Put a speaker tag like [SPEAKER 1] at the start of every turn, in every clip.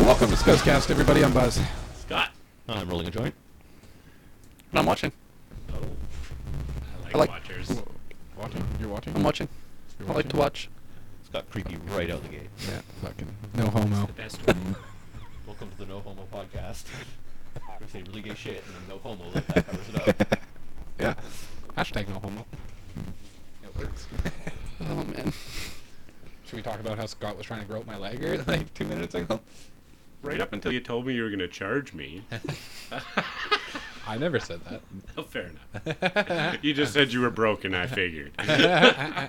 [SPEAKER 1] Welcome to Scuzzcast, everybody. I'm Buzz.
[SPEAKER 2] Scott.
[SPEAKER 3] Oh, I'm rolling a joint.
[SPEAKER 2] And I'm watching. Oh. I like,
[SPEAKER 1] I like-
[SPEAKER 2] watchers.
[SPEAKER 1] Watching? You're watching?
[SPEAKER 2] I'm watching.
[SPEAKER 1] You're
[SPEAKER 2] I like to watch.
[SPEAKER 3] It's got creepy right out the gate.
[SPEAKER 1] Yeah, fucking no homo.
[SPEAKER 2] The best one.
[SPEAKER 3] Welcome to the No Homo podcast. we say really gay shit and then no homo. Like that covers it up.
[SPEAKER 1] Yeah. Hashtag no homo.
[SPEAKER 3] It works.
[SPEAKER 2] oh man.
[SPEAKER 1] Should we talk about how Scott was trying to grope my leg here like two minutes ago?
[SPEAKER 2] Right up until you told me you were going to charge me.
[SPEAKER 1] I never said that.
[SPEAKER 2] oh, fair enough. you just said you were broke, and I figured. yeah.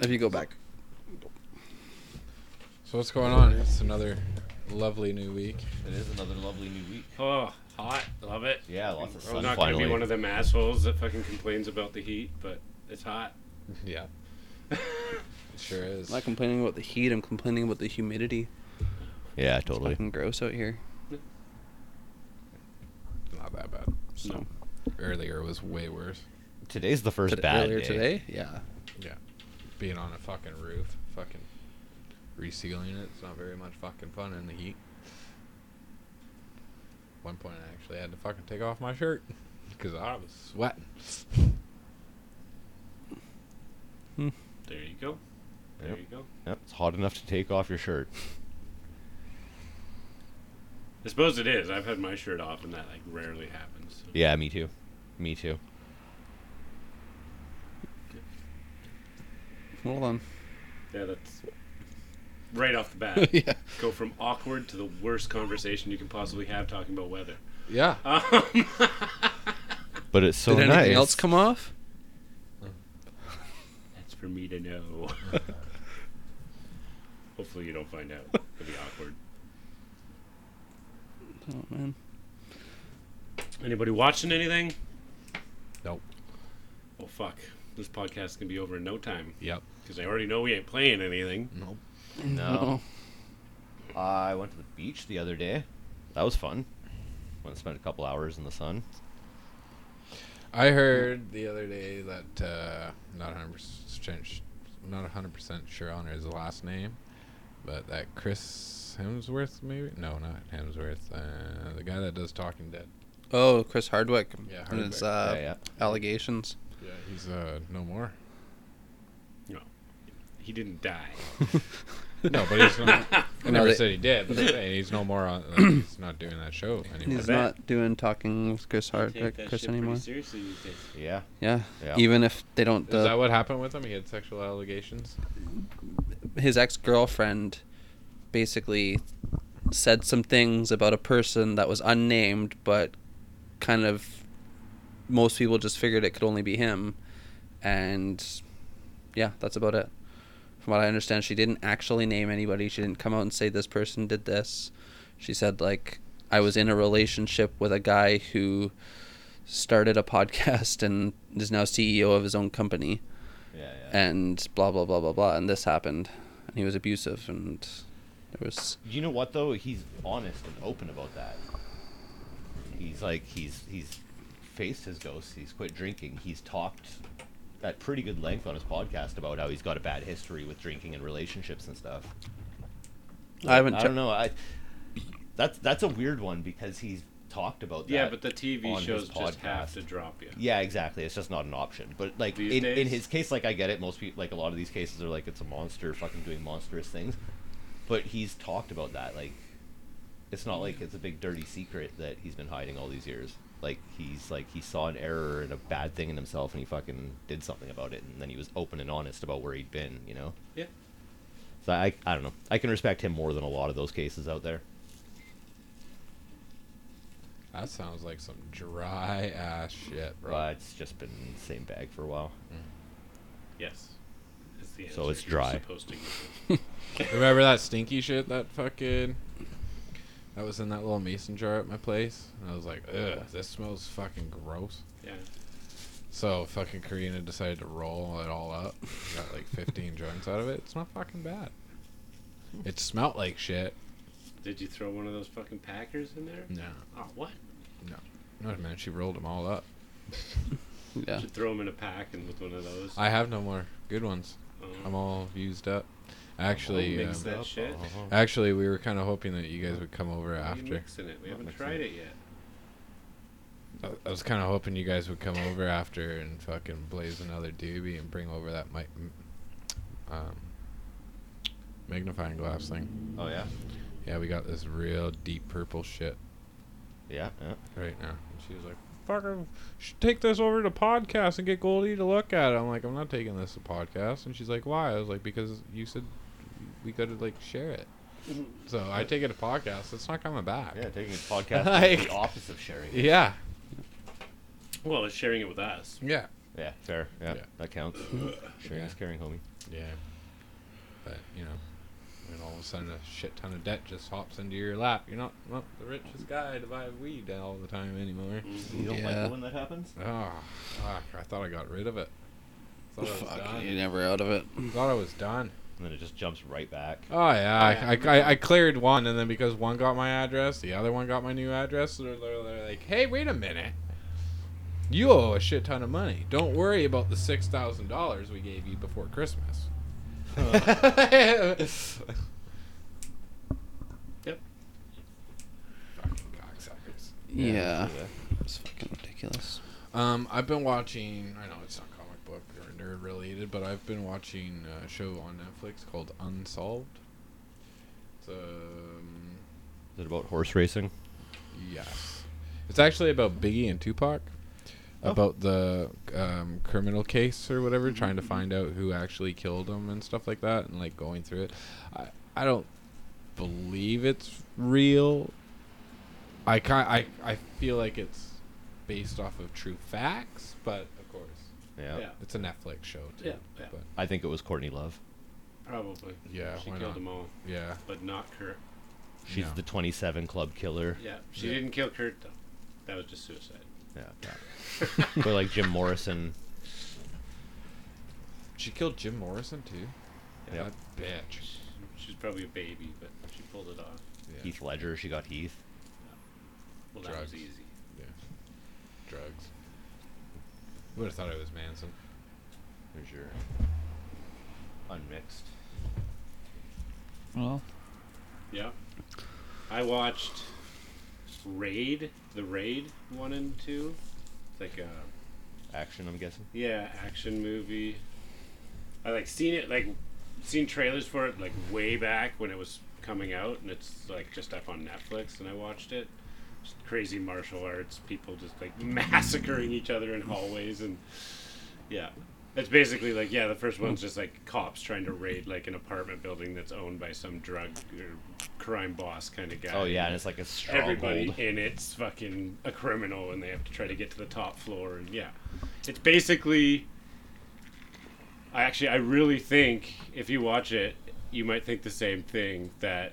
[SPEAKER 4] If you go back.
[SPEAKER 1] So what's going on? It's another lovely new week.
[SPEAKER 3] It is another lovely new week.
[SPEAKER 2] Oh, hot. Love it.
[SPEAKER 3] Yeah, lots of sun
[SPEAKER 2] I'm not going to
[SPEAKER 3] finally.
[SPEAKER 2] be one of them assholes that fucking complains about the heat, but it's hot.
[SPEAKER 1] Yeah. It sure is.
[SPEAKER 4] I'm not complaining about the heat, I'm complaining about the humidity.
[SPEAKER 3] yeah, totally.
[SPEAKER 4] Fucking gross out here.
[SPEAKER 1] not that bad.
[SPEAKER 4] So
[SPEAKER 1] Earlier was way worse.
[SPEAKER 3] Today's the first
[SPEAKER 4] Today-
[SPEAKER 3] bad
[SPEAKER 4] earlier
[SPEAKER 3] day.
[SPEAKER 4] today? Yeah.
[SPEAKER 1] Yeah. Being on a fucking roof, fucking resealing it, it's not very much fucking fun in the heat. one point I actually had to fucking take off my shirt because I was sweating.
[SPEAKER 2] There you go. There
[SPEAKER 3] Yep.
[SPEAKER 2] you go.
[SPEAKER 3] Yep, it's hot enough to take off your shirt.
[SPEAKER 2] I suppose it is. I've had my shirt off, and that like rarely happens. so.
[SPEAKER 3] Yeah, me too. Me too.
[SPEAKER 4] Hold on.
[SPEAKER 2] Yeah, that's right off the bat.
[SPEAKER 1] yeah.
[SPEAKER 2] Go from awkward to the worst conversation you can possibly have talking about weather.
[SPEAKER 1] Yeah.
[SPEAKER 2] Um,
[SPEAKER 3] But it's so
[SPEAKER 4] Did
[SPEAKER 3] nice.
[SPEAKER 4] anything else come off?
[SPEAKER 2] that's for me to know. Hopefully, you don't find out. It'll be awkward.
[SPEAKER 4] Oh man.
[SPEAKER 2] Anybody watching anything?
[SPEAKER 1] Nope.
[SPEAKER 2] Oh fuck! This podcast can be over in no time
[SPEAKER 1] Yep.
[SPEAKER 2] because I already know we ain't playing anything.
[SPEAKER 1] Nope.
[SPEAKER 3] No. I went to the beach the other day. That was fun. Went and spent a couple hours in the sun.
[SPEAKER 1] I heard the other day that uh, not 100% sh- not 100% sure on his last name, but that Chris Hemsworth maybe? No, not Hemsworth. Uh, the guy that does Talking Dead.
[SPEAKER 4] Oh, Chris Hardwick.
[SPEAKER 1] Yeah,
[SPEAKER 4] and his
[SPEAKER 1] Hardwick.
[SPEAKER 4] uh,
[SPEAKER 3] yeah, yeah.
[SPEAKER 4] allegations.
[SPEAKER 1] Yeah, he's uh, no more.
[SPEAKER 2] He didn't die.
[SPEAKER 1] No, but he's not. I
[SPEAKER 4] No,
[SPEAKER 1] never
[SPEAKER 4] they-
[SPEAKER 1] said he did, but I'm saying he's no more on. Like, he's not doing that show anymore.
[SPEAKER 4] He's
[SPEAKER 2] bet.
[SPEAKER 4] not doing talking with Chris Hardwick Chris anymore.
[SPEAKER 2] seriously
[SPEAKER 3] Yeah.
[SPEAKER 4] Yeah.
[SPEAKER 3] Yeah.
[SPEAKER 4] Even if they don't uh,
[SPEAKER 1] Is that
[SPEAKER 4] the,
[SPEAKER 1] what happened with him? He had sexual allegations.
[SPEAKER 4] his ex girlfriend basically said some things about a person that was unnamed but kind of most people just figured it could only be him and yeah, that's about it. From what I understand, she didn't actually name anybody. She didn't come out and say this person did this. She said like I was in a relationship with a guy who started a podcast and is now CEO of his own company
[SPEAKER 3] Yeah, yeah.
[SPEAKER 4] and blah blah blah blah blah and this happened and he was abusive and there was
[SPEAKER 3] You know what though? He's honest and open about that. He's like he's he's faced his ghosts. He's quit drinking. He's talked at pretty good length on his podcast about how he's got a bad history with drinking and relationships and stuff.
[SPEAKER 4] I haven't
[SPEAKER 3] I
[SPEAKER 4] checked
[SPEAKER 3] don't know. I that's that's a weird one because he's talked about that.
[SPEAKER 2] Yeah, but the TV
[SPEAKER 3] on his
[SPEAKER 2] shows just have
[SPEAKER 3] podcast.
[SPEAKER 2] to drop you.
[SPEAKER 3] Yeah, exactly. It's just not an option. But like
[SPEAKER 2] These
[SPEAKER 3] in, in
[SPEAKER 2] days?
[SPEAKER 3] his case, like I get it. Most people, like a lot of these cases, are like it's a monster fucking doing monstrous things. But he's talked about that. Like, it's not like it's a big dirty secret that he's been hiding all these years. Like he's like he saw an error and a bad thing in himself, and he fucking did something about it. And then he was open and honest about where he'd been. You know.
[SPEAKER 2] Yeah.
[SPEAKER 3] So I I don't know. I can respect him more than a lot of those cases out there.
[SPEAKER 1] That sounds like some dry ass shit, bro.
[SPEAKER 3] But it's just been in the same bag for a while.
[SPEAKER 2] Yes. It's the
[SPEAKER 3] So
[SPEAKER 2] answer
[SPEAKER 3] it's
[SPEAKER 2] you're
[SPEAKER 3] dry.
[SPEAKER 2] supposed to give.
[SPEAKER 1] Remember that stinky shit that fucking that was in that little mason jar at my place? And I was like, ugh, this smells fucking gross.
[SPEAKER 2] Yeah.
[SPEAKER 1] So fucking Karina decided to roll it all up. Got like 15 joints out of it. It's not fucking bad. It smelt like shit.
[SPEAKER 2] Did you throw one of those fucking Packers in there?
[SPEAKER 1] No,
[SPEAKER 2] Oh, what?
[SPEAKER 1] no, man, she rolled them all up.
[SPEAKER 4] yeah
[SPEAKER 2] Should throw them in a pack and with one of those. Oh,
[SPEAKER 1] I have no more good ones. I'm all used up. Actually, um,
[SPEAKER 2] mix that shit.
[SPEAKER 1] actually, we were kind of hoping that you guys would come over
[SPEAKER 2] How you
[SPEAKER 1] after.
[SPEAKER 2] mixing it? We
[SPEAKER 5] Not
[SPEAKER 2] haven't
[SPEAKER 5] mixing
[SPEAKER 2] tried
[SPEAKER 5] it.
[SPEAKER 2] it yet.
[SPEAKER 1] I I was kind of hoping you guys would come over after and fucking blaze another doobie and bring over that mic, m- um, magnifying glass thing.
[SPEAKER 5] Oh yeah,
[SPEAKER 1] Yeah, we got this real deep purple shit
[SPEAKER 5] yeah, yeah.
[SPEAKER 1] right now. And she was like, "Fucking, sh- take this over to podcast and get Goldie to look at it." I'm like, "I'm not taking this to podcast." And she's like, "Why?" I was like, "Because you said we got to like share it." So I take it to podcast. It's not coming back.
[SPEAKER 5] Yeah, taking a podcast is
[SPEAKER 1] Like-
[SPEAKER 5] the opposite of sharing.
[SPEAKER 1] Yeah.
[SPEAKER 2] Well, it's sharing it with us.
[SPEAKER 1] Yeah.
[SPEAKER 5] Yeah, fair. Yeah,
[SPEAKER 1] Yeah.
[SPEAKER 5] that counts. Sharing is caring, homie.
[SPEAKER 1] Yeah. But, you know, when all of a sudden a shit ton of debt just hops into your lap, you're not, not the richest guy to buy weed all the time anymore.
[SPEAKER 5] You don't like
[SPEAKER 4] Yeah.
[SPEAKER 5] it when that happens?
[SPEAKER 1] Oh, fuck. I thought I got rid of it. Thought I was
[SPEAKER 4] Fuck,
[SPEAKER 1] done.
[SPEAKER 4] you're never out of it.
[SPEAKER 1] Thought I was done.
[SPEAKER 5] And then it just jumps right back.
[SPEAKER 1] Oh yeah, I, I, I, I cleared one, and then because one got my address, the other one got my new address. So they're, they're- they're like, "Hey, wait a minute, you owe a shit ton of money. Don't worry about the six thousand dollars we gave you before Christmas." Fucking
[SPEAKER 2] Yep.
[SPEAKER 1] cocksuckers.
[SPEAKER 4] Yeah.
[SPEAKER 5] so, uh,
[SPEAKER 4] It's fucking ridiculous.
[SPEAKER 1] Um, I've been watching. I know it's not comic book or nerd related, but I've been watching a show on Netflix called Unsolved. It's um,
[SPEAKER 5] Is it about horse racing?
[SPEAKER 1] Yes. It's actually about Biggie and Tupac.
[SPEAKER 5] Oh.
[SPEAKER 1] About the um, criminal case or whatever, trying to find out who actually killed him and stuff like that, and like going through it. I, I don't believe it's real. I ki I I feel like it's based off of true facts, but of course
[SPEAKER 5] Yeah.
[SPEAKER 2] Yeah.
[SPEAKER 1] it's a Netflix show too.
[SPEAKER 2] Yeah, yeah.
[SPEAKER 1] But
[SPEAKER 5] I think it was Courtney Love.
[SPEAKER 2] Probably.
[SPEAKER 1] yeah,
[SPEAKER 2] She
[SPEAKER 1] why
[SPEAKER 2] killed
[SPEAKER 1] not?
[SPEAKER 2] them all,
[SPEAKER 1] Yeah,
[SPEAKER 2] but not Kurt.
[SPEAKER 5] She's
[SPEAKER 1] No.
[SPEAKER 5] the 27 Club killer.
[SPEAKER 2] Yeah, she
[SPEAKER 1] Yeah.
[SPEAKER 2] didn't kill Kurt though. That was just suicide.
[SPEAKER 5] Yeah. but like Jim Morrison.
[SPEAKER 1] she killed Jim Morrison too.
[SPEAKER 5] Yeah.
[SPEAKER 1] That bitch.
[SPEAKER 2] She- She's probably a baby, but she pulled it off.
[SPEAKER 1] Yeah.
[SPEAKER 5] Heath Ledger. She got Heath.
[SPEAKER 2] Well, that
[SPEAKER 1] Drugs.
[SPEAKER 2] was easy.
[SPEAKER 1] Yeah. Drugs. Would have thought it was Manson.
[SPEAKER 5] There's your unmixed.
[SPEAKER 4] Well,
[SPEAKER 2] Yeah. I watched Raid, the Raid one and two. It's like uh, a
[SPEAKER 5] Action, I'm guessing.
[SPEAKER 2] yeah action movie. I like seen it like seen trailers for it like way back when it was coming out, and it's like just up on Netflix, and I watched it. Just crazy martial arts people just like massacring each other in hallways and yeah. It's basically like yeah, the first one's just like cops trying to raid like an apartment building that's owned by some drug or crime boss kind of guy.
[SPEAKER 5] Oh yeah, and it's like a
[SPEAKER 2] everybody
[SPEAKER 5] stronghold.
[SPEAKER 2] in it's fucking a criminal and they have to try to get to the top floor and yeah it's basically i actually i really think if you watch it you might think the same thing that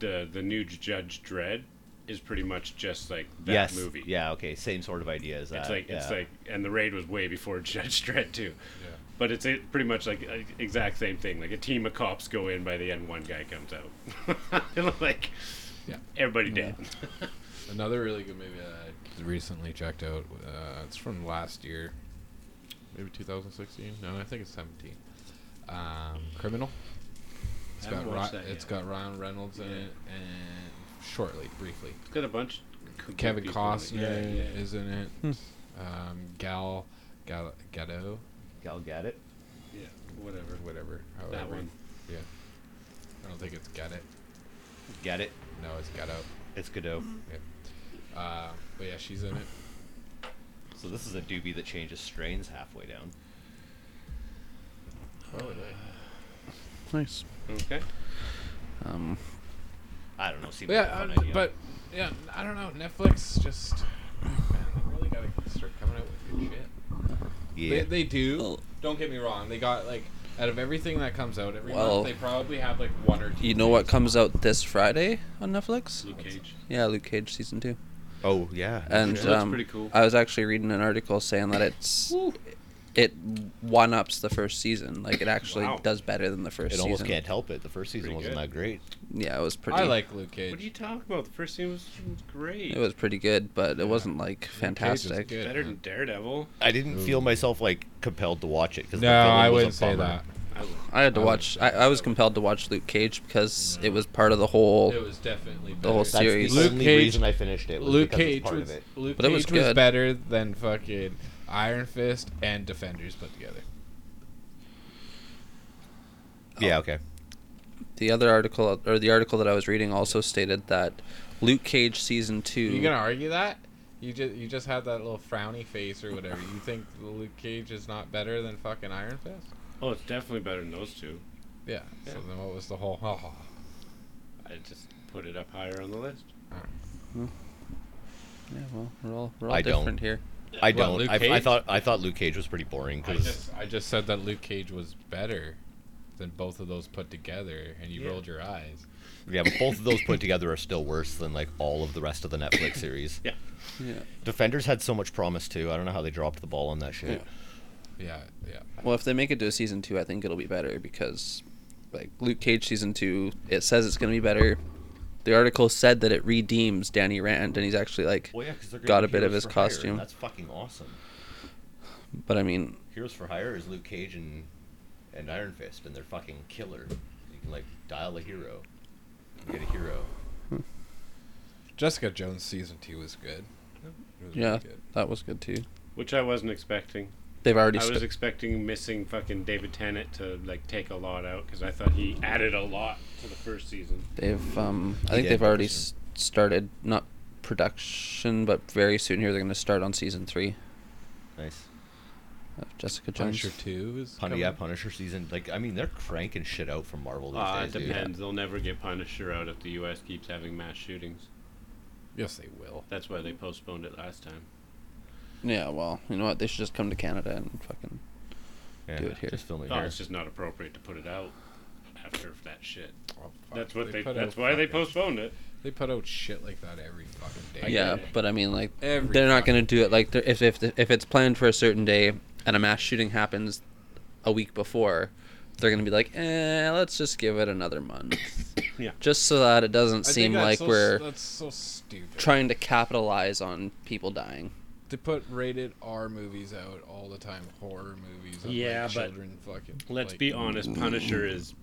[SPEAKER 2] the the new judge dredd is pretty much just like that
[SPEAKER 5] yes.
[SPEAKER 2] movie
[SPEAKER 5] Yeah. Okay. Same sort of idea as that.
[SPEAKER 2] it's like it's
[SPEAKER 5] yeah.
[SPEAKER 2] like and the raid was way before judge dredd too
[SPEAKER 1] Yeah.
[SPEAKER 2] but it's a, pretty much like a, exact same thing. Like a team of cops go in, by the end one guy comes out. And, like,
[SPEAKER 1] Yeah.
[SPEAKER 2] everybody dead.
[SPEAKER 1] Another really good movie that I recently checked out. Uh, it's from last year, maybe 2016. No, I think it's 17. Um, Criminal. It's got
[SPEAKER 2] Haven't
[SPEAKER 1] Ri-
[SPEAKER 2] watched that
[SPEAKER 1] it's
[SPEAKER 2] yet.
[SPEAKER 1] got Ryan Reynolds in
[SPEAKER 2] Yeah.
[SPEAKER 1] it, and shortly, briefly,
[SPEAKER 2] Got a bunch. of good
[SPEAKER 1] Kevin
[SPEAKER 2] people in it.
[SPEAKER 1] Costner is in it. Um, Gal, Gal, Gadot,
[SPEAKER 5] Gal Gadot.
[SPEAKER 2] yeah, whatever.
[SPEAKER 1] whatever.
[SPEAKER 2] That
[SPEAKER 1] however.
[SPEAKER 2] one.
[SPEAKER 1] Yeah. I don't think it's Get It.
[SPEAKER 5] Get it?
[SPEAKER 1] No, it's Gadot.
[SPEAKER 5] It's Godot.
[SPEAKER 2] Mm-hmm.
[SPEAKER 1] Uh, but yeah, she's in it.
[SPEAKER 5] So this is a doobie that changes strains halfway down.
[SPEAKER 4] nice.
[SPEAKER 2] Okay.
[SPEAKER 4] Um,
[SPEAKER 5] I don't know. Seems
[SPEAKER 1] But yeah,
[SPEAKER 5] like a fun
[SPEAKER 1] uh,
[SPEAKER 5] idea.
[SPEAKER 1] but yeah, I don't know. Netflix just man, they really gotta start coming out with good shit.
[SPEAKER 5] yeah,
[SPEAKER 1] They, they do. Don't get me wrong. They got like out of everything that comes out every
[SPEAKER 4] Well-
[SPEAKER 1] month, they probably have like one or two.
[SPEAKER 4] you know what
[SPEAKER 1] things.
[SPEAKER 4] comes out this Friday on Netflix?
[SPEAKER 2] Luke Cage.
[SPEAKER 4] Yeah, Luke Cage season two.
[SPEAKER 5] oh yeah,
[SPEAKER 4] And
[SPEAKER 2] That's
[SPEAKER 4] um,
[SPEAKER 2] pretty cool.
[SPEAKER 4] I was actually reading an article saying that it's it one ups the first season. Like it actually
[SPEAKER 2] Wow.
[SPEAKER 4] does better than the first.
[SPEAKER 5] it
[SPEAKER 4] season.
[SPEAKER 5] almost can't help it. The first season
[SPEAKER 2] Pretty
[SPEAKER 5] wasn't
[SPEAKER 2] good.
[SPEAKER 5] that great.
[SPEAKER 4] Yeah, it was pretty.
[SPEAKER 1] I like Luke Cage.
[SPEAKER 2] What are you talking about? The first scene was was great.
[SPEAKER 4] It was pretty good, but it wasn't like fantastic.
[SPEAKER 1] good.
[SPEAKER 2] better than Daredevil.
[SPEAKER 5] I didn't feel myself like compelled to watch it because
[SPEAKER 1] No, I wouldn't say that.
[SPEAKER 2] I would.
[SPEAKER 4] I had to
[SPEAKER 1] I
[SPEAKER 4] watch. I,
[SPEAKER 1] wouldn't.
[SPEAKER 4] I was compelled to watch Luke Cage because it was part of the whole.
[SPEAKER 1] It was definitely
[SPEAKER 4] Oh. The whole
[SPEAKER 1] better.
[SPEAKER 5] That's
[SPEAKER 4] series.
[SPEAKER 5] the
[SPEAKER 1] Luke
[SPEAKER 5] only
[SPEAKER 1] Cage-
[SPEAKER 5] reason I finished it. Was
[SPEAKER 1] Luke
[SPEAKER 5] because it's
[SPEAKER 1] Cage
[SPEAKER 5] part
[SPEAKER 1] was,
[SPEAKER 5] of it.
[SPEAKER 1] Luke
[SPEAKER 4] But it was
[SPEAKER 1] Cage was
[SPEAKER 4] good.
[SPEAKER 1] better than fucking Iron Fist and Defenders put together.
[SPEAKER 4] Oh.
[SPEAKER 5] Yeah. Okay.
[SPEAKER 4] The other article, or the article that I was reading, also stated that Luke Cage season two.
[SPEAKER 1] You gonna argue that? You just you just have that little frowny face or whatever. You think Luke Cage is not better than fucking Iron Fist?
[SPEAKER 2] Oh, it's definitely better than those two.
[SPEAKER 1] Yeah. So then what was the whole? Oh,
[SPEAKER 2] I just put it up higher on the list.
[SPEAKER 4] yeah, well, we're all we're all
[SPEAKER 5] I don't.
[SPEAKER 4] different here.
[SPEAKER 5] I
[SPEAKER 1] What,
[SPEAKER 5] don't.
[SPEAKER 1] Luke
[SPEAKER 5] I, I
[SPEAKER 1] Cage?
[SPEAKER 5] thought I thought Luke Cage was pretty boring
[SPEAKER 1] I
[SPEAKER 5] because
[SPEAKER 1] just I just said that Luke Cage was better than both of those put together, and you
[SPEAKER 2] Yeah.
[SPEAKER 1] rolled your eyes.
[SPEAKER 5] yeah, but both of those put together are still worse than like all of the rest of the Netflix series.
[SPEAKER 2] Yeah.
[SPEAKER 4] Yeah.
[SPEAKER 5] Defenders had so much promise too. I don't know how they dropped the ball on that shit.
[SPEAKER 1] Yeah, yeah.
[SPEAKER 4] Well, if they make it to a season two, I think it'll be better because, like Luke Cage season two, it says it's gonna be better. The article said that it redeems Danny Rand, and he's actually like.
[SPEAKER 5] Well, yeah, because they're gonna
[SPEAKER 4] Got
[SPEAKER 5] do
[SPEAKER 4] a bit of
[SPEAKER 5] Heroes
[SPEAKER 4] his
[SPEAKER 5] for Hire, and
[SPEAKER 4] costume.
[SPEAKER 5] that's fucking awesome.
[SPEAKER 4] But I mean,
[SPEAKER 5] Heroes for Hire is Luke Cage and and Iron Fist, and they're fucking killer. You can like dial a hero, You get a hero.
[SPEAKER 1] Jessica Jones season two was good. It was really
[SPEAKER 4] yeah,
[SPEAKER 1] good.
[SPEAKER 4] that was good too.
[SPEAKER 2] Which I wasn't expecting.
[SPEAKER 4] They've already.
[SPEAKER 2] I was
[SPEAKER 4] st-
[SPEAKER 2] expecting missing fucking David Tennant to like take a lot out because I thought he added a lot to the first season.
[SPEAKER 4] they've. Um,
[SPEAKER 5] He
[SPEAKER 4] I think
[SPEAKER 5] did
[SPEAKER 4] they've
[SPEAKER 5] make
[SPEAKER 4] already
[SPEAKER 5] it
[SPEAKER 4] s- started not production, but very soon here they're gonna start on season three
[SPEAKER 5] Nice.
[SPEAKER 4] of Jessica Jones.
[SPEAKER 1] Punisher two is
[SPEAKER 5] Pun-
[SPEAKER 1] coming.
[SPEAKER 5] yeah, Punisher season. Like, I mean, they're cranking shit out from Marvel these
[SPEAKER 2] Ah, it
[SPEAKER 5] days. dude.
[SPEAKER 2] depends. They'll never get Punisher out if the U.S. keeps having mass shootings.
[SPEAKER 1] Yes, they will.
[SPEAKER 2] That's why they postponed it last time.
[SPEAKER 4] Yeah, well, you know what? They should just come to Canada and fucking.
[SPEAKER 5] Yeah,
[SPEAKER 4] Do it here.
[SPEAKER 5] Just film it
[SPEAKER 2] Oh,
[SPEAKER 5] here.
[SPEAKER 2] it's just not appropriate to put it out after that shit.
[SPEAKER 1] Oh, fuck.
[SPEAKER 2] That's what they.
[SPEAKER 1] put
[SPEAKER 2] that's
[SPEAKER 1] out
[SPEAKER 2] why they
[SPEAKER 1] fucking-
[SPEAKER 2] postponed it.
[SPEAKER 1] They put out shit like that every fucking day.
[SPEAKER 4] yeah,
[SPEAKER 2] it.
[SPEAKER 4] but I mean, like,
[SPEAKER 1] Every
[SPEAKER 4] they're not
[SPEAKER 1] fucking
[SPEAKER 4] going to do it. Like, they're- if if if it's planned for a certain day and a mass shooting happens a week before, they're going to be like, eh, let's just give it another month.
[SPEAKER 2] Yeah.
[SPEAKER 4] Just so that it doesn't
[SPEAKER 1] I think
[SPEAKER 4] seem
[SPEAKER 1] that's
[SPEAKER 4] like
[SPEAKER 1] so s- uh
[SPEAKER 4] we're
[SPEAKER 1] that's so stupid.
[SPEAKER 4] trying to capitalize on people dying.
[SPEAKER 1] they put rated R movies out all the time, horror movies. and, like,
[SPEAKER 2] Yeah, but
[SPEAKER 1] children fucking.
[SPEAKER 2] Let's
[SPEAKER 1] like,
[SPEAKER 2] be honest. Punisher is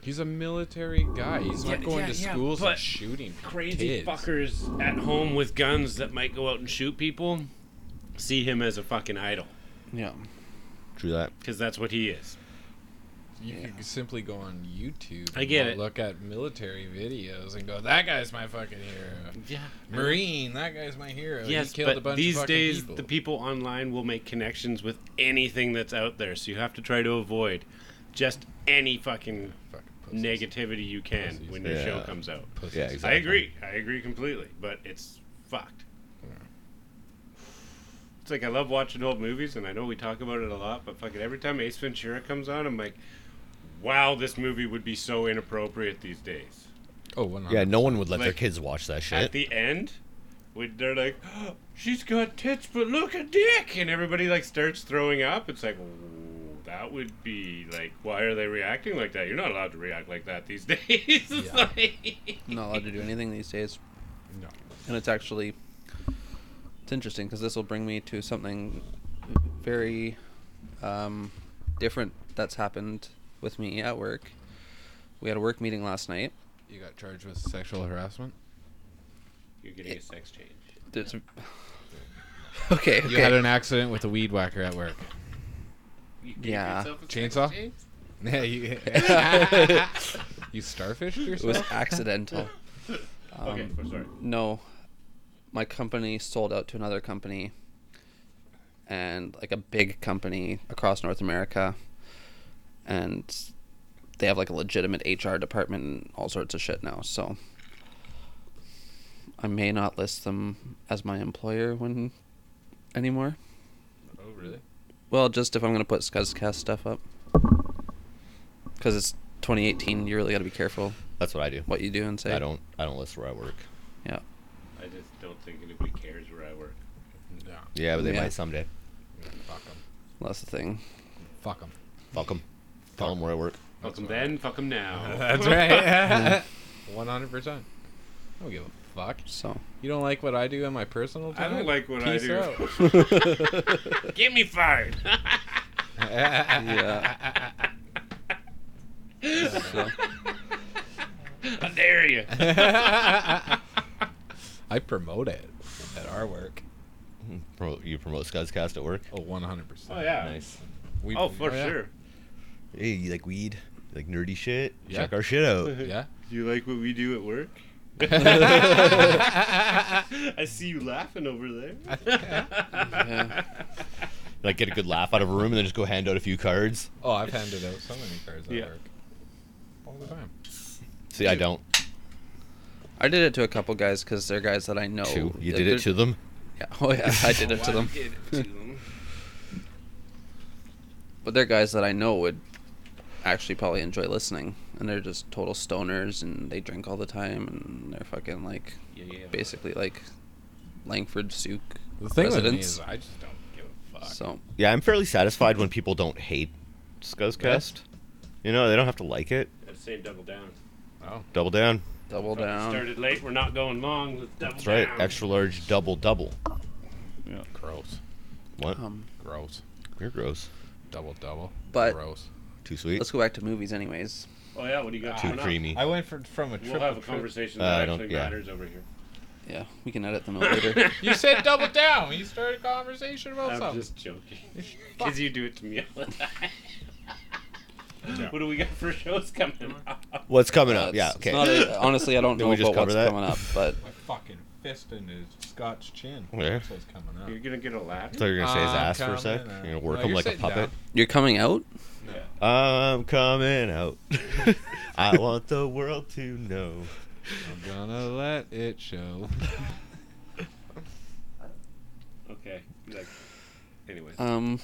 [SPEAKER 1] He's a military guy. He's not
[SPEAKER 2] Yeah,
[SPEAKER 1] going
[SPEAKER 2] yeah,
[SPEAKER 1] to
[SPEAKER 2] yeah,
[SPEAKER 1] schools
[SPEAKER 2] but
[SPEAKER 1] and shooting
[SPEAKER 2] crazy
[SPEAKER 1] kids.
[SPEAKER 2] fuckers at home with guns that might go out and shoot people. See him as a fucking idol
[SPEAKER 4] Yeah.
[SPEAKER 5] True that.
[SPEAKER 2] because that's what he is.
[SPEAKER 1] You
[SPEAKER 4] Yeah.
[SPEAKER 1] could simply go on YouTube.
[SPEAKER 2] I
[SPEAKER 1] and
[SPEAKER 2] get
[SPEAKER 1] lo-
[SPEAKER 2] it.
[SPEAKER 1] Look at military videos and go, "That guy's my fucking hero."
[SPEAKER 2] Yeah.
[SPEAKER 1] Marine, that guy's my hero.
[SPEAKER 2] Yes,
[SPEAKER 1] he killed
[SPEAKER 2] but
[SPEAKER 1] a bunch
[SPEAKER 2] these
[SPEAKER 1] of fucking
[SPEAKER 2] days
[SPEAKER 1] people.
[SPEAKER 2] the people online will make connections with anything that's out there, so you have to try to avoid just any fucking
[SPEAKER 1] Fucking pussies.
[SPEAKER 2] negativity you can when your
[SPEAKER 5] Yeah.
[SPEAKER 2] show comes out.
[SPEAKER 1] Pussies.
[SPEAKER 5] Yeah,
[SPEAKER 2] I
[SPEAKER 5] exactly.
[SPEAKER 2] agree. I agree completely, but it's fucked. It's like I love watching old movies, and I know we talk about it a lot, but fucking every time Ace Ventura comes on, I'm like, wow, this movie would be so inappropriate these days.
[SPEAKER 1] Oh, one
[SPEAKER 5] Yeah, no one would let their
[SPEAKER 2] Like,
[SPEAKER 5] kids watch that
[SPEAKER 2] At
[SPEAKER 5] shit.
[SPEAKER 2] the end, when they're like, she's got tits, but look a dick, and everybody like starts throwing up. It's like, "Ooh, that would be like, why are they reacting like that? You're not allowed to react like that these days. It's
[SPEAKER 1] Yeah.
[SPEAKER 2] like-
[SPEAKER 4] Not allowed to do anything these days.
[SPEAKER 1] No.
[SPEAKER 4] and it's actually it's interesting because this will bring me to something very um, different that's happened with me at work. We had a work meeting last night.
[SPEAKER 1] You got charged with sexual harassment.
[SPEAKER 2] You're getting a sex change.
[SPEAKER 4] There's a- okay, okay.
[SPEAKER 1] You had an accident with a weed whacker at work.
[SPEAKER 2] You gave
[SPEAKER 4] Yeah.
[SPEAKER 2] yourself a sex
[SPEAKER 1] Chainsaw?
[SPEAKER 2] change?
[SPEAKER 1] Yeah, you, you starfished
[SPEAKER 4] it was
[SPEAKER 1] yourself.
[SPEAKER 4] accidental.
[SPEAKER 1] Um,
[SPEAKER 2] okay, I'm sorry.
[SPEAKER 4] No, my company sold out to another company, and like a big company across North America, and they have like a legitimate HR department and all sorts of shit now. So I may not list them as my employer when anymore.
[SPEAKER 1] Oh, really?
[SPEAKER 4] Well, just if I'm gonna put Scuzzcast stuff up, because it's 2018. You really got to be careful
[SPEAKER 5] That's what I do.
[SPEAKER 4] what you do and say.
[SPEAKER 5] I don't. I don't list where I work.
[SPEAKER 4] Yeah.
[SPEAKER 2] I just don't think anybody cares where I work.
[SPEAKER 1] No.
[SPEAKER 5] Yeah, but they
[SPEAKER 4] Yeah.
[SPEAKER 5] might someday.
[SPEAKER 1] Fuck them.
[SPEAKER 4] That's the thing.
[SPEAKER 1] Fuck them.
[SPEAKER 5] Fuck them. Tell them where I work.
[SPEAKER 2] Fuck
[SPEAKER 1] That's
[SPEAKER 2] 'em
[SPEAKER 1] what I-
[SPEAKER 2] then, fuck 'em now.
[SPEAKER 1] That's right. One hundred percent. I don't give a fuck.
[SPEAKER 4] So.
[SPEAKER 1] You don't like what I do in my personal
[SPEAKER 2] I
[SPEAKER 1] time?
[SPEAKER 2] don't like what
[SPEAKER 1] Peace
[SPEAKER 2] I
[SPEAKER 1] out.
[SPEAKER 2] do. Get me fired.
[SPEAKER 4] yeah. So,
[SPEAKER 2] I dare you.
[SPEAKER 1] I promote it at our work.
[SPEAKER 3] Pro- You promote Scuzzcast at work?
[SPEAKER 1] Oh, 100%.
[SPEAKER 2] Oh, yeah.
[SPEAKER 3] Nice.
[SPEAKER 1] We,
[SPEAKER 2] Oh, for
[SPEAKER 1] yeah.
[SPEAKER 2] sure.
[SPEAKER 3] Hey, you like weed? You like nerdy shit?
[SPEAKER 1] Yeah.
[SPEAKER 3] Check our shit out.
[SPEAKER 1] Yeah.
[SPEAKER 2] You like what we do at work? I see you laughing over there.
[SPEAKER 4] yeah.
[SPEAKER 3] like get a good laugh out of a room and then just go hand out a few cards.
[SPEAKER 1] Oh, I've handed out so many cards at
[SPEAKER 2] Yeah.
[SPEAKER 1] work. All the time.
[SPEAKER 3] See, I don't.
[SPEAKER 4] I did it to a couple guys because they're guys that I know.
[SPEAKER 3] Two. You
[SPEAKER 4] Like,
[SPEAKER 3] did it
[SPEAKER 4] they're-
[SPEAKER 3] to them.
[SPEAKER 4] Yeah. Oh yeah, I did it to them. But they're guys that I know would actually probably enjoy listening, and they're just total stoners, and they drink all the time, and they're fucking like
[SPEAKER 2] Yeah, yeah.
[SPEAKER 4] basically like Langford Souk
[SPEAKER 1] The thing with me
[SPEAKER 4] residents.
[SPEAKER 1] is I just don't give a fuck.
[SPEAKER 4] So
[SPEAKER 3] Yeah, I'm fairly satisfied when people don't hate Scuzzcast. You know, they don't have to like it.
[SPEAKER 2] That's same double down.
[SPEAKER 1] Oh.
[SPEAKER 3] Double down.
[SPEAKER 4] double
[SPEAKER 2] Fucking
[SPEAKER 4] down.
[SPEAKER 2] Started late. We're not going long. Let's double
[SPEAKER 3] That's right.
[SPEAKER 2] down.
[SPEAKER 3] Extra large double double.
[SPEAKER 1] Gross.
[SPEAKER 3] What?
[SPEAKER 2] Oh.
[SPEAKER 4] Um,
[SPEAKER 1] Gross.
[SPEAKER 3] You're gross.
[SPEAKER 1] Double double.
[SPEAKER 4] But-
[SPEAKER 1] gross.
[SPEAKER 3] Too sweet.
[SPEAKER 4] let's go back to movies, anyways.
[SPEAKER 2] Oh yeah. What do you got?
[SPEAKER 3] Too
[SPEAKER 2] coming up?
[SPEAKER 3] creamy.
[SPEAKER 1] I went for, from a trip.
[SPEAKER 2] We'll have
[SPEAKER 1] to
[SPEAKER 2] a
[SPEAKER 1] trip.
[SPEAKER 2] conversation
[SPEAKER 3] Uh, I
[SPEAKER 2] that
[SPEAKER 3] don't-
[SPEAKER 2] actually
[SPEAKER 3] yeah.
[SPEAKER 2] matters over here.
[SPEAKER 4] Yeah, we can edit them out later.
[SPEAKER 1] You said double down. You started a conversation about
[SPEAKER 2] I'm
[SPEAKER 1] something.
[SPEAKER 2] just joking. Because you do it to me all the time. What do we got for shows coming up?
[SPEAKER 3] What's coming
[SPEAKER 4] Uh,
[SPEAKER 3] up? Yeah.
[SPEAKER 4] it's- it's
[SPEAKER 3] Okay.
[SPEAKER 4] not a- honestly, I don't
[SPEAKER 3] Did
[SPEAKER 4] know
[SPEAKER 3] we just
[SPEAKER 4] about what's
[SPEAKER 3] cover that?
[SPEAKER 4] coming up, but
[SPEAKER 1] I fucking fist into Scott's chin.
[SPEAKER 3] Yeah.
[SPEAKER 1] That's what's coming up.
[SPEAKER 2] You're gonna get a laugh.
[SPEAKER 3] So you're gonna say his
[SPEAKER 1] I'm
[SPEAKER 3] ass for a sec?
[SPEAKER 1] coming
[SPEAKER 3] You're
[SPEAKER 1] out.
[SPEAKER 3] gonna work
[SPEAKER 1] No,
[SPEAKER 3] him
[SPEAKER 1] you're
[SPEAKER 3] like a
[SPEAKER 1] sitting
[SPEAKER 3] puppet?
[SPEAKER 4] you're coming out.
[SPEAKER 2] Yeah.
[SPEAKER 3] I'm coming out. I want the world to know.
[SPEAKER 1] down. I'm gonna let it show.
[SPEAKER 2] Okay. Like, anyway.
[SPEAKER 3] Uh,
[SPEAKER 4] Um,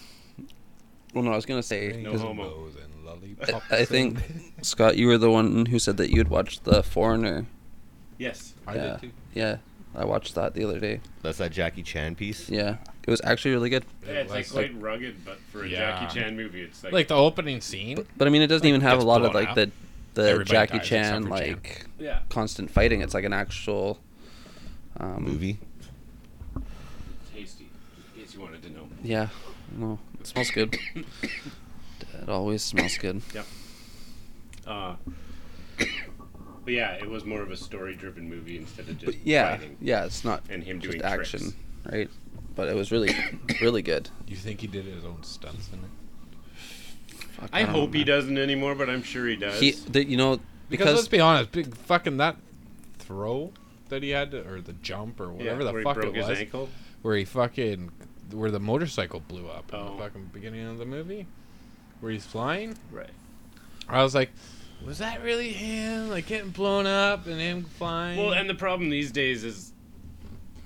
[SPEAKER 4] well, no, I was gonna say
[SPEAKER 1] Rainbows
[SPEAKER 2] No
[SPEAKER 4] 'cause
[SPEAKER 2] homo.
[SPEAKER 1] and lollipops
[SPEAKER 4] I think-
[SPEAKER 1] and-
[SPEAKER 4] Scott, you were the one who said that you'd watched The Foreigner.
[SPEAKER 2] yes.
[SPEAKER 1] I
[SPEAKER 4] yeah,
[SPEAKER 1] did too.
[SPEAKER 4] yeah, I watched that the other day.
[SPEAKER 3] That's that Jackie Chan piece.
[SPEAKER 4] Yeah, it was actually really good.
[SPEAKER 2] Yeah, it's like
[SPEAKER 1] was
[SPEAKER 2] quite rugged, but for a
[SPEAKER 1] Yeah.
[SPEAKER 2] Jackie Chan movie, it's like,
[SPEAKER 1] Like the opening scene.
[SPEAKER 4] But, but I mean, it doesn't even have a
[SPEAKER 1] gets
[SPEAKER 4] lot of
[SPEAKER 1] blown
[SPEAKER 4] like
[SPEAKER 1] up.
[SPEAKER 4] the the
[SPEAKER 1] Everybody
[SPEAKER 4] Jackie
[SPEAKER 1] dies except
[SPEAKER 4] Chan
[SPEAKER 1] for Chan.
[SPEAKER 4] like
[SPEAKER 2] yeah.
[SPEAKER 4] constant fighting. It's like an actual um,
[SPEAKER 3] Movie.
[SPEAKER 2] tasty. In case you wanted to know.
[SPEAKER 4] Yeah, no, it smells good. it always smells good.
[SPEAKER 2] Uh, but yeah, it was more of a story-driven movie instead of just
[SPEAKER 4] But yeah,
[SPEAKER 2] fighting
[SPEAKER 4] yeah, it's not
[SPEAKER 2] and him
[SPEAKER 4] just
[SPEAKER 2] doing
[SPEAKER 4] action,
[SPEAKER 2] tricks.
[SPEAKER 4] right? But it was really, really good.
[SPEAKER 1] You think he did his own stunts in it?
[SPEAKER 4] Fuck,
[SPEAKER 2] I,
[SPEAKER 4] don't
[SPEAKER 2] hope he
[SPEAKER 4] know.
[SPEAKER 2] doesn't anymore, but I'm sure he does.
[SPEAKER 4] He, the, you know,
[SPEAKER 1] Because, let's
[SPEAKER 4] because
[SPEAKER 1] be honest, big fucking that throw that he had, to, or the jump, or whatever
[SPEAKER 2] where
[SPEAKER 1] the
[SPEAKER 2] he
[SPEAKER 1] fuck it
[SPEAKER 2] broke his
[SPEAKER 1] was,
[SPEAKER 2] ankle.
[SPEAKER 1] where he fucking, where the motorcycle blew up in
[SPEAKER 2] Oh.
[SPEAKER 1] the fucking beginning of the movie, where he's flying.
[SPEAKER 2] Right.
[SPEAKER 1] I was like, was that really him? Like getting blown up and him flying?
[SPEAKER 2] Well, and the problem these days is,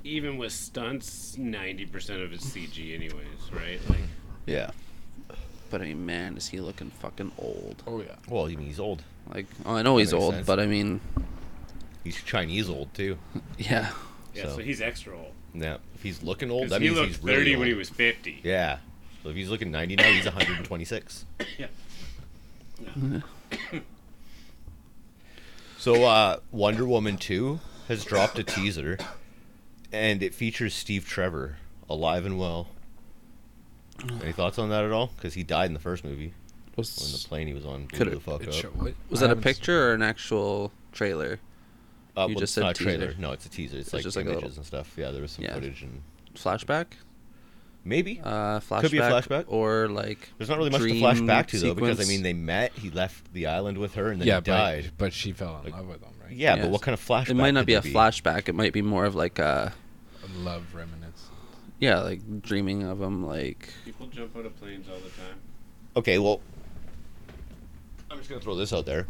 [SPEAKER 2] even with stunts, ninety percent of it's CG, anyways, right? Like,
[SPEAKER 3] Yeah.
[SPEAKER 4] but I mean, man, is he looking fucking old?
[SPEAKER 1] oh yeah.
[SPEAKER 3] Well, you mean he's old.
[SPEAKER 4] Like, oh, I know he's
[SPEAKER 3] makes
[SPEAKER 4] old,
[SPEAKER 3] sense.
[SPEAKER 4] but I mean,
[SPEAKER 3] He's Chinese old too.
[SPEAKER 4] yeah,
[SPEAKER 2] yeah. So,
[SPEAKER 3] So-
[SPEAKER 2] he's extra old.
[SPEAKER 3] Yeah. If he's looking old,
[SPEAKER 2] 'Cause
[SPEAKER 3] that
[SPEAKER 2] he
[SPEAKER 3] means
[SPEAKER 2] looked
[SPEAKER 3] he's really
[SPEAKER 2] thirty when he
[SPEAKER 3] old.
[SPEAKER 2] was fifty.
[SPEAKER 3] Yeah. So if he's looking 90 now, he's 126.
[SPEAKER 2] Yeah.
[SPEAKER 3] So uh, Wonder Woman 2 has dropped a teaser, and it features Steve Trevor alive and well. Any thoughts on that at all? Because he died in the first movie when the
[SPEAKER 4] was,
[SPEAKER 3] plane he was on blew
[SPEAKER 4] Could
[SPEAKER 3] the
[SPEAKER 4] it-
[SPEAKER 3] fuck
[SPEAKER 1] It
[SPEAKER 3] up.
[SPEAKER 1] sho- what-
[SPEAKER 4] was
[SPEAKER 1] I
[SPEAKER 4] that a
[SPEAKER 1] haven't seen-
[SPEAKER 4] picture or an actual trailer?
[SPEAKER 3] Uh,
[SPEAKER 4] You
[SPEAKER 3] well,
[SPEAKER 4] just
[SPEAKER 3] it's not a
[SPEAKER 4] said
[SPEAKER 3] trailer.
[SPEAKER 4] teaser.
[SPEAKER 3] No, it's a teaser. It's,
[SPEAKER 4] It's
[SPEAKER 3] like
[SPEAKER 4] just like a
[SPEAKER 3] images
[SPEAKER 4] little-
[SPEAKER 3] and stuff. Yeah, there was some
[SPEAKER 4] Yeah.
[SPEAKER 3] footage and
[SPEAKER 4] Flashback?
[SPEAKER 3] maybe
[SPEAKER 4] Uh, flashback?
[SPEAKER 3] Could be a flashback.
[SPEAKER 4] Or like.
[SPEAKER 3] there's not really much to
[SPEAKER 4] dream
[SPEAKER 3] flash back to though, because I
[SPEAKER 4] sequence?
[SPEAKER 3] mean they met. He left the island with her, and then
[SPEAKER 1] Yeah,
[SPEAKER 3] he died.
[SPEAKER 1] but, but she fell in
[SPEAKER 3] Like-
[SPEAKER 1] love with him, right?
[SPEAKER 3] Yeah,
[SPEAKER 4] Yeah.
[SPEAKER 3] but what kind of flashback?
[SPEAKER 4] It might not
[SPEAKER 3] could
[SPEAKER 4] be
[SPEAKER 3] there
[SPEAKER 4] a flashback. It might be more of like a.
[SPEAKER 1] A Love reminiscence.
[SPEAKER 4] Yeah, like dreaming of him, like.
[SPEAKER 2] People jump out of planes all the time.
[SPEAKER 3] Okay, well, I'm just gonna throw this out there.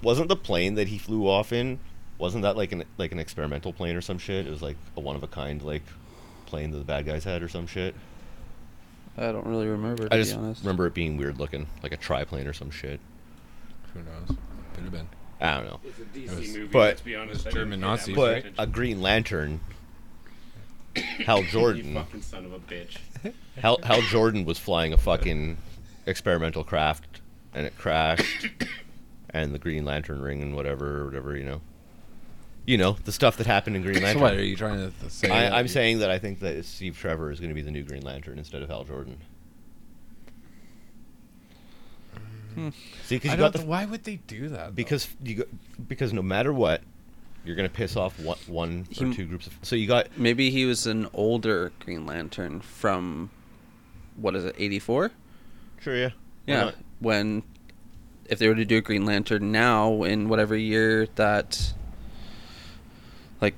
[SPEAKER 3] Wasn't the plane that he flew off in? Wasn't that like an like an experimental plane or some shit? It was like a one of a kind like plane that the bad guys had or some shit.
[SPEAKER 4] I don't really remember, to
[SPEAKER 3] I just
[SPEAKER 4] be honest.
[SPEAKER 3] remember it being weird looking, like a triplane or some shit.
[SPEAKER 1] Who knows? Could have been.
[SPEAKER 3] I don't know.
[SPEAKER 2] It's a
[SPEAKER 1] It
[SPEAKER 2] DC
[SPEAKER 1] was-
[SPEAKER 2] movie.
[SPEAKER 3] but-
[SPEAKER 2] let's be honest.
[SPEAKER 1] was
[SPEAKER 2] I didn't
[SPEAKER 1] German
[SPEAKER 2] pay that
[SPEAKER 1] Nazis,
[SPEAKER 2] much
[SPEAKER 3] But
[SPEAKER 1] right?
[SPEAKER 2] attention.
[SPEAKER 3] a Green Lantern, Hal
[SPEAKER 2] You
[SPEAKER 3] Jordan,
[SPEAKER 2] fucking son of a bitch.
[SPEAKER 3] Hal, Hal Jordan was flying a fucking experimental craft, and it crashed, and the Green Lantern ring and whatever, whatever you know, you know the stuff that happened in Green
[SPEAKER 1] So
[SPEAKER 3] Lantern.
[SPEAKER 1] what are you trying to th- say? that
[SPEAKER 3] I, I'm
[SPEAKER 1] you-
[SPEAKER 3] saying that I think that Steve Trevor is going to be the new Green Lantern instead of Hal Jordan. See, because
[SPEAKER 1] Hmm. I
[SPEAKER 3] you
[SPEAKER 1] don't
[SPEAKER 3] got the
[SPEAKER 1] th- why would they do that? though?
[SPEAKER 3] because you go, because no matter what, you're gonna piss off one, one or
[SPEAKER 4] He-
[SPEAKER 3] two groups of. So you got
[SPEAKER 4] Maybe he was an older Green Lantern from what is it, eighty four?
[SPEAKER 3] sure, yeah, why
[SPEAKER 4] Yeah.
[SPEAKER 3] not?
[SPEAKER 4] When if they were to do a Green Lantern now in whatever year that like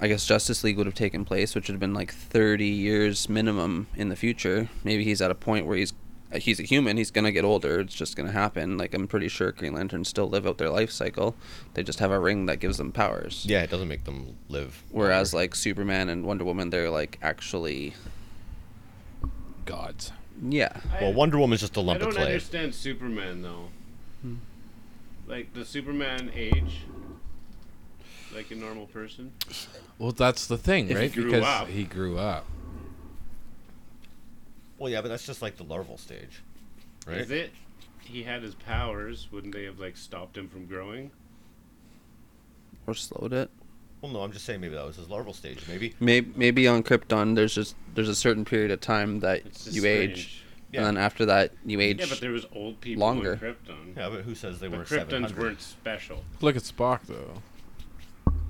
[SPEAKER 4] I guess Justice League would have taken place, which would have been like thirty years minimum in the future. Maybe he's at a point where he's he's a human, he's gonna get older, it's just gonna happen. Like I'm pretty sure Green Lanterns still live out their life cycle. They just have a ring that gives them powers.
[SPEAKER 3] yeah, it doesn't make them live.
[SPEAKER 4] Whereas
[SPEAKER 3] longer.
[SPEAKER 4] like Superman and Wonder Woman, they're like actually
[SPEAKER 1] gods.
[SPEAKER 4] yeah.
[SPEAKER 3] well, Wonder Woman's just a
[SPEAKER 2] I
[SPEAKER 3] lump of
[SPEAKER 2] don't
[SPEAKER 3] clay.
[SPEAKER 2] understand Superman though. Like the Superman age, like a normal person.
[SPEAKER 1] Well, that's the thing,
[SPEAKER 2] If he
[SPEAKER 1] right?
[SPEAKER 2] grew
[SPEAKER 1] because
[SPEAKER 2] up.
[SPEAKER 1] he grew up.
[SPEAKER 3] Well, yeah, but that's just like the larval stage, right?
[SPEAKER 2] Is it? He had his powers. Wouldn't they have like stopped him from growing?
[SPEAKER 4] Or slowed it.
[SPEAKER 3] Well, no, I'm just saying maybe that was his larval stage. Maybe
[SPEAKER 4] Maybe maybe on Krypton, there's just there's a certain period of time that
[SPEAKER 2] It's just
[SPEAKER 4] you
[SPEAKER 2] strange.
[SPEAKER 4] age,
[SPEAKER 3] Yeah.
[SPEAKER 4] and then after that you age.
[SPEAKER 2] Yeah, but there was old people
[SPEAKER 4] Longer.
[SPEAKER 2] on Krypton.
[SPEAKER 3] yeah, but who says they
[SPEAKER 2] But
[SPEAKER 3] weren't
[SPEAKER 2] Kryptons
[SPEAKER 3] 700?
[SPEAKER 2] weren't special.
[SPEAKER 1] Look at Spock though.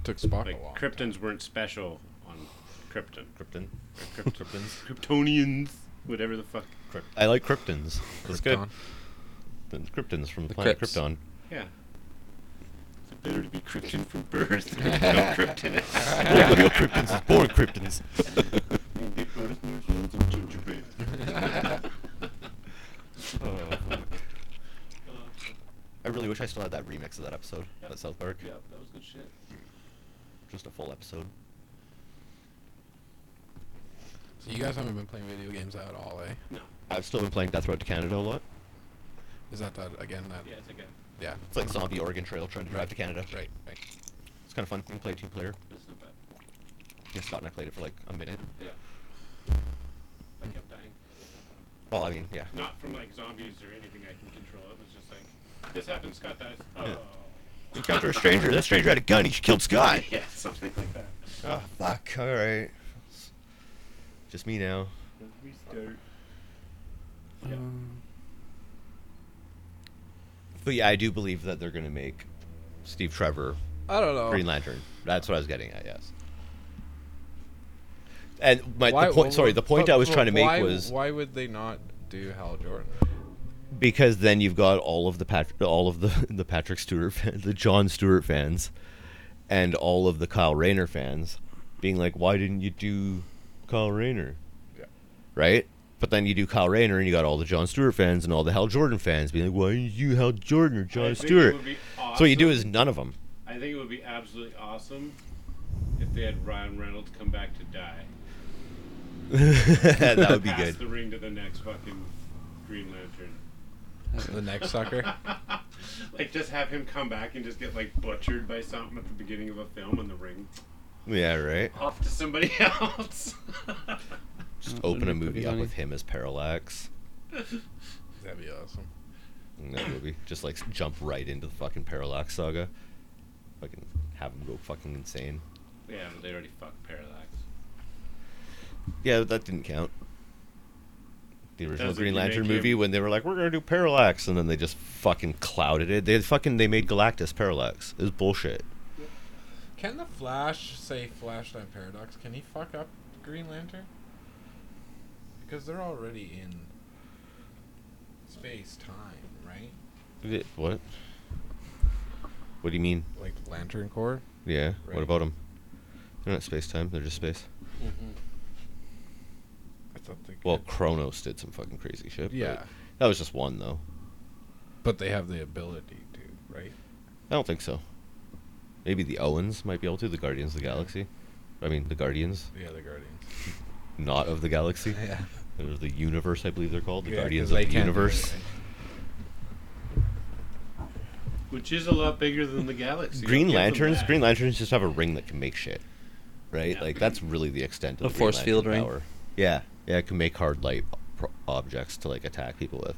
[SPEAKER 1] Took Spock
[SPEAKER 2] Like
[SPEAKER 1] a long.
[SPEAKER 2] Kryptons weren't special on Krypton.
[SPEAKER 3] Krypton.
[SPEAKER 2] Or Krypt-
[SPEAKER 3] Kryptons.
[SPEAKER 2] Kryptonians, whatever the fuck.
[SPEAKER 3] Kryp- I like Kryptons. That's good.
[SPEAKER 1] Krypton.
[SPEAKER 3] The Kryptons from
[SPEAKER 4] The
[SPEAKER 3] planet
[SPEAKER 4] Krypts.
[SPEAKER 3] Krypton.
[SPEAKER 2] Yeah. It's better to be Krypton from birth than no Krypton.
[SPEAKER 3] Yeah, real Kryptons is born Kryptons.
[SPEAKER 2] Oh,
[SPEAKER 3] I really wish I still had that remix of that episode. That South Park.
[SPEAKER 2] Yeah, that was good shit.
[SPEAKER 3] Just a full episode.
[SPEAKER 1] So you guys haven't been playing video games at all, eh?
[SPEAKER 3] I've still been playing Death Road to Canada a lot.
[SPEAKER 1] Is that that again? That
[SPEAKER 2] Yeah, it's like
[SPEAKER 1] yeah.
[SPEAKER 3] It's like Zombie Oregon Trail trying to drive to Canada.
[SPEAKER 1] Right. Right.
[SPEAKER 3] It's kind of fun. You can play two player.
[SPEAKER 2] That's not bad.
[SPEAKER 3] Yeah, Scott and I played it for like a minute.
[SPEAKER 2] Yeah. I kept dying.
[SPEAKER 3] Well, I mean, yeah.
[SPEAKER 2] Not from like zombies or anything I can control. It was just like, this happened, Scott dies. Oh.
[SPEAKER 3] Yeah. Encounter a stranger. That stranger had a gun. He killed Scott.
[SPEAKER 2] yeah, something like that.
[SPEAKER 3] Oh, fuck. All right. Just me now.
[SPEAKER 2] Restart. Yeah.
[SPEAKER 4] Um,
[SPEAKER 3] But yeah, I do believe that they're going to make Steve Trevor
[SPEAKER 1] I don't know.
[SPEAKER 3] Green Lantern. That's what I was getting at, yes. And my
[SPEAKER 1] Why-
[SPEAKER 3] the point, sorry,
[SPEAKER 1] well,
[SPEAKER 3] the point
[SPEAKER 1] but-
[SPEAKER 3] I was
[SPEAKER 1] but
[SPEAKER 3] trying to make
[SPEAKER 1] why-
[SPEAKER 3] was
[SPEAKER 1] why would they not do Hal Jordan?
[SPEAKER 3] because then you've got all of the Pat, all of the the Patrick Stewart, fan, the John Stewart fans, and all of the Kyle Rayner fans being like, "Why didn't you do Kyle Rayner?"
[SPEAKER 1] Yeah.
[SPEAKER 3] Right. But then you do Kyle Rayner, and you got all the John Stewart fans and all the Hal Jordan fans being like, "Why didn't you do Hal Jordan or
[SPEAKER 2] I
[SPEAKER 3] John
[SPEAKER 2] think it
[SPEAKER 3] Stewart?"
[SPEAKER 2] would be
[SPEAKER 3] So what you do
[SPEAKER 2] awesome-
[SPEAKER 3] is none of them.
[SPEAKER 2] I think it would be absolutely awesome if they had Ryan Reynolds come back to die.
[SPEAKER 3] that would be
[SPEAKER 2] Pass
[SPEAKER 3] good.
[SPEAKER 2] the ring to the next fucking Green Lantern.
[SPEAKER 1] the next sucker.
[SPEAKER 2] Like, just have him come back and just get like butchered by something at the beginning of a film, and the ring
[SPEAKER 3] Yeah, right.
[SPEAKER 2] off to somebody else.
[SPEAKER 3] Just
[SPEAKER 4] That would
[SPEAKER 3] open a
[SPEAKER 4] be pretty
[SPEAKER 3] movie up
[SPEAKER 4] funny.
[SPEAKER 3] with him as Parallax.
[SPEAKER 1] That'd be awesome.
[SPEAKER 3] in that movie. Just like jump right into the fucking Parallax saga. Fucking have him go fucking insane.
[SPEAKER 2] yeah, but they already fucked Parallax.
[SPEAKER 3] Yeah, but that didn't count. The original
[SPEAKER 2] Doesn't
[SPEAKER 3] Green
[SPEAKER 2] you
[SPEAKER 3] Lantern
[SPEAKER 2] make
[SPEAKER 3] movie
[SPEAKER 2] him-
[SPEAKER 3] when they were like, we're gonna do Parallax, and then they just fucking clouded it. They fucking they made Galactus Parallax. It was bullshit.
[SPEAKER 1] Can the Flash say Flashlight Paradox? Can he fuck up Green Lantern? Because they're already in space time, right?
[SPEAKER 3] It- what? What do you mean?
[SPEAKER 1] Like Lantern Core.
[SPEAKER 3] Yeah. What
[SPEAKER 1] Right.
[SPEAKER 3] about them? They're not space time. They're just space.
[SPEAKER 1] I thought they.
[SPEAKER 3] Well,
[SPEAKER 1] could-
[SPEAKER 3] Kronos did some fucking crazy shit. but
[SPEAKER 1] yeah,
[SPEAKER 3] That was just one though.
[SPEAKER 1] but they have the ability to, right?
[SPEAKER 3] I don't think so. Maybe the Owens might be able to. The Guardians of the Galaxy. I mean, the Guardians,
[SPEAKER 1] Yeah, the Guardians.
[SPEAKER 3] not of the Galaxy.
[SPEAKER 1] Yeah.
[SPEAKER 3] Or the Universe, I believe they're called. The
[SPEAKER 1] Yeah,
[SPEAKER 3] Guardians
[SPEAKER 1] 'cause
[SPEAKER 3] of
[SPEAKER 1] they
[SPEAKER 3] the
[SPEAKER 1] can't do
[SPEAKER 3] Universe.
[SPEAKER 1] anything.
[SPEAKER 2] Which is a lot bigger than the galaxy.
[SPEAKER 3] Green
[SPEAKER 2] I'll give them
[SPEAKER 3] Lanterns.
[SPEAKER 2] that.
[SPEAKER 3] Green Lanterns just have a ring that can make shit, right?
[SPEAKER 2] Yeah.
[SPEAKER 3] Like that's really the extent of
[SPEAKER 4] A
[SPEAKER 3] the Green
[SPEAKER 4] force
[SPEAKER 3] Lantern
[SPEAKER 4] field ring.
[SPEAKER 3] power. Yeah, yeah, it can make hard light pro- objects to like attack people with,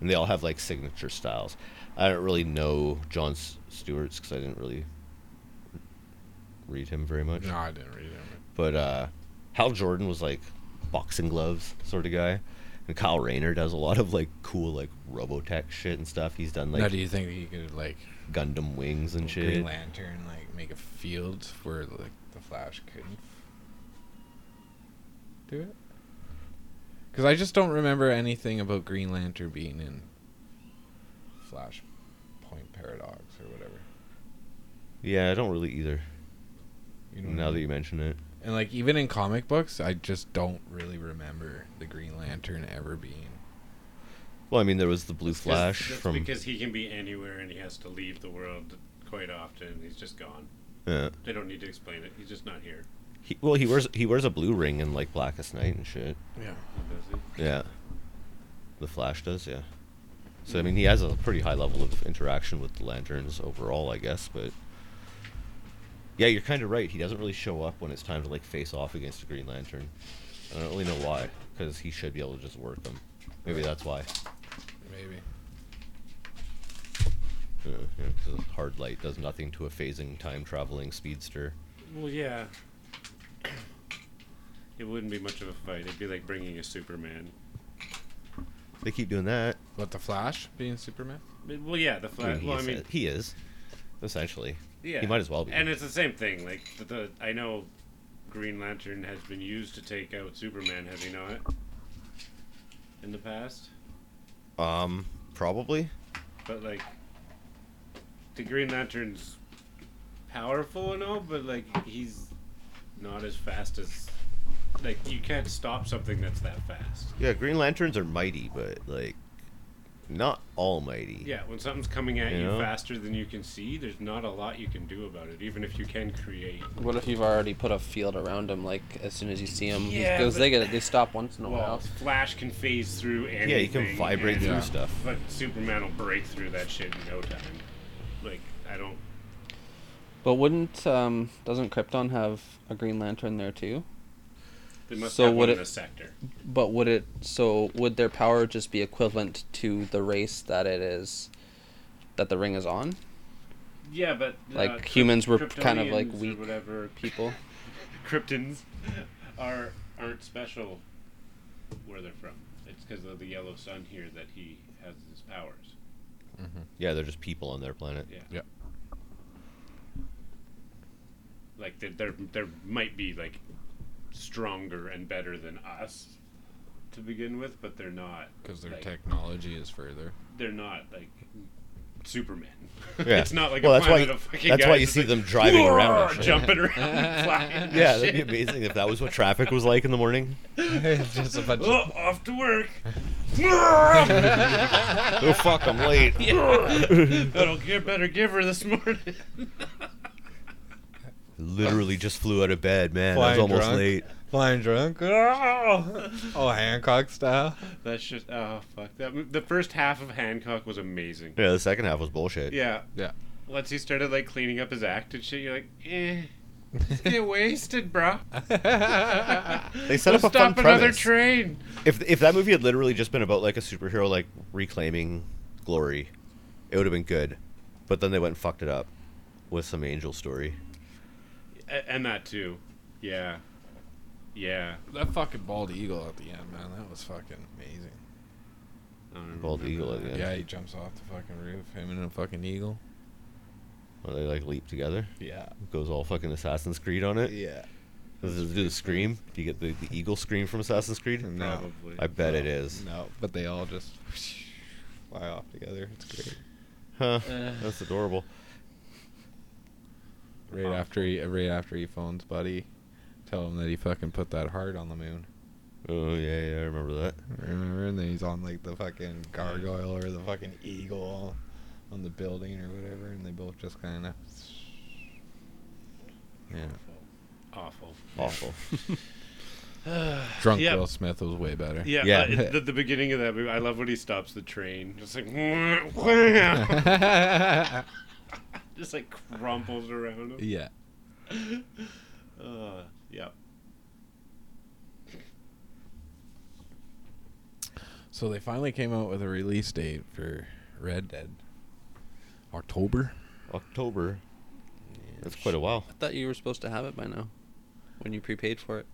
[SPEAKER 3] and they all have like signature styles. I don't really know John S- Stewart's because I didn't really read him very much.
[SPEAKER 1] No, I didn't read it.
[SPEAKER 3] but uh, Hal Jordan was like boxing gloves sort of guy, and And Kyle Rayner does a lot of like cool like Robotech shit and stuff. He's done like
[SPEAKER 1] now, do you think you could like
[SPEAKER 3] Gundam wings and shit.
[SPEAKER 1] e-, Oh, Green Lantern like make a field where like the Flash couldn't do it? Because I just don't remember anything about Green Lantern being in Flashpoint Paradox or whatever.
[SPEAKER 3] Yeah, I don't really either.
[SPEAKER 1] You know what I
[SPEAKER 3] Now that
[SPEAKER 1] mean?
[SPEAKER 3] you mention it,
[SPEAKER 1] and like even in comic books, I just don't really remember the Green Lantern ever being.
[SPEAKER 3] well, I mean there was the Blue Flash
[SPEAKER 2] that's
[SPEAKER 3] from
[SPEAKER 2] because he can be anywhere and he has to leave the world quite often. He's just gone.
[SPEAKER 3] yeah.
[SPEAKER 2] They don't need to explain it. He's just not here.
[SPEAKER 3] He, well, he wears he wears a blue ring in like Blackest Night and shit.
[SPEAKER 1] Yeah.
[SPEAKER 2] Does he?
[SPEAKER 3] Yeah. The Flash does, yeah. So I mean, he has a pretty high level of interaction with the lanterns overall, I guess. But yeah, you're kind of right. He doesn't really show up when it's time to like face off against a Green Lantern. I don't really know why, because he should be able to just work them. Maybe that's why.
[SPEAKER 1] Maybe.
[SPEAKER 3] Uh, yeah, 'cause hard light does nothing to a phasing time traveling speedster.
[SPEAKER 2] Well, yeah. It wouldn't be much of a fight. It'd be like bringing a Superman.
[SPEAKER 3] They keep doing that.
[SPEAKER 1] What the Flash being Superman?
[SPEAKER 2] But- Well, yeah,
[SPEAKER 3] I
[SPEAKER 2] the
[SPEAKER 3] mean,
[SPEAKER 2] flash.
[SPEAKER 3] he,
[SPEAKER 2] Well, I
[SPEAKER 3] is,
[SPEAKER 2] mean,
[SPEAKER 3] he is, essentially.
[SPEAKER 2] yeah,
[SPEAKER 3] He might as well be.
[SPEAKER 2] And it's the same thing. Like the, the I know, Green Lantern has been used to take out Superman. Has he not? In the past,
[SPEAKER 3] um, probably.
[SPEAKER 2] but like, the Green Lantern's powerful and all, but like he's not as fast as. Like you can't stop something that's that fast.
[SPEAKER 3] Yeah, Green Lanterns are mighty, but like not almighty.
[SPEAKER 2] Yeah, when something's coming at
[SPEAKER 3] You
[SPEAKER 2] you,
[SPEAKER 3] know?
[SPEAKER 2] faster than you can see, there's not a lot you can do about it, even if you can create.
[SPEAKER 4] What if you've already put a field around him? Like as soon as you see him,
[SPEAKER 2] Yeah,
[SPEAKER 4] because they
[SPEAKER 2] but-
[SPEAKER 4] get they stop once in a
[SPEAKER 2] Well,
[SPEAKER 4] while.
[SPEAKER 2] Flash can phase through anything.
[SPEAKER 3] Yeah, you can vibrate
[SPEAKER 2] and-
[SPEAKER 3] through
[SPEAKER 1] Yeah.
[SPEAKER 3] stuff.
[SPEAKER 2] But Superman will break through that shit in no time. Like, I don't.
[SPEAKER 4] But wouldn't um doesn't Krypton have a Green Lantern there too?
[SPEAKER 2] They must
[SPEAKER 4] So
[SPEAKER 2] have
[SPEAKER 4] would
[SPEAKER 2] one in
[SPEAKER 4] it-
[SPEAKER 2] a sector.
[SPEAKER 4] But would it so would their power just be equivalent to the race that it is that the ring is on?
[SPEAKER 2] Yeah, but
[SPEAKER 4] Like, humans were kind of, like,
[SPEAKER 2] Kryptonians or
[SPEAKER 4] weak.
[SPEAKER 2] whatever.
[SPEAKER 4] People.
[SPEAKER 2] Kryptons are aren't special where they're from. It's because of the yellow sun here that he has his powers.
[SPEAKER 3] Yeah, they're just people on their planet.
[SPEAKER 2] Yeah.
[SPEAKER 1] Yeah.
[SPEAKER 2] Like there, there, there might be like stronger and better than us to begin with, but they're not.
[SPEAKER 1] Because their
[SPEAKER 2] like,
[SPEAKER 1] technology is further.
[SPEAKER 2] They're not like Superman.
[SPEAKER 3] Yeah.
[SPEAKER 2] it's not like
[SPEAKER 3] Well,
[SPEAKER 2] a
[SPEAKER 3] that's why
[SPEAKER 2] planet
[SPEAKER 3] you-
[SPEAKER 2] of fucking
[SPEAKER 3] that's
[SPEAKER 2] guys
[SPEAKER 3] why you
[SPEAKER 2] that's
[SPEAKER 3] see
[SPEAKER 2] like,
[SPEAKER 3] them driving around
[SPEAKER 2] "Roar,"
[SPEAKER 3] and shit.
[SPEAKER 2] jumping around, flying. and
[SPEAKER 3] Yeah, that'd be
[SPEAKER 2] shit.
[SPEAKER 3] amazing if that was what traffic was like in the morning.
[SPEAKER 1] just a bunch
[SPEAKER 2] Oh, off to work.
[SPEAKER 3] Oh fuck, I'm late.
[SPEAKER 2] That'll get better giver this morning.
[SPEAKER 3] Literally just flew out of bed, man. I was
[SPEAKER 1] Flying
[SPEAKER 3] almost
[SPEAKER 1] drunk.
[SPEAKER 3] late.
[SPEAKER 1] flying drunk. Oh, Hancock style.
[SPEAKER 2] That's just oh fuck that. The first half of Hancock was amazing.
[SPEAKER 3] Yeah, the second half was bullshit.
[SPEAKER 2] Yeah,
[SPEAKER 1] Yeah.
[SPEAKER 2] once he started like cleaning up his act and shit, you're like, eh, just get wasted, bro.
[SPEAKER 3] They set
[SPEAKER 2] Let's
[SPEAKER 3] up a fun
[SPEAKER 2] stop another
[SPEAKER 3] premise.
[SPEAKER 2] train.
[SPEAKER 3] if if that movie had literally just been about like a superhero like reclaiming glory, it would have been good. But then they went and fucked it up with some angel story.
[SPEAKER 2] A- and that too, yeah, yeah.
[SPEAKER 1] That fucking bald eagle at the end, man. That was fucking amazing.
[SPEAKER 2] I don't remember
[SPEAKER 3] Bald
[SPEAKER 2] that.
[SPEAKER 3] eagle at the
[SPEAKER 1] Yeah,
[SPEAKER 3] end.
[SPEAKER 1] he jumps off the fucking roof. Him and a fucking eagle.
[SPEAKER 3] Well, they like leap together.
[SPEAKER 1] Yeah.
[SPEAKER 3] Goes all fucking Assassin's Creed on it.
[SPEAKER 1] Yeah.
[SPEAKER 3] Does it do the scream? Do you get the, the eagle scream from Assassin's Creed?
[SPEAKER 1] No.
[SPEAKER 2] Probably.
[SPEAKER 3] I bet it is.
[SPEAKER 1] No, but they all just fly off together. It's great.
[SPEAKER 3] Huh. That's adorable.
[SPEAKER 1] Right after he, right after he phones Buddy, tell him that he fucking put that heart on the moon.
[SPEAKER 3] Oh yeah, yeah, I remember that.
[SPEAKER 1] Remember? And then he's on like the fucking gargoyle or the fucking eagle on the building or whatever, and they both just kind of. Yeah.
[SPEAKER 2] Awful.
[SPEAKER 3] Awful.
[SPEAKER 1] Drunk
[SPEAKER 2] Yeah.
[SPEAKER 1] Will Smith was way better.
[SPEAKER 2] Yeah,
[SPEAKER 3] Yeah.
[SPEAKER 2] yeah. Uh, the, the beginning of that movie, I love when he stops the train, just like, just
[SPEAKER 1] Yeah.
[SPEAKER 2] like crumples around him.
[SPEAKER 1] yeah.
[SPEAKER 2] Uh, yeah.
[SPEAKER 1] So they finally came out with a release date for Red Dead. October.
[SPEAKER 3] October. That's quite a while.
[SPEAKER 4] I thought you were supposed to have it by now, when you prepaid for it.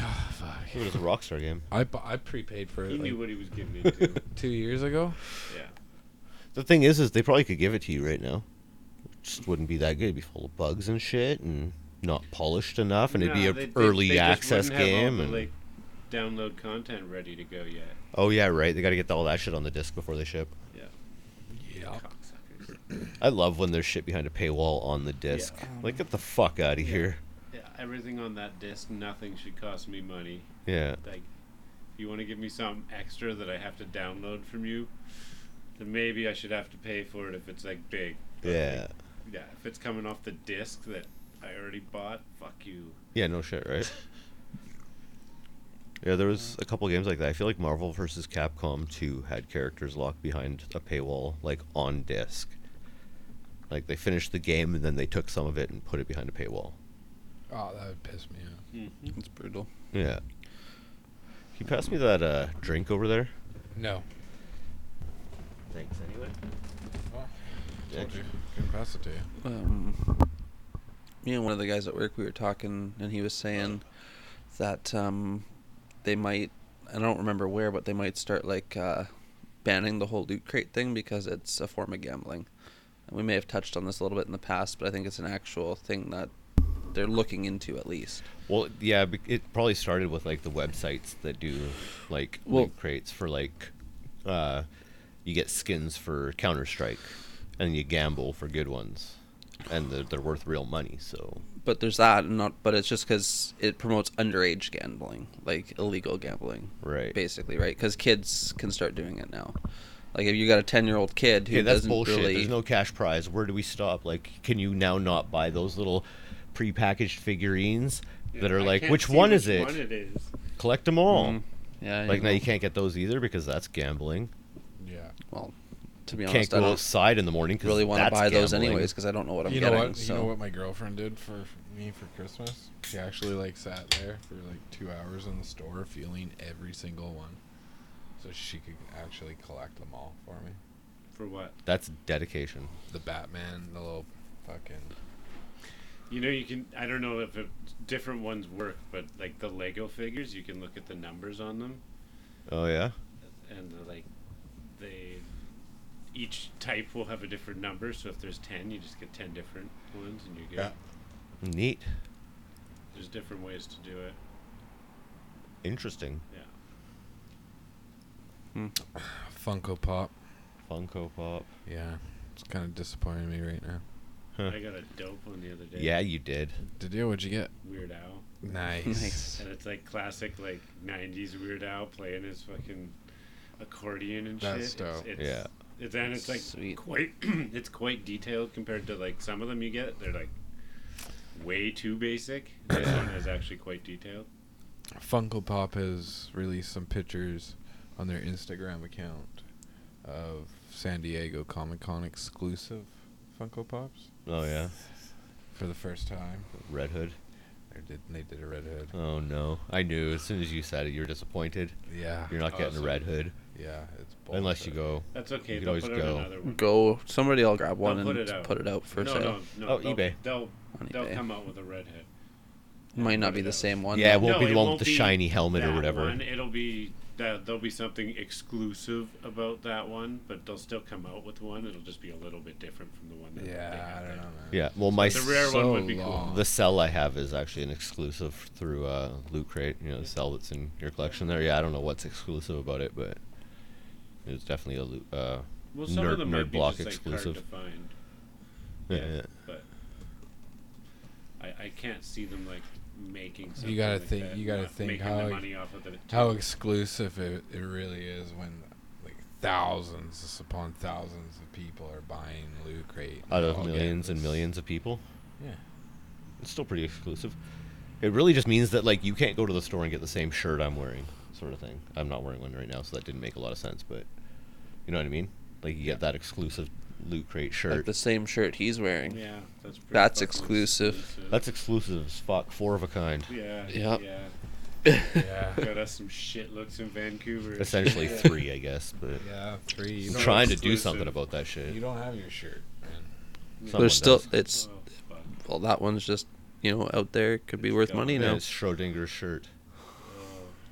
[SPEAKER 1] Ah, Fuck.
[SPEAKER 3] It was a Rockstar game.
[SPEAKER 1] I, bu- I prepaid for
[SPEAKER 2] He
[SPEAKER 1] it
[SPEAKER 2] knew
[SPEAKER 1] like
[SPEAKER 2] what he was getting into.
[SPEAKER 1] two years ago.
[SPEAKER 2] yeah.
[SPEAKER 3] The thing is, is they probably could give it to you right now. It just wouldn't be that good. It'd be full of bugs and shit, and not polished enough, and it'd be
[SPEAKER 2] No,
[SPEAKER 3] an
[SPEAKER 2] they- they-
[SPEAKER 3] early
[SPEAKER 2] they just
[SPEAKER 3] access
[SPEAKER 2] wouldn't have all
[SPEAKER 3] game.
[SPEAKER 2] the,
[SPEAKER 3] and-
[SPEAKER 2] like, download content ready to go yet.
[SPEAKER 3] oh yeah, right. They got to get all that shit on the disc before they ship. Oh.
[SPEAKER 1] Yeah.
[SPEAKER 2] Cocksuckers.
[SPEAKER 3] I love when there's shit behind a paywall on the disc.
[SPEAKER 2] Yeah.
[SPEAKER 3] Like, get the fuck out of
[SPEAKER 2] Yeah.
[SPEAKER 3] here.
[SPEAKER 2] Yeah, everything on that disc, nothing should cost me money.
[SPEAKER 3] Yeah.
[SPEAKER 2] Like, if you want to give me some extra that I have to download from you, then maybe I should have to pay for it if it's like big. But, like,
[SPEAKER 3] Yeah.
[SPEAKER 2] yeah. If it's coming off the disc that I already bought, fuck you.
[SPEAKER 3] Yeah, no shit, right? yeah, there was a couple games like that. I feel like Marvel vs. Capcom 2 had characters locked behind a paywall, like on disc. Like they finished the game and then they took some of it and put it behind a paywall.
[SPEAKER 1] Oh, that would piss me off.
[SPEAKER 2] Mm-hmm.
[SPEAKER 4] It's brutal.
[SPEAKER 3] Yeah. Can you pass me that uh, drink over there?
[SPEAKER 1] No.
[SPEAKER 3] Thanks anyway.
[SPEAKER 1] Told you. Couldn't pass it to you.
[SPEAKER 4] um, me and one of the guys at work we were talking and he was saying that um, they might i don't remember where but they might start like uh, banning the whole loot crate thing because it's a form of gambling and we may have touched on this a little bit in the past but i think it's an actual thing that they're looking into at least
[SPEAKER 3] Well, yeah, bec- it probably started with like the websites that do like
[SPEAKER 4] Well-
[SPEAKER 3] loot crates for like uh you get skins for Counter-Strike and you gamble for good ones and they're, they're worth real money, so
[SPEAKER 4] but there's that and not but it's just because it promotes underage gambling like illegal gambling
[SPEAKER 3] right.
[SPEAKER 4] basically right because kids can start doing it now like if you got a 10 year old kid who
[SPEAKER 3] Okay, that's
[SPEAKER 4] doesn't
[SPEAKER 3] bullshit.
[SPEAKER 4] really
[SPEAKER 3] There's no cash prize. Where do we stop? Like can you now not buy those little prepackaged figurines that
[SPEAKER 2] Yeah,
[SPEAKER 3] are
[SPEAKER 2] I
[SPEAKER 3] like
[SPEAKER 2] can't
[SPEAKER 3] which
[SPEAKER 2] see
[SPEAKER 3] one is
[SPEAKER 2] which
[SPEAKER 3] it?
[SPEAKER 2] One it is.
[SPEAKER 3] Collect them all.
[SPEAKER 4] Mhm. Yeah.
[SPEAKER 3] Like now
[SPEAKER 4] know.
[SPEAKER 3] you can't get those either because that's gambling.
[SPEAKER 1] Yeah.
[SPEAKER 4] Well, to be
[SPEAKER 3] Can't
[SPEAKER 4] honest, I
[SPEAKER 3] go
[SPEAKER 4] don't
[SPEAKER 3] outside in the morning because
[SPEAKER 4] really want to
[SPEAKER 3] that's
[SPEAKER 4] buy those
[SPEAKER 3] gambling.
[SPEAKER 4] anyways because I don't know what I'm
[SPEAKER 1] you know
[SPEAKER 4] getting.
[SPEAKER 1] what?
[SPEAKER 4] so
[SPEAKER 1] You know what my girlfriend did for me for Christmas? She actually like sat there for like two hours in the store, feeling every single one, so she could actually collect them all for me.
[SPEAKER 2] For what?
[SPEAKER 3] That's dedication.
[SPEAKER 1] The Batman, the little fucking
[SPEAKER 2] You know, you can. I don't know if it, different ones work, but like the Lego figures, you can look at the numbers on them,
[SPEAKER 3] Oh yeah.
[SPEAKER 2] and the, like they each type will have a different number. So if there's ten, you just get ten different ones, and you get
[SPEAKER 1] Yeah.
[SPEAKER 3] Neat.
[SPEAKER 2] there's different ways to do it.
[SPEAKER 3] Interesting.
[SPEAKER 2] Yeah.
[SPEAKER 1] Funko Pop.
[SPEAKER 3] Funko Pop.
[SPEAKER 1] Yeah, it's kind of disappointing me right now.
[SPEAKER 3] Huh.
[SPEAKER 2] I got a dope one the other day.
[SPEAKER 3] Yeah, you did.
[SPEAKER 1] Did you? What'd you get?
[SPEAKER 2] Weird Al,
[SPEAKER 1] Nice.
[SPEAKER 4] Nice.
[SPEAKER 2] and it's like classic like '90s Weird Al playing his fucking accordion and
[SPEAKER 1] That's
[SPEAKER 2] shit.
[SPEAKER 1] dope.
[SPEAKER 2] It's, it's, It's, and it's like
[SPEAKER 4] Sweet.
[SPEAKER 2] quite. it's quite detailed compared to like some of them you get. They're like way too basic. This one is actually quite detailed.
[SPEAKER 1] Funko Pop has released some pictures on their Instagram account of San Diego Comic Con exclusive Funko Pops
[SPEAKER 3] Oh yeah.
[SPEAKER 1] for the first time.
[SPEAKER 3] Red Hood.
[SPEAKER 1] They did they did a Red Hood.
[SPEAKER 3] Oh no. I knew as soon as you said it, you were disappointed.
[SPEAKER 1] Yeah,
[SPEAKER 3] You're not
[SPEAKER 2] Oh,
[SPEAKER 3] getting a
[SPEAKER 2] so-
[SPEAKER 3] Red Hood
[SPEAKER 1] yeah, it's
[SPEAKER 3] unless you
[SPEAKER 1] bullshit.
[SPEAKER 3] go.
[SPEAKER 2] That's okay.
[SPEAKER 3] You could
[SPEAKER 2] They'll
[SPEAKER 3] always
[SPEAKER 2] put
[SPEAKER 3] go.
[SPEAKER 2] out another one.
[SPEAKER 4] go. Somebody, I'll grab one and
[SPEAKER 2] They'll put
[SPEAKER 4] put
[SPEAKER 2] it
[SPEAKER 4] it,
[SPEAKER 2] out.
[SPEAKER 4] out for
[SPEAKER 2] no,
[SPEAKER 4] sale.
[SPEAKER 2] no, no.
[SPEAKER 3] Oh,
[SPEAKER 2] they'll,
[SPEAKER 3] eBay.
[SPEAKER 2] They'll
[SPEAKER 4] On
[SPEAKER 2] they'll
[SPEAKER 4] eBay.
[SPEAKER 2] come out with a red head.
[SPEAKER 4] Might not
[SPEAKER 2] put
[SPEAKER 4] be
[SPEAKER 2] it
[SPEAKER 4] the
[SPEAKER 2] out.
[SPEAKER 4] same one.
[SPEAKER 3] yeah, it
[SPEAKER 4] though.
[SPEAKER 3] won't
[SPEAKER 2] No,
[SPEAKER 3] be the
[SPEAKER 2] it
[SPEAKER 3] one
[SPEAKER 2] won't
[SPEAKER 3] with the
[SPEAKER 2] be
[SPEAKER 3] shiny helmet or
[SPEAKER 2] That
[SPEAKER 3] whatever.
[SPEAKER 2] One, it'll be that there'll be something exclusive about that one, but they'll still come out with one. It'll just be a little bit different from the one that they
[SPEAKER 1] Yeah,
[SPEAKER 2] have
[SPEAKER 1] I
[SPEAKER 2] there.
[SPEAKER 1] don't know. Man.
[SPEAKER 3] Yeah. Well, my
[SPEAKER 2] The rare
[SPEAKER 3] s-
[SPEAKER 2] one
[SPEAKER 1] So
[SPEAKER 2] would be cool.
[SPEAKER 1] long.
[SPEAKER 3] the cell I have is actually an exclusive through uh, Loot Crate. You know, the cell that's in your collection there. Yeah, I don't know what's exclusive about it, but it was definitely a loot. Uh,
[SPEAKER 2] Well, some
[SPEAKER 3] Nerd-
[SPEAKER 2] of them might
[SPEAKER 3] Nerd
[SPEAKER 2] be
[SPEAKER 3] Block
[SPEAKER 2] just, like,
[SPEAKER 3] exclusive.
[SPEAKER 2] Hard to find.
[SPEAKER 3] yeah.
[SPEAKER 2] Yeah.
[SPEAKER 3] yeah.
[SPEAKER 2] but I, I can't see them like making. Something
[SPEAKER 1] gotta
[SPEAKER 2] like
[SPEAKER 1] think-
[SPEAKER 2] that,
[SPEAKER 1] you gotta
[SPEAKER 2] not
[SPEAKER 1] think
[SPEAKER 2] making
[SPEAKER 1] how-
[SPEAKER 2] the money off of it.
[SPEAKER 1] How exclusive it, it really is when like thousands upon thousands of people are buying Loot Crate. and
[SPEAKER 3] Out
[SPEAKER 1] all
[SPEAKER 3] of
[SPEAKER 1] get
[SPEAKER 3] millions and
[SPEAKER 1] this-
[SPEAKER 3] millions of people.
[SPEAKER 1] Oh, Yeah.
[SPEAKER 3] It's still pretty exclusive. It really just means that like you can't go to the store and get the same shirt I'm wearing, sort of thing. I'm not wearing one right now, so that didn't make a lot of sense. But you know what I mean? Like you get that exclusive loot crate shirt.
[SPEAKER 4] Like the same shirt he's wearing.
[SPEAKER 2] Yeah, that's pretty
[SPEAKER 4] That's
[SPEAKER 2] fucking
[SPEAKER 4] exclusive.
[SPEAKER 3] That's exclusive as fuck, four of a kind.
[SPEAKER 2] yeah,
[SPEAKER 4] Yep.
[SPEAKER 2] yeah.
[SPEAKER 1] Yeah.
[SPEAKER 2] Got us some shit looks in Vancouver.
[SPEAKER 3] Essentially
[SPEAKER 2] Yeah.
[SPEAKER 3] three, I guess. But
[SPEAKER 1] yeah, three. You
[SPEAKER 3] I'm
[SPEAKER 1] don't,
[SPEAKER 2] Try-
[SPEAKER 3] trying to do
[SPEAKER 2] exclusive.
[SPEAKER 3] something about that
[SPEAKER 1] you
[SPEAKER 3] shit.
[SPEAKER 1] don't have your shirt, man.
[SPEAKER 3] Someone
[SPEAKER 4] There's still
[SPEAKER 3] does.
[SPEAKER 4] it's
[SPEAKER 2] Oh, fuck.
[SPEAKER 4] well that one's just you know out there could be
[SPEAKER 2] It's
[SPEAKER 4] worth
[SPEAKER 2] gone.
[SPEAKER 4] money
[SPEAKER 3] Yeah,
[SPEAKER 4] now.
[SPEAKER 3] it's Schrodinger's shirt.
[SPEAKER 2] Oh,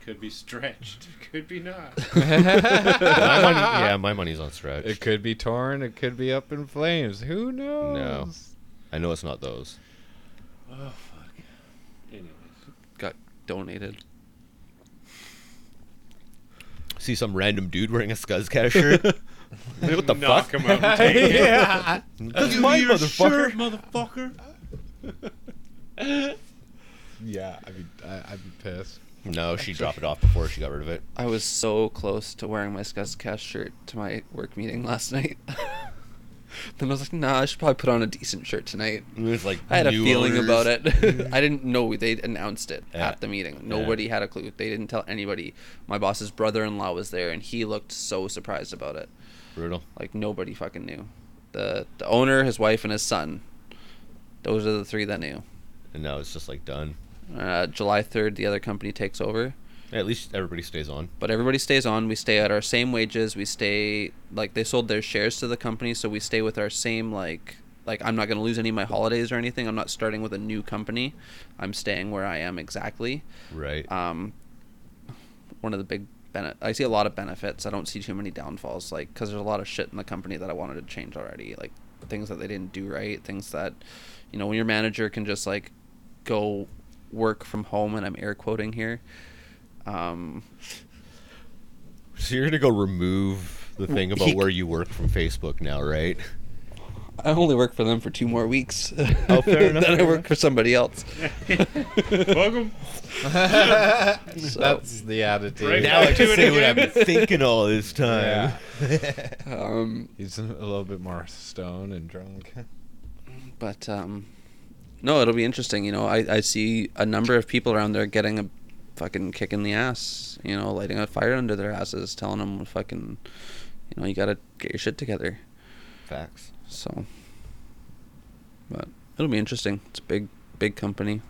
[SPEAKER 2] Could be stretched. Could be not.
[SPEAKER 3] My money- yeah, my money's on stretch.
[SPEAKER 1] It could be torn. It could be up in flames. Who knows?
[SPEAKER 3] I know it's not those.
[SPEAKER 2] Oh fuck. Anyways,
[SPEAKER 4] Got donated.
[SPEAKER 3] See some random dude wearing a Skuzcast shirt. Like, what the
[SPEAKER 2] knock
[SPEAKER 3] fuck?
[SPEAKER 2] him out. And take it.
[SPEAKER 3] yeah, that's my motherfucker.
[SPEAKER 5] motherfucker.
[SPEAKER 1] Yeah, I'd be, I, I'd be pissed.
[SPEAKER 3] No, she dropped it off before she got rid of it.
[SPEAKER 4] I was so close to wearing my Scuzcast shirt to my work meeting last night. then I was like, nah, I should probably put on a decent shirt tonight.
[SPEAKER 3] It was like
[SPEAKER 4] I had a
[SPEAKER 3] new
[SPEAKER 4] feeling
[SPEAKER 3] owners. Mm-hmm.
[SPEAKER 4] about it. I didn't know they announced it
[SPEAKER 3] Yeah.
[SPEAKER 4] at the meeting. Nobody had a clue. They didn't tell anybody. My boss's brother-in-law was there, and he looked so surprised about it.
[SPEAKER 3] Brutal.
[SPEAKER 4] Like nobody fucking knew. The the owner, his wife, and his son. Those are the three that knew.
[SPEAKER 3] And now it's just like done.
[SPEAKER 4] Uh, July third, the other company takes over.
[SPEAKER 3] At least everybody stays on.
[SPEAKER 4] but everybody stays on. We stay at our same wages. We stay like they sold their shares to the company, so we stay with our same like like I'm not going to lose any of my holidays or anything. I'm not starting with a new company. I'm staying where I am exactly.
[SPEAKER 3] Right.
[SPEAKER 4] Um, one of the big bene I see a lot of benefits. I don't see too many downfalls, like because there's a lot of shit in the company that I wanted to change already, like things that they didn't do right, things that, you know, when your manager can just like go work from home, and I'm air quoting here. Um,
[SPEAKER 3] so you're gonna go remove the thing about
[SPEAKER 4] He-
[SPEAKER 3] where you work from Facebook now, right?
[SPEAKER 4] I only work for them for two more weeks.
[SPEAKER 3] Oh, fair enough,
[SPEAKER 4] then I
[SPEAKER 3] fair
[SPEAKER 4] work
[SPEAKER 3] enough.
[SPEAKER 4] for somebody else.
[SPEAKER 2] Welcome.
[SPEAKER 1] That's the attitude.
[SPEAKER 2] Right Now I back can to it say what again. I've been
[SPEAKER 3] thinking all this time.
[SPEAKER 4] Um,
[SPEAKER 1] He's a little bit more stoned and drunk.
[SPEAKER 4] but um, no, it'll be interesting. You know, I, I see a number of people around there getting a fucking kick in the ass. You know, lighting a fire under their asses, telling them fucking, you know, you gotta get your shit together.
[SPEAKER 3] Facts.
[SPEAKER 4] So, but it'll be interesting. It's a big, big company.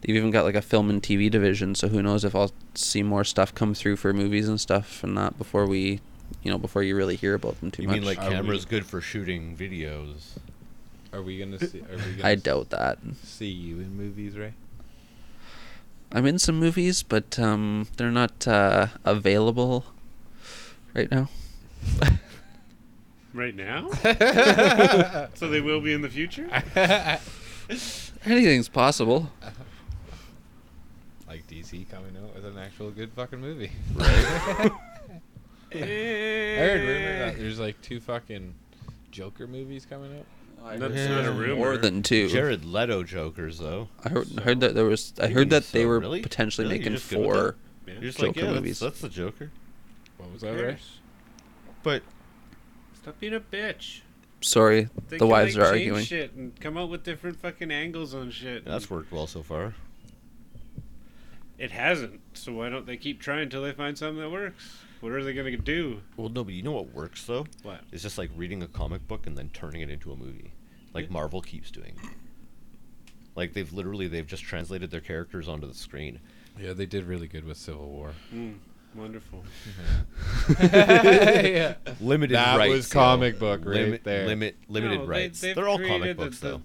[SPEAKER 4] They've even got like a film and TV division, so who knows if I'll see more stuff come through for movies and stuff and that before we, you know, before you really hear about them too
[SPEAKER 3] you
[SPEAKER 4] much.
[SPEAKER 3] mean like
[SPEAKER 1] Are
[SPEAKER 3] cameras
[SPEAKER 1] we-
[SPEAKER 3] good for shooting videos?
[SPEAKER 1] Are we gonna see? Are we gonna
[SPEAKER 4] I
[SPEAKER 1] s-
[SPEAKER 4] doubt that.
[SPEAKER 1] see you in movies, Ray?
[SPEAKER 4] I'm in some movies, but um, they're not uh, available right now.
[SPEAKER 2] Right now? so they will be in the future?
[SPEAKER 4] Anything's possible.
[SPEAKER 1] Like DC coming out with an actual good fucking movie. I heard rumor that there's like two fucking Joker movies coming out.
[SPEAKER 2] That's not a rumor.
[SPEAKER 4] More than two.
[SPEAKER 3] Jared Leto jokers though.
[SPEAKER 4] I heard, heard that there was. I heard that they
[SPEAKER 3] So,
[SPEAKER 4] were
[SPEAKER 3] really?
[SPEAKER 4] potentially
[SPEAKER 3] Really? You're
[SPEAKER 4] making
[SPEAKER 3] just good with
[SPEAKER 4] four.
[SPEAKER 2] Yeah.
[SPEAKER 3] You're just
[SPEAKER 4] Joker
[SPEAKER 3] like yeah,
[SPEAKER 4] movies.
[SPEAKER 3] that's, that's the Joker.
[SPEAKER 1] What was
[SPEAKER 2] Who
[SPEAKER 1] that, Ray?
[SPEAKER 2] cares?
[SPEAKER 3] But
[SPEAKER 2] Stop being a bitch.
[SPEAKER 4] Sorry,
[SPEAKER 2] They
[SPEAKER 4] the
[SPEAKER 2] can,
[SPEAKER 4] wives
[SPEAKER 2] like,
[SPEAKER 4] are
[SPEAKER 2] change
[SPEAKER 4] arguing.
[SPEAKER 2] Shit and come up with different fucking angles on shit.
[SPEAKER 3] that's worked well so far.
[SPEAKER 2] It hasn't. So why don't they keep trying until they find something that works? What are they gonna do?
[SPEAKER 3] Well, no, but you know what works though?
[SPEAKER 2] What?
[SPEAKER 3] It's just like reading a comic book and then turning it into a movie, like
[SPEAKER 2] Yeah.
[SPEAKER 3] Marvel keeps doing. Like they've literally they've just translated their characters onto the screen.
[SPEAKER 1] Yeah, they did really good with Civil War.
[SPEAKER 2] Mm, wonderful.
[SPEAKER 1] yeah.
[SPEAKER 3] Limited
[SPEAKER 1] That
[SPEAKER 3] rights.
[SPEAKER 1] was
[SPEAKER 3] you know.
[SPEAKER 1] comic book right there.
[SPEAKER 3] Limit limited
[SPEAKER 2] No,
[SPEAKER 3] rights. They,
[SPEAKER 2] they've
[SPEAKER 3] are all comic
[SPEAKER 2] created the-
[SPEAKER 3] books
[SPEAKER 2] the-
[SPEAKER 3] though.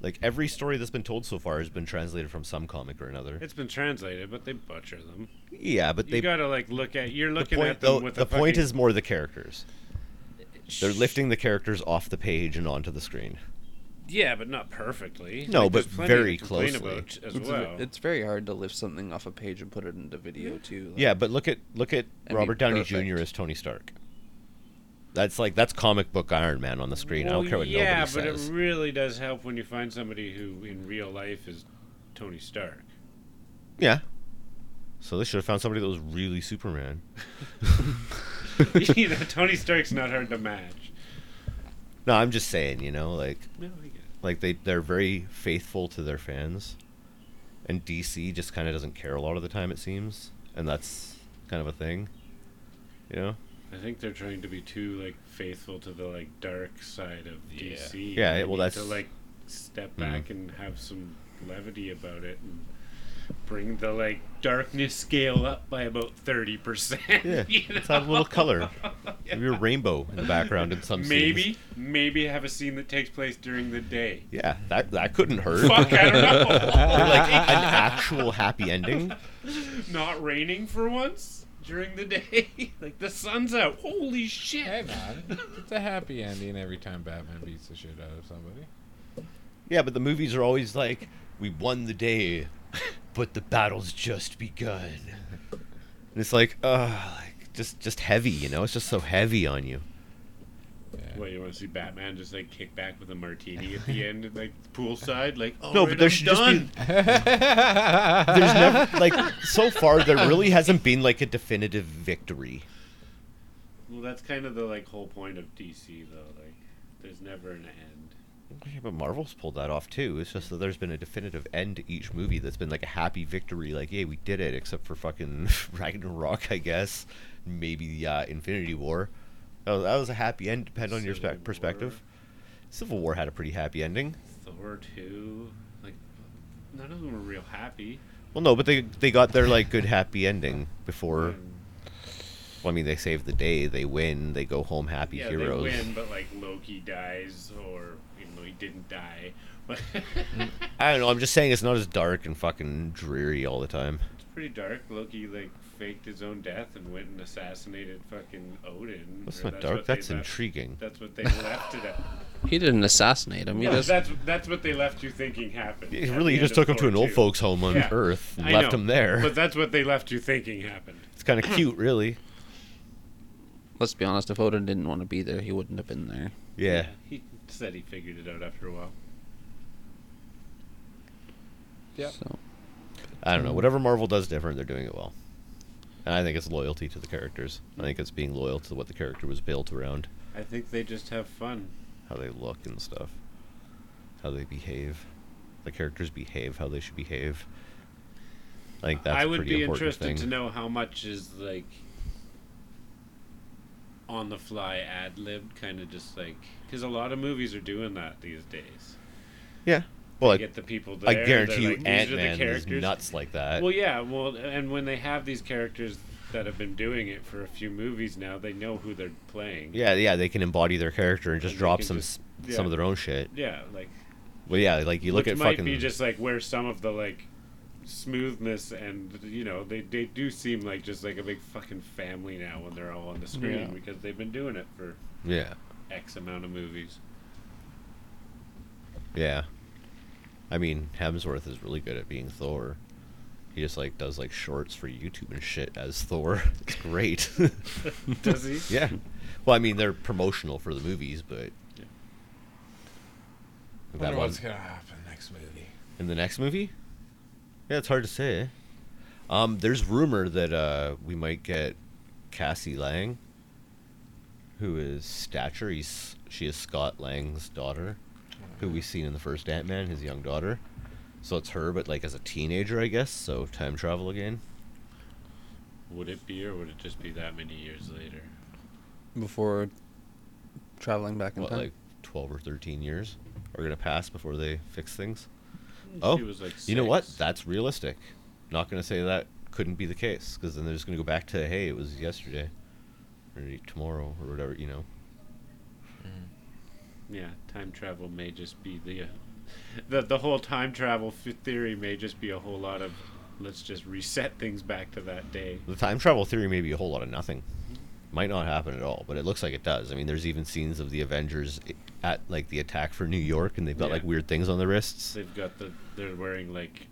[SPEAKER 3] Like every story that's been told so far has been translated from some comic or another.
[SPEAKER 2] It's been translated, but they butcher them.
[SPEAKER 3] yeah, but
[SPEAKER 2] You
[SPEAKER 3] they
[SPEAKER 2] gotta like look at. You're looking
[SPEAKER 3] point,
[SPEAKER 2] at them
[SPEAKER 3] though,
[SPEAKER 2] with
[SPEAKER 3] the
[SPEAKER 2] a
[SPEAKER 3] point
[SPEAKER 2] fucking-
[SPEAKER 3] is more the characters. They're lifting the characters off the page and onto the screen.
[SPEAKER 2] Yeah, but not perfectly.
[SPEAKER 3] No,
[SPEAKER 2] there's
[SPEAKER 3] but
[SPEAKER 2] plenty to
[SPEAKER 3] very
[SPEAKER 2] complain
[SPEAKER 3] closely.
[SPEAKER 2] about as
[SPEAKER 4] It's,
[SPEAKER 2] well.
[SPEAKER 4] it's very hard to lift something off a page and put it into video too. like-
[SPEAKER 3] Yeah, but look at look at
[SPEAKER 4] I mean,
[SPEAKER 3] Robert Downey
[SPEAKER 4] perfect.
[SPEAKER 3] Jr. as Tony Stark. That's like that's comic book Iron Man on the screen. I
[SPEAKER 2] Well,
[SPEAKER 3] don't care what
[SPEAKER 2] yeah,
[SPEAKER 3] nobody
[SPEAKER 2] but
[SPEAKER 3] says.
[SPEAKER 2] it really does help when you find somebody who, in real life, is Tony Stark.
[SPEAKER 3] yeah. So they should have found somebody that was really Superman.
[SPEAKER 2] you know, Tony Stark's not hard to match.
[SPEAKER 3] No, I'm just saying, you know, like
[SPEAKER 2] No, I get it.
[SPEAKER 3] like they they're very faithful to their fans, and DC just kind of doesn't care a lot of the time it seems, and that's kind of a thing. You know?
[SPEAKER 2] I think they're trying to be too like faithful to the like dark side of DC.
[SPEAKER 3] Yeah,
[SPEAKER 2] They
[SPEAKER 3] well, Mm-hmm.
[SPEAKER 2] need
[SPEAKER 3] that's-
[SPEAKER 2] to like step back and have some levity about it and bring the like darkness scale up by about thirty percent.
[SPEAKER 3] Yeah, let's have a little color. Maybe a rainbow in the background in some
[SPEAKER 2] Maybe,
[SPEAKER 3] scenes.
[SPEAKER 2] maybe have a scene that takes place during the day.
[SPEAKER 3] Yeah, that that couldn't hurt.
[SPEAKER 2] Fuck, I
[SPEAKER 3] Or
[SPEAKER 2] don't know.
[SPEAKER 3] like an actual happy ending.
[SPEAKER 2] Not raining for once during the day. like the sun's out. Holy
[SPEAKER 1] Hey
[SPEAKER 2] shit!
[SPEAKER 1] man, it's a happy ending every time Batman beats the shit out of somebody.
[SPEAKER 3] Yeah, but the movies are always like, we won the day, but the battle's just begun. And it's like, uh, like just just heavy, you know? It's just so heavy on you.
[SPEAKER 1] Yeah.
[SPEAKER 2] What you want to see Batman just like kick back with a martini at the end, like poolside, like oh,
[SPEAKER 3] No, but there should just be-
[SPEAKER 2] done.
[SPEAKER 3] There's never like so far there really hasn't been like a definitive victory.
[SPEAKER 2] Well, that's kind of the like whole point of DC though. Like, there's never an end.
[SPEAKER 3] Yeah, but Marvel's pulled that off too. It's just that there's been a definitive end to each movie that's been like a happy victory, like, yeah, we did it, except for fucking Ragnarok, I guess. Maybe uh, Infinity War. That was, that was a happy end, depending on your
[SPEAKER 2] Civil
[SPEAKER 3] spec perspective. Civil War had a pretty happy ending.
[SPEAKER 2] Thor two, like none of them were real happy.
[SPEAKER 3] Well, no, but they they got their like good happy ending before. Well, I mean, they save the day, they win, they go home happy
[SPEAKER 2] yeah,
[SPEAKER 3] heroes.
[SPEAKER 2] they win, but like Loki dies, or even though he didn't die, but
[SPEAKER 3] I don't know. I'm just saying it's not as dark and fucking dreary all the time.
[SPEAKER 2] it's pretty dark. Loki like faked his own death and went and assassinated fucking Odin.
[SPEAKER 3] That's
[SPEAKER 2] or
[SPEAKER 3] not
[SPEAKER 2] what
[SPEAKER 3] dark.
[SPEAKER 2] they
[SPEAKER 3] That's
[SPEAKER 2] left-
[SPEAKER 3] intriguing.
[SPEAKER 2] That's what they left it at.
[SPEAKER 4] He didn't assassinate him. He
[SPEAKER 2] No,
[SPEAKER 4] just
[SPEAKER 2] that's that's what they left you thinking happened.
[SPEAKER 3] It
[SPEAKER 2] at
[SPEAKER 3] really,
[SPEAKER 2] the
[SPEAKER 3] you
[SPEAKER 2] end
[SPEAKER 3] just
[SPEAKER 2] of
[SPEAKER 3] took him to
[SPEAKER 2] Thor
[SPEAKER 3] an old
[SPEAKER 2] 2.
[SPEAKER 3] folks' home on
[SPEAKER 2] Yeah.
[SPEAKER 3] Earth and
[SPEAKER 2] I
[SPEAKER 3] left
[SPEAKER 2] know,
[SPEAKER 3] him there.
[SPEAKER 2] But that's what they left you thinking happened.
[SPEAKER 3] It's kind of cute, really.
[SPEAKER 4] let's be honest. If Odin didn't want to be there, he wouldn't have been there.
[SPEAKER 3] Yeah.
[SPEAKER 2] He said he figured it out after a while.
[SPEAKER 1] Yep.
[SPEAKER 4] So
[SPEAKER 3] I don't know. Whatever Marvel does different, they're doing it well. And I think it's loyalty to the characters. I think it's being loyal to what the character was built around,
[SPEAKER 2] I think they just have fun.
[SPEAKER 3] how they look and stuff, how they behave. The characters behave how they should behave. I think that's
[SPEAKER 2] I
[SPEAKER 3] a
[SPEAKER 2] would
[SPEAKER 3] pretty
[SPEAKER 2] be
[SPEAKER 3] important
[SPEAKER 2] interested
[SPEAKER 3] thing.
[SPEAKER 2] to know how much is like on the fly ad lib, kind of just like because a lot of movies are doing that these days.
[SPEAKER 3] Yeah. Well,
[SPEAKER 2] They
[SPEAKER 3] I,
[SPEAKER 2] get the people there.
[SPEAKER 3] I
[SPEAKER 2] they're
[SPEAKER 3] guarantee you,
[SPEAKER 2] like, "These are the
[SPEAKER 3] Ant Man is
[SPEAKER 2] characters."
[SPEAKER 3] nuts like that.
[SPEAKER 2] Well, yeah, well, and when they have these characters that have been doing it for a few movies now, they know who they're playing.
[SPEAKER 3] yeah, yeah. They can embody their character and just
[SPEAKER 2] they
[SPEAKER 3] drop
[SPEAKER 2] can
[SPEAKER 3] some s-
[SPEAKER 2] just- yeah.
[SPEAKER 3] some of their own shit.
[SPEAKER 2] Yeah, like
[SPEAKER 3] Well, yeah. Like you look
[SPEAKER 2] which
[SPEAKER 3] at
[SPEAKER 2] might
[SPEAKER 3] fucking
[SPEAKER 2] be just like where some of the like smoothness and you know they they do seem like just like a big fucking family now when they're all on the screen
[SPEAKER 4] Yeah.
[SPEAKER 2] because they've been doing it for
[SPEAKER 3] yeah.
[SPEAKER 2] X amount of movies.
[SPEAKER 3] Yeah. I mean, Hemsworth is really good at being Thor. He just like does like shorts for YouTube and shit as Thor. It's great.
[SPEAKER 2] Does he?
[SPEAKER 3] yeah. Well, I mean, they're promotional for the movies, but
[SPEAKER 2] Yeah.
[SPEAKER 3] that
[SPEAKER 1] Wonder
[SPEAKER 3] one
[SPEAKER 1] what's gonna happen next movie.
[SPEAKER 3] in the next movie. Yeah, it's hard to say. eh? Um, there's rumor that uh, we might get Cassie Lang, who is Stature. He's, she is Scott Lang's daughter, who we seen in the first Ant Man, his young daughter. So it's her, but like as a teenager, I guess. So time travel again.
[SPEAKER 2] Would it be, or would it just be that many years later?
[SPEAKER 4] before traveling back in
[SPEAKER 3] What,
[SPEAKER 4] time,
[SPEAKER 3] like twelve or thirteen years are gonna pass before they fix things.
[SPEAKER 2] She
[SPEAKER 3] Oh,
[SPEAKER 2] was, like,
[SPEAKER 3] you know what?
[SPEAKER 2] six.
[SPEAKER 3] That's realistic. Not gonna say that couldn't be the case because then they're just gonna go back to hey, it was yesterday, or tomorrow, or whatever. You know.
[SPEAKER 2] Yeah, time travel may just be the uh, the the whole time travel f- theory may just be a whole lot of let's just reset things back to that day.
[SPEAKER 3] The time travel theory may be a whole lot of nothing.
[SPEAKER 2] Mm-hmm.
[SPEAKER 3] Might not happen at all, but it looks like it does. I mean, there's even scenes of the Avengers i- at like the attack for New York, and they've got
[SPEAKER 2] Yeah.
[SPEAKER 3] like weird things on their wrists.
[SPEAKER 2] They've got the they're wearing like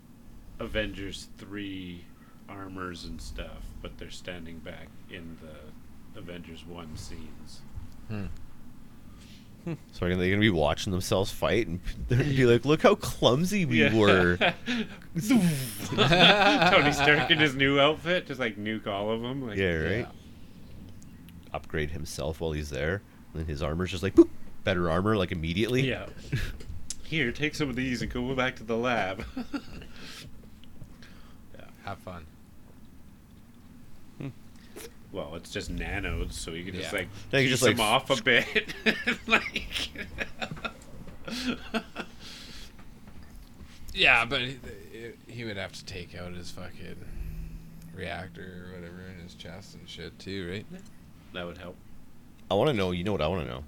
[SPEAKER 2] Avengers three armors and stuff, but they're standing back in the Avengers one scenes.
[SPEAKER 3] So are they going to be watching themselves fight and they're going to be like, "Look how clumsy we were."
[SPEAKER 2] Tony Stark in his new outfit, just like nuke all of them. Like,
[SPEAKER 3] Yeah, right. Upgrade himself while he's there, and then his armor's just like boop, better armor like immediately.
[SPEAKER 2] Yeah. Here, take some of these and go back to the lab.
[SPEAKER 1] Have fun.
[SPEAKER 2] well, it's just nanos, so you can just
[SPEAKER 1] Yeah.
[SPEAKER 2] like
[SPEAKER 3] They can
[SPEAKER 2] piece
[SPEAKER 3] just, like,
[SPEAKER 2] them off a bit. like,
[SPEAKER 1] Yeah, but he, it- he would have to take out his fucking reactor or whatever in his chest and shit too, right?
[SPEAKER 2] That would help.
[SPEAKER 3] I want to know. You know what I want to know?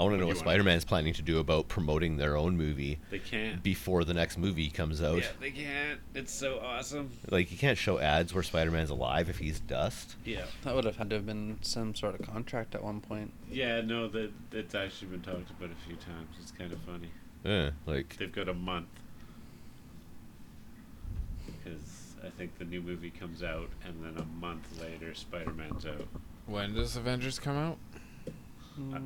[SPEAKER 3] I want to
[SPEAKER 2] do
[SPEAKER 3] know
[SPEAKER 2] you
[SPEAKER 3] what
[SPEAKER 2] wanna know?
[SPEAKER 3] Spider Man's planning to do about promoting their own movie
[SPEAKER 2] They can't.
[SPEAKER 3] before the next movie comes out.
[SPEAKER 2] Yeah, they can't. It's so awesome.
[SPEAKER 3] Like, you can't show ads where Spider Man's alive if he's dust.
[SPEAKER 2] Yeah.
[SPEAKER 4] That would have had to have been some sort of contract at one point.
[SPEAKER 2] Yeah, no, that that's actually been talked about a few times. It's kind of funny.
[SPEAKER 3] Yeah, Eh, like,
[SPEAKER 2] They've got a month because I think the new movie comes out, and then a month later, Spider-Man's out.
[SPEAKER 1] When does Avengers come out?
[SPEAKER 2] I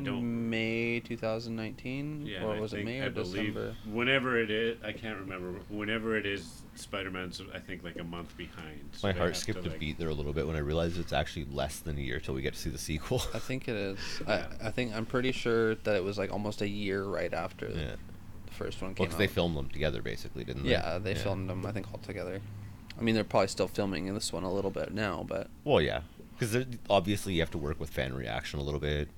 [SPEAKER 2] don't-
[SPEAKER 4] Mm, May 2019,
[SPEAKER 2] Yeah,
[SPEAKER 4] or
[SPEAKER 2] I
[SPEAKER 4] was it
[SPEAKER 2] think-
[SPEAKER 4] May or
[SPEAKER 2] I believe
[SPEAKER 4] December?
[SPEAKER 2] Whenever it is, I can't remember. Whenever it is, Spider-Man's I think like a month behind. so
[SPEAKER 3] my
[SPEAKER 2] they
[SPEAKER 3] heart
[SPEAKER 2] have
[SPEAKER 3] skipped a
[SPEAKER 2] to, like-
[SPEAKER 3] beat there a little bit when I realized it's actually less than a year till we get to see the sequel.
[SPEAKER 4] I think it is.
[SPEAKER 2] Yeah.
[SPEAKER 4] I, I think I'm pretty sure that it was like almost a year right after
[SPEAKER 3] yeah.
[SPEAKER 4] the first one
[SPEAKER 3] Well,
[SPEAKER 4] came
[SPEAKER 3] 'cause
[SPEAKER 4] out.
[SPEAKER 3] they filmed them together, basically, didn't they?
[SPEAKER 4] yeah, they filmed them. I think all together. I mean, they're probably still filming in this one a little bit now, but
[SPEAKER 3] Well, yeah, because obviously you have to work with fan reaction a little bit.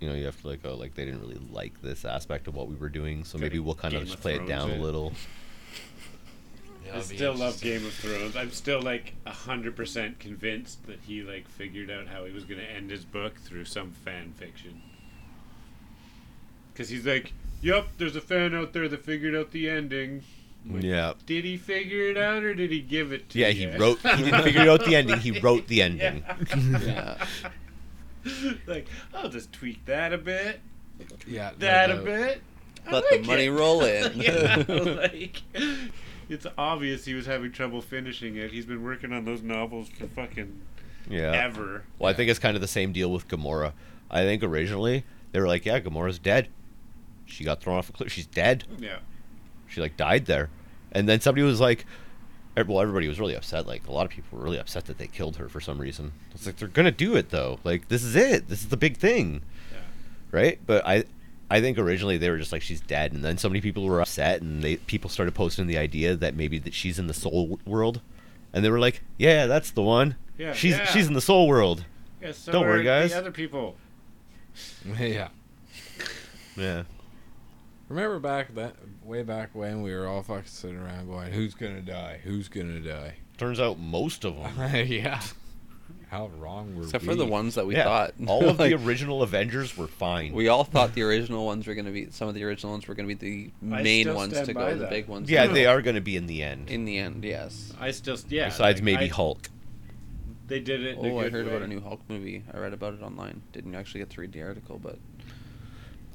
[SPEAKER 3] You know, you have to like, oh, like they didn't really like this aspect of what we were doing, so
[SPEAKER 2] Gotta
[SPEAKER 3] maybe we'll kind
[SPEAKER 2] Game
[SPEAKER 3] of just
[SPEAKER 2] of
[SPEAKER 3] play it
[SPEAKER 2] Thrones
[SPEAKER 3] down
[SPEAKER 2] it.
[SPEAKER 3] a little.
[SPEAKER 1] Yeah,
[SPEAKER 2] I still love Game of Thrones. I'm still like hundred percent convinced that he like figured out how he was gonna end his book through some fan fiction. Cause he's like, "Yep, there's a fan out there that figured out the ending."
[SPEAKER 3] Yeah,
[SPEAKER 2] Did he figure it out or did he give it to
[SPEAKER 3] yeah.
[SPEAKER 2] you?
[SPEAKER 3] He wrote. He didn't figure out the ending. He wrote the ending.
[SPEAKER 2] Yeah.
[SPEAKER 4] yeah,
[SPEAKER 2] like, I'll just tweak that a bit,
[SPEAKER 1] Yeah, no
[SPEAKER 2] that a
[SPEAKER 1] doubt.
[SPEAKER 2] bit. I
[SPEAKER 4] let
[SPEAKER 2] like
[SPEAKER 4] the money
[SPEAKER 2] it.
[SPEAKER 4] roll in.
[SPEAKER 2] yeah, like it's obvious he was having trouble finishing it. He's been working on those novels for fucking
[SPEAKER 3] Yeah.
[SPEAKER 2] ever.
[SPEAKER 3] Well, I
[SPEAKER 1] Yeah.
[SPEAKER 3] think it's kind of the same deal with Gamora. I think originally they were like, yeah, Gamora's dead. She got thrown off a cliff. She's dead.
[SPEAKER 2] Yeah.
[SPEAKER 3] She like died there. And then somebody was like, ev- well, everybody was really upset. Like a lot of people were really upset that they killed her for some reason. It's like they're gonna do it though. Like this is it. This is the big thing,
[SPEAKER 2] Yeah.
[SPEAKER 3] right? But I. I think originally they were just like she's dead, and then so many people were upset, and they people started posting the idea that maybe that she's in the soul world, and they were like, "Yeah, that's the one.
[SPEAKER 2] Yeah,
[SPEAKER 3] she's
[SPEAKER 2] yeah.
[SPEAKER 3] she's in the soul world."
[SPEAKER 2] Yeah, so
[SPEAKER 3] Don't worry,
[SPEAKER 2] are
[SPEAKER 3] guys.
[SPEAKER 2] The other people.
[SPEAKER 1] yeah.
[SPEAKER 3] Yeah,
[SPEAKER 1] Remember back that way back when we were all fucking sitting around going, "Who's gonna die? Who's gonna die?"
[SPEAKER 3] Turns out most of them.
[SPEAKER 1] yeah. How wrong were
[SPEAKER 4] except
[SPEAKER 1] we?
[SPEAKER 4] for the ones that we
[SPEAKER 3] yeah,
[SPEAKER 4] thought.
[SPEAKER 3] all of
[SPEAKER 4] Like,
[SPEAKER 3] the original Avengers were fine.
[SPEAKER 4] we all thought the original ones were going to be some of the original ones were going to be the
[SPEAKER 2] I
[SPEAKER 4] main
[SPEAKER 2] still
[SPEAKER 4] ones
[SPEAKER 2] stand
[SPEAKER 4] to
[SPEAKER 2] by
[SPEAKER 4] go, the
[SPEAKER 2] that. Uh,
[SPEAKER 4] big ones.
[SPEAKER 3] yeah,
[SPEAKER 4] to
[SPEAKER 3] they
[SPEAKER 4] go.
[SPEAKER 3] are going to be in the end.
[SPEAKER 4] In the end, yes.
[SPEAKER 2] I still, yeah.
[SPEAKER 3] Besides
[SPEAKER 2] like,
[SPEAKER 3] maybe
[SPEAKER 2] I-
[SPEAKER 3] Hulk.
[SPEAKER 2] They did it. In
[SPEAKER 4] Oh,
[SPEAKER 2] a
[SPEAKER 4] I
[SPEAKER 2] good
[SPEAKER 4] heard
[SPEAKER 2] way.
[SPEAKER 4] about a new Hulk movie. I read about it online. Didn't actually get to read the article, but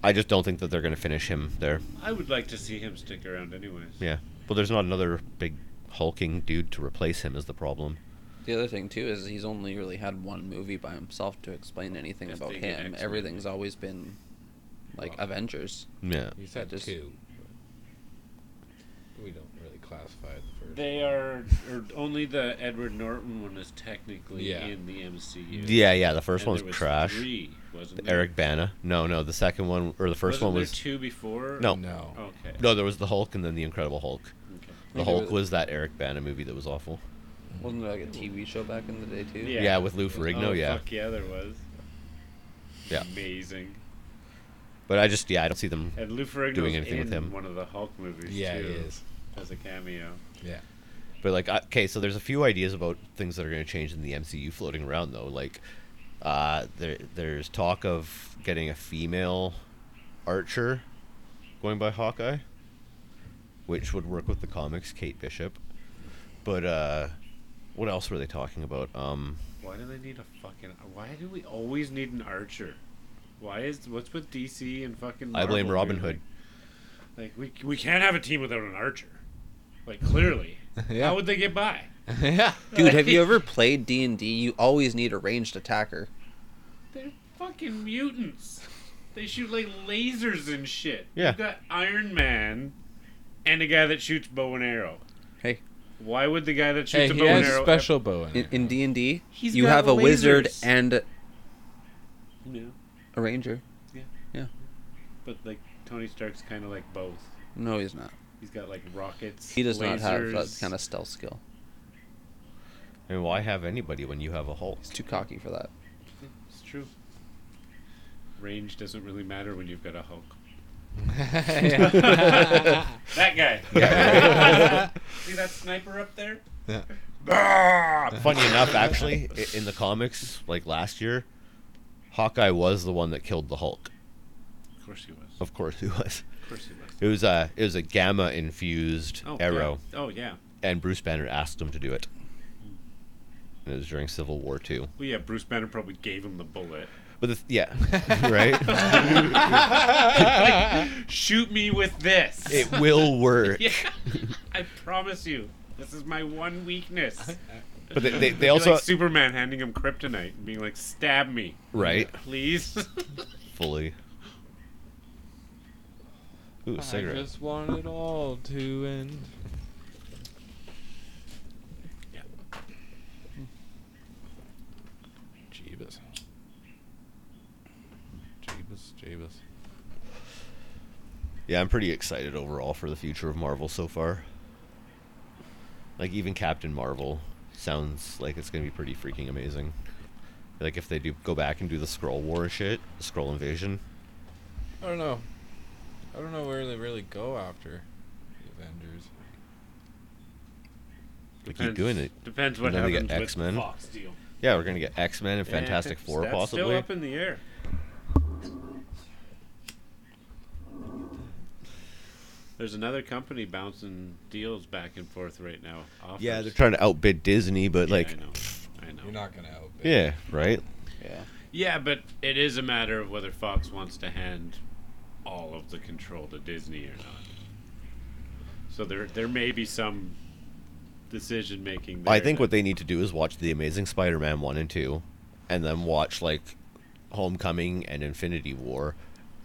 [SPEAKER 3] I just don't think that they're going to finish him there.
[SPEAKER 2] I would like to see him stick around, anyways.
[SPEAKER 3] Yeah. Well, there's not another big hulking dude to replace him is the problem.
[SPEAKER 4] the other thing too is he's only really had one movie by himself to explain anything
[SPEAKER 2] Yes,
[SPEAKER 4] about
[SPEAKER 2] they get
[SPEAKER 4] him.
[SPEAKER 2] X-Men.
[SPEAKER 4] Everything's always been like
[SPEAKER 1] Well.
[SPEAKER 4] Avengers.
[SPEAKER 3] Yeah.
[SPEAKER 1] You said
[SPEAKER 4] Just-
[SPEAKER 1] two. We don't really classify it first.
[SPEAKER 2] They are, or only the Edward Norton one is technically
[SPEAKER 1] Yeah.
[SPEAKER 2] in the MCU.
[SPEAKER 3] Yeah, yeah. The first
[SPEAKER 2] And
[SPEAKER 3] one's
[SPEAKER 2] there was
[SPEAKER 3] trash.
[SPEAKER 2] Three, wasn't there?
[SPEAKER 3] Eric Bana. No, no. The second one or the 1st
[SPEAKER 2] Wasn't
[SPEAKER 3] one
[SPEAKER 2] there
[SPEAKER 3] was
[SPEAKER 2] two before.
[SPEAKER 3] No.
[SPEAKER 1] No.
[SPEAKER 2] Okay.
[SPEAKER 3] no. There was the Hulk and then the Incredible Hulk.
[SPEAKER 2] okay.
[SPEAKER 3] The
[SPEAKER 4] think it
[SPEAKER 3] Hulk
[SPEAKER 4] was-
[SPEAKER 3] was that Eric Bana movie that was awful.
[SPEAKER 4] Wasn't there like a TV show back in the day too?
[SPEAKER 3] Yeah,
[SPEAKER 2] Yeah.
[SPEAKER 3] with Lou Ferrigno.
[SPEAKER 2] oh,
[SPEAKER 3] yeah.
[SPEAKER 2] Fuck yeah, there was.
[SPEAKER 3] Yeah.
[SPEAKER 2] Amazing.
[SPEAKER 3] But I just yeah, I don't see them.
[SPEAKER 2] And Lou Ferrigno's
[SPEAKER 3] Doing anything
[SPEAKER 2] in
[SPEAKER 3] with him.
[SPEAKER 2] one of the Hulk movies
[SPEAKER 1] Yeah,
[SPEAKER 2] too,
[SPEAKER 1] it is.
[SPEAKER 2] as a cameo.
[SPEAKER 1] Yeah.
[SPEAKER 3] But like, I- okay, so there's a few ideas about things that are going to change in the MCU floating around though. Like, uh, there there's talk of getting a female archer going by Hawkeye, which would work with the comics, Kate Bishop. But uh, what else were they talking about? Um,
[SPEAKER 2] Why do they need a fucking? Why do we always need an archer? Why is what's with DC and fucking?
[SPEAKER 3] I blame
[SPEAKER 2] Marvel
[SPEAKER 3] Robin
[SPEAKER 2] doing?
[SPEAKER 3] Hood.
[SPEAKER 2] Like we we can't have a team without an archer. Like clearly, how would they get by?
[SPEAKER 1] yeah.
[SPEAKER 4] Dude, have you ever played D and D? You always need a ranged attacker.
[SPEAKER 2] They're fucking mutants. They shoot like lasers and shit.
[SPEAKER 3] Yeah.
[SPEAKER 2] You've got Iron Man, and a guy that shoots bow and arrow.
[SPEAKER 4] Hey.
[SPEAKER 2] Why would the guy that
[SPEAKER 1] Hey,
[SPEAKER 2] shoots a
[SPEAKER 1] he
[SPEAKER 2] bow and
[SPEAKER 1] has
[SPEAKER 2] arrow?
[SPEAKER 1] a special bow in,
[SPEAKER 4] In
[SPEAKER 1] it.
[SPEAKER 4] in D and D,
[SPEAKER 2] He's
[SPEAKER 4] you
[SPEAKER 2] got
[SPEAKER 4] have a wizard
[SPEAKER 2] lasers.
[SPEAKER 4] and
[SPEAKER 2] Yeah,
[SPEAKER 4] a ranger.
[SPEAKER 2] but like Tony Stark's kind of like both.
[SPEAKER 4] No, he's not.
[SPEAKER 2] He's got like rockets.
[SPEAKER 4] He does not have that
[SPEAKER 2] lasers.
[SPEAKER 4] kind of stealth skill.
[SPEAKER 3] I mean, why have anybody when you have a Hulk?
[SPEAKER 4] He's too cocky for that.
[SPEAKER 2] It's true. Range doesn't really matter when you've got a Hulk.
[SPEAKER 1] Yeah.
[SPEAKER 2] That guy.
[SPEAKER 3] Yeah.
[SPEAKER 2] See that sniper up there?
[SPEAKER 1] Yeah.
[SPEAKER 3] Funny enough, actually, i- in the comics, like last year, Hawkeye was the one that killed the Hulk.
[SPEAKER 2] Of course he was.
[SPEAKER 3] Of course, he was.
[SPEAKER 2] Of course he was.
[SPEAKER 3] It was a it was a gamma infused
[SPEAKER 2] Oh,
[SPEAKER 3] arrow,
[SPEAKER 2] Yeah. Oh yeah.
[SPEAKER 3] and Bruce Banner asked him to do it. And it was during Civil War too.
[SPEAKER 2] Well, yeah. Bruce Banner probably gave him the bullet.
[SPEAKER 3] But the th- yeah, right.
[SPEAKER 2] Shoot me with this.
[SPEAKER 3] It will work.
[SPEAKER 2] yeah. I promise you. This is my one weakness.
[SPEAKER 3] But they, they, they
[SPEAKER 2] It'd be
[SPEAKER 3] also
[SPEAKER 2] like Superman handing him kryptonite and being like, "Stab me,
[SPEAKER 3] right
[SPEAKER 2] please."
[SPEAKER 3] fully. Ooh, a
[SPEAKER 1] I
[SPEAKER 3] cigarette.
[SPEAKER 1] just want it all to end.
[SPEAKER 2] Yeah.
[SPEAKER 1] Jeebus. Jeebus, Jeebus.
[SPEAKER 3] Yeah, I'm pretty excited overall for the future of Marvel so far. Like even Captain Marvel sounds like it's gonna be pretty freaking amazing. Like if they do go back and do the Scroll War shit, the Scroll Invasion.
[SPEAKER 1] I don't know. I don't know where they really go after the Avengers.
[SPEAKER 3] They keep doing it.
[SPEAKER 2] Depends what
[SPEAKER 3] And then they get
[SPEAKER 2] happens with
[SPEAKER 3] X-Men.
[SPEAKER 2] the Fox deal.
[SPEAKER 3] Yeah, we're gonna get X Men and Fantastic
[SPEAKER 2] Yeah,
[SPEAKER 3] Four
[SPEAKER 2] that's
[SPEAKER 3] possibly.
[SPEAKER 2] Still up in the air. There's another company bouncing deals back and forth right now. Offers.
[SPEAKER 3] yeah, they're trying to outbid Disney, but
[SPEAKER 2] Yeah,
[SPEAKER 3] like,
[SPEAKER 2] I know. I know.
[SPEAKER 1] You're not gonna help. it.
[SPEAKER 3] yeah, right.
[SPEAKER 4] Yeah.
[SPEAKER 2] Yeah, but it is a matter of whether Fox wants to hand all of the control to Disney or not. So there, there may be some decision making.
[SPEAKER 3] I think what they need to do is watch the Amazing Spider-Man one and two, and then watch like Homecoming and Infinity War,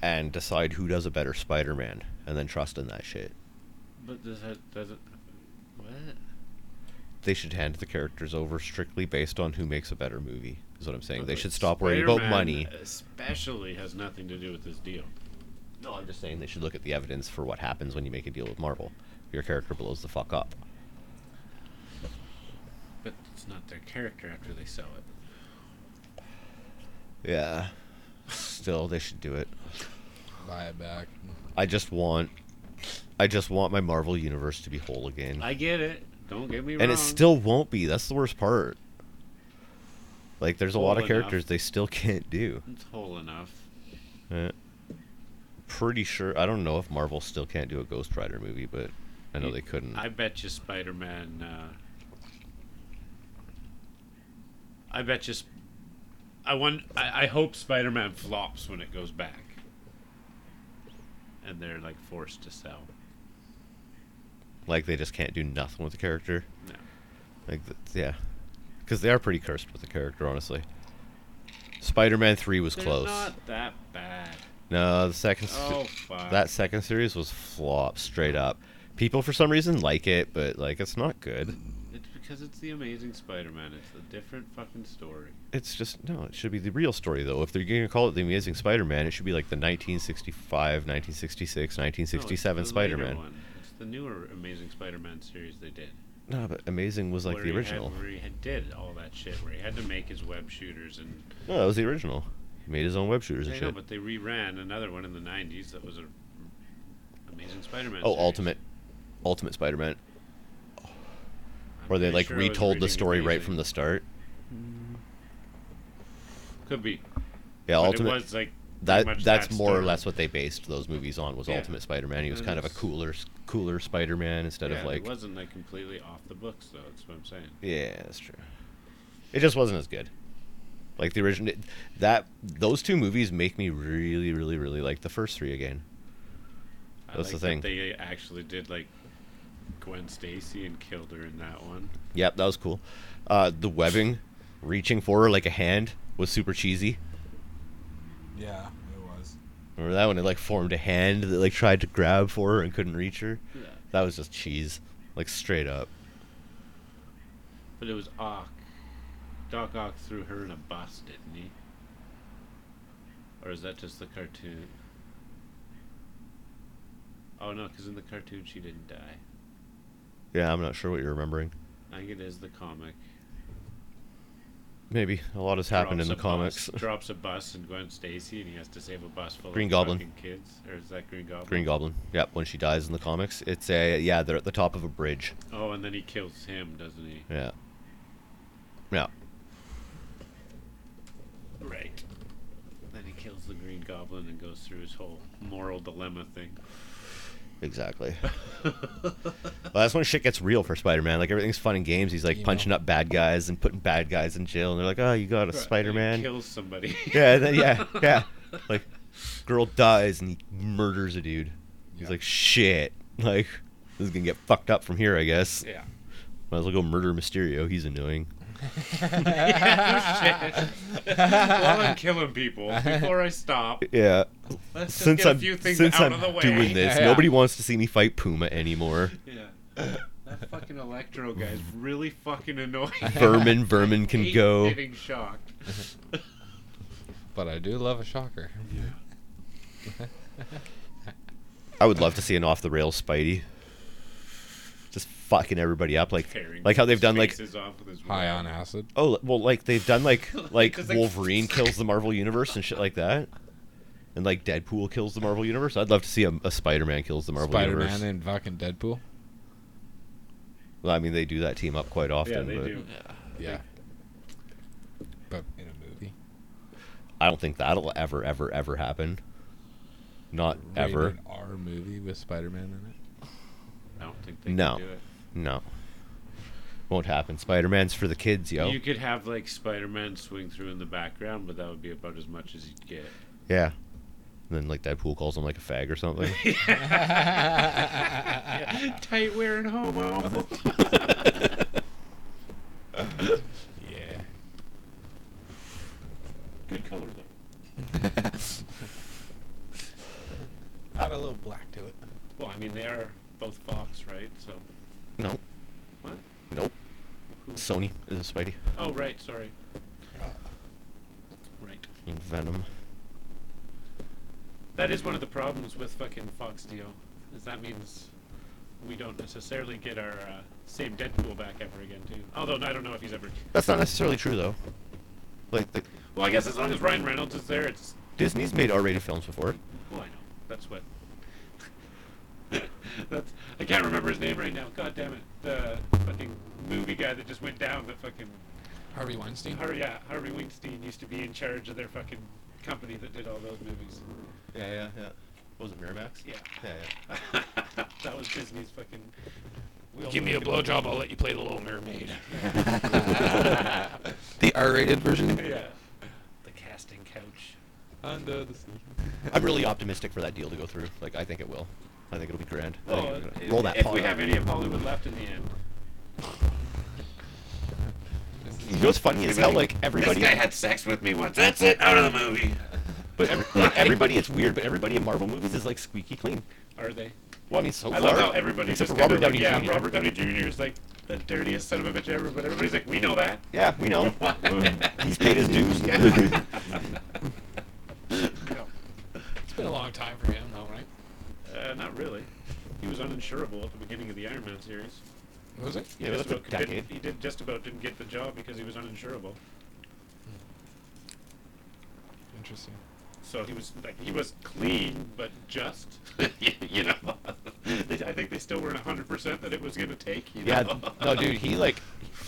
[SPEAKER 3] and decide who does a better Spider-Man, and then trust in that shit.
[SPEAKER 2] But does that does it? What?
[SPEAKER 3] They should hand the characters over strictly based on who makes a better movie. Is what I'm saying. They
[SPEAKER 2] But
[SPEAKER 3] should stop worrying about
[SPEAKER 2] Spider-Man
[SPEAKER 3] money.
[SPEAKER 2] Especially has nothing to do with this deal.
[SPEAKER 3] No, I'm just saying they should look at the evidence for what happens when you make a deal with Marvel. Your character blows the fuck up.
[SPEAKER 2] But it's not their character after they sell it.
[SPEAKER 3] Yeah. Still, they should do it.
[SPEAKER 1] Buy it back.
[SPEAKER 3] I just want, I just want my Marvel universe to be whole again.
[SPEAKER 2] I get it. Don't get me wrong.
[SPEAKER 3] Mm. and it still won't be. That's the worst part. Like, there's a lot of
[SPEAKER 2] Whole enough.
[SPEAKER 3] characters they still can't do.
[SPEAKER 2] it's whole enough.
[SPEAKER 3] Eh. Pretty sure. I don't know if Marvel still can't do a Ghost Rider movie, but I know
[SPEAKER 2] You-
[SPEAKER 3] they couldn't.
[SPEAKER 2] I bet you Spider-Man. Uh, I bet you. Sp- I want. I, I hope Spider-Man flops when it goes back, and they're like forced to sell.
[SPEAKER 3] Like, they just can't do nothing with the character.
[SPEAKER 2] No.
[SPEAKER 3] Like, th- yeah, because they are pretty cursed with the character, honestly. Spider-Man Three was
[SPEAKER 2] They're
[SPEAKER 3] close.
[SPEAKER 2] Not that bad.
[SPEAKER 3] No, the second. s-
[SPEAKER 2] Oh fuck.
[SPEAKER 3] That second series was flop straight up. People for some reason like it, but like it's not good.
[SPEAKER 2] It's because it's the Amazing Spider-Man. It's a different fucking story.
[SPEAKER 3] It's just no, it should be the real story though. If they're going to call it the Amazing Spider-Man, it should be like the 1965, 1966,
[SPEAKER 2] No, it's
[SPEAKER 3] 1967
[SPEAKER 2] the later
[SPEAKER 3] Spider-Man.
[SPEAKER 2] one. It's the newer Amazing Spider-Man series they did.
[SPEAKER 3] No, but Amazing was like
[SPEAKER 2] where
[SPEAKER 3] the
[SPEAKER 2] he had-
[SPEAKER 3] original.
[SPEAKER 2] where he had did all that shit, where he had to make his web shooters and
[SPEAKER 3] No, that was the original. He made his own web shooters and
[SPEAKER 2] I know,
[SPEAKER 3] shit.
[SPEAKER 2] but they reran another one in the '90s that was a Amazing Spider-Man.
[SPEAKER 3] Oh,
[SPEAKER 2] series.
[SPEAKER 3] Ultimate Ultimate Spider-Man.
[SPEAKER 2] I'm
[SPEAKER 3] Where they
[SPEAKER 2] pretty
[SPEAKER 3] like
[SPEAKER 2] sure I was
[SPEAKER 3] retold the
[SPEAKER 2] reading
[SPEAKER 3] story right
[SPEAKER 2] Amazing.
[SPEAKER 3] from the start.
[SPEAKER 2] Could be.
[SPEAKER 3] Yeah,
[SPEAKER 2] but
[SPEAKER 3] Ultimate
[SPEAKER 2] It was like
[SPEAKER 3] that
[SPEAKER 2] much
[SPEAKER 3] that's
[SPEAKER 2] that
[SPEAKER 3] more or
[SPEAKER 2] story.
[SPEAKER 3] less what they based those movies on was
[SPEAKER 2] Yeah.
[SPEAKER 3] Ultimate Spider-Man. He was
[SPEAKER 2] And
[SPEAKER 3] kind of a
[SPEAKER 2] it's-
[SPEAKER 3] cooler s- cooler Spider-Man instead
[SPEAKER 2] yeah,
[SPEAKER 3] of like
[SPEAKER 2] it wasn't like completely off the books though. That's what I'm saying.
[SPEAKER 3] Yeah, that's true. It just wasn't as good. Like the original that those two movies make me really really really like the first three again.
[SPEAKER 2] I
[SPEAKER 3] That's the
[SPEAKER 2] like
[SPEAKER 3] thing.
[SPEAKER 2] That they actually did like Gwen Stacy and killed her in that one.
[SPEAKER 3] Yep, that was cool. Uh the webbing reaching for her like a hand was super cheesy.
[SPEAKER 1] Yeah, it was.
[SPEAKER 3] Remember that when it like formed a hand that like tried to grab for her and couldn't reach her?
[SPEAKER 2] Yeah.
[SPEAKER 3] That was just cheese. Like straight up.
[SPEAKER 2] But it was Ock. Doc Ock threw her in a bus, didn't he? Or is that just the cartoon? Oh no, because in the cartoon she didn't die.
[SPEAKER 3] Yeah, I'm not sure what you're remembering.
[SPEAKER 2] I think it is the comic.
[SPEAKER 3] maybe a lot has happened in
[SPEAKER 2] drops
[SPEAKER 3] the
[SPEAKER 2] a
[SPEAKER 3] comics.
[SPEAKER 2] Bus, drops a bus in Gwen Stacy, and he has to save a bus full
[SPEAKER 3] Green
[SPEAKER 2] of
[SPEAKER 3] Goblin.
[SPEAKER 2] fucking kids. Or is that Green Goblin?
[SPEAKER 3] Green Goblin. Yep, when she dies in the comics, it's a yeah. They're at the top of a bridge.
[SPEAKER 2] Oh, and then he kills him, doesn't he?
[SPEAKER 3] Yeah. Yeah.
[SPEAKER 2] Right. Then he kills the Green Goblin and goes through his whole moral dilemma thing.
[SPEAKER 3] Exactly. Well, that's when shit gets real for Spider-Man. Like everything's fun and games. He's like
[SPEAKER 1] You
[SPEAKER 3] punching up bad guys and putting bad guys in jail, and they're like, "Oh, you got a
[SPEAKER 2] Right, and he
[SPEAKER 3] Spider-Man."
[SPEAKER 2] kills somebody.
[SPEAKER 3] Yeah, and then, yeah, yeah. Like, girl dies and he murders a dude. He's
[SPEAKER 1] Yeah.
[SPEAKER 3] like, "Shit!" Like, this is gonna get fucked up from here, I guess.
[SPEAKER 2] yeah.
[SPEAKER 3] Might as well go murder Mysterio. He's annoying.
[SPEAKER 2] Yeah, shit. While I'm killing people, before I stop,
[SPEAKER 3] Yeah.
[SPEAKER 2] let's just
[SPEAKER 3] since
[SPEAKER 2] get
[SPEAKER 3] I'm
[SPEAKER 2] a few things
[SPEAKER 3] since
[SPEAKER 2] out
[SPEAKER 3] I'm
[SPEAKER 2] of the way.
[SPEAKER 3] doing this,
[SPEAKER 1] Yeah.
[SPEAKER 3] nobody wants to see me fight Puma anymore.
[SPEAKER 2] Yeah. That fucking electro guy's really fucking annoying.
[SPEAKER 3] Vermin, Vermin can
[SPEAKER 2] Hate
[SPEAKER 3] go.
[SPEAKER 2] Getting shocked.
[SPEAKER 1] But I do love a shocker.
[SPEAKER 3] I would love to see an off the rails Spidey. Just fucking everybody up, like
[SPEAKER 2] Tearing
[SPEAKER 3] like how they've done like
[SPEAKER 2] faces off with his
[SPEAKER 1] High
[SPEAKER 2] wand.
[SPEAKER 1] on acid.
[SPEAKER 3] oh well like they've done like like
[SPEAKER 2] Just like-
[SPEAKER 3] Wolverine kills the Marvel universe and shit like that, and like Deadpool kills the Marvel universe. I'd love to see a, a Spider Man kills the Marvel
[SPEAKER 1] Spider
[SPEAKER 3] universe.
[SPEAKER 1] Man and fucking Deadpool.
[SPEAKER 3] well, I mean they do that team up quite often,
[SPEAKER 2] Yeah, they
[SPEAKER 3] but
[SPEAKER 2] do.
[SPEAKER 1] Yeah. But in a movie.
[SPEAKER 3] I don't think that'll ever ever ever happen. Not ever.
[SPEAKER 1] Rated R movie with Spider Man in it.
[SPEAKER 2] I don't think they
[SPEAKER 3] No.
[SPEAKER 2] can do it.
[SPEAKER 3] No. Won't happen. Spider Man's for the kids, yo.
[SPEAKER 2] You could have like Spider-Man swing through in the background, but that would be about as much as you'd get.
[SPEAKER 3] yeah. And then like Deadpool calls him like a fag or something.
[SPEAKER 2] Tight wearing oh. homo.
[SPEAKER 1] Yeah.
[SPEAKER 2] Good color though.
[SPEAKER 1] Add a little black to it.
[SPEAKER 2] Well, I mean they are both Fox, right? So
[SPEAKER 3] no.
[SPEAKER 2] what?
[SPEAKER 3] Nope. Sony is Spidey.
[SPEAKER 2] Oh right, sorry. Right.
[SPEAKER 3] And Venom.
[SPEAKER 2] That is one of the problems with fucking Fox deal, is that means we don't necessarily get our uh, same Deadpool back ever again too. Although I don't know if he's ever.
[SPEAKER 3] That's not necessarily true though. Like the,
[SPEAKER 2] Well, I guess as long as Ryan Reynolds is there, it's
[SPEAKER 3] Disney's made R rated films before.
[SPEAKER 2] Well, I know. That's what. That's. I can't remember his name right now. God damn it. The fucking movie guy that just went down. The fucking.
[SPEAKER 1] Harvey Weinstein.
[SPEAKER 2] Harvey, yeah, Harvey Weinstein used to be in charge of their fucking company that did all those movies.
[SPEAKER 3] Yeah, yeah, yeah. Was it Miramax?
[SPEAKER 2] Yeah.
[SPEAKER 3] Yeah,
[SPEAKER 2] that was Disney's fucking. Give me a blowjob. I'll let you play the Little Mermaid.
[SPEAKER 4] The R-rated version.
[SPEAKER 2] yeah. The casting couch.
[SPEAKER 1] Under the sea.
[SPEAKER 3] I'm really optimistic for that deal to go through. Like I think it will. I think it'll be grand. I think
[SPEAKER 2] Oh,
[SPEAKER 3] we're gonna
[SPEAKER 2] if-
[SPEAKER 3] roll that
[SPEAKER 2] If
[SPEAKER 3] pot
[SPEAKER 2] we
[SPEAKER 3] up.
[SPEAKER 2] have any of Hollywood left in the end.
[SPEAKER 3] You know what's funny is how like everybody
[SPEAKER 2] had sex with me once. That's it. Out of the movie.
[SPEAKER 3] but every, like, everybody it's weird, but everybody in Marvel movies is like squeaky clean.
[SPEAKER 2] Are they?
[SPEAKER 3] Well I mean so
[SPEAKER 2] I
[SPEAKER 3] far
[SPEAKER 2] love how everybody
[SPEAKER 3] except
[SPEAKER 2] just
[SPEAKER 3] for Robert
[SPEAKER 2] kinda
[SPEAKER 3] Downey
[SPEAKER 2] like, yeah,
[SPEAKER 3] Jr.
[SPEAKER 2] Robert Downey Jr. is like the dirtiest son of a bitch ever, but everybody's like, we know that.
[SPEAKER 3] Yeah, we know. He's paid his dues.
[SPEAKER 2] No.
[SPEAKER 1] It's been a long time for him, though, right?
[SPEAKER 2] Uh, not really. He was uninsurable at the beginning of the Iron Man series.
[SPEAKER 1] Was it?
[SPEAKER 3] yeah, that's
[SPEAKER 2] Just
[SPEAKER 3] a
[SPEAKER 2] about couldn't-
[SPEAKER 3] decade.
[SPEAKER 2] He did just about didn't get the job because he was uninsurable.
[SPEAKER 1] Interesting.
[SPEAKER 2] So he was like he was clean but just, you know. They- I think they still weren't hundred percent that it was gonna take. You know?
[SPEAKER 3] Yeah, no, dude, he like,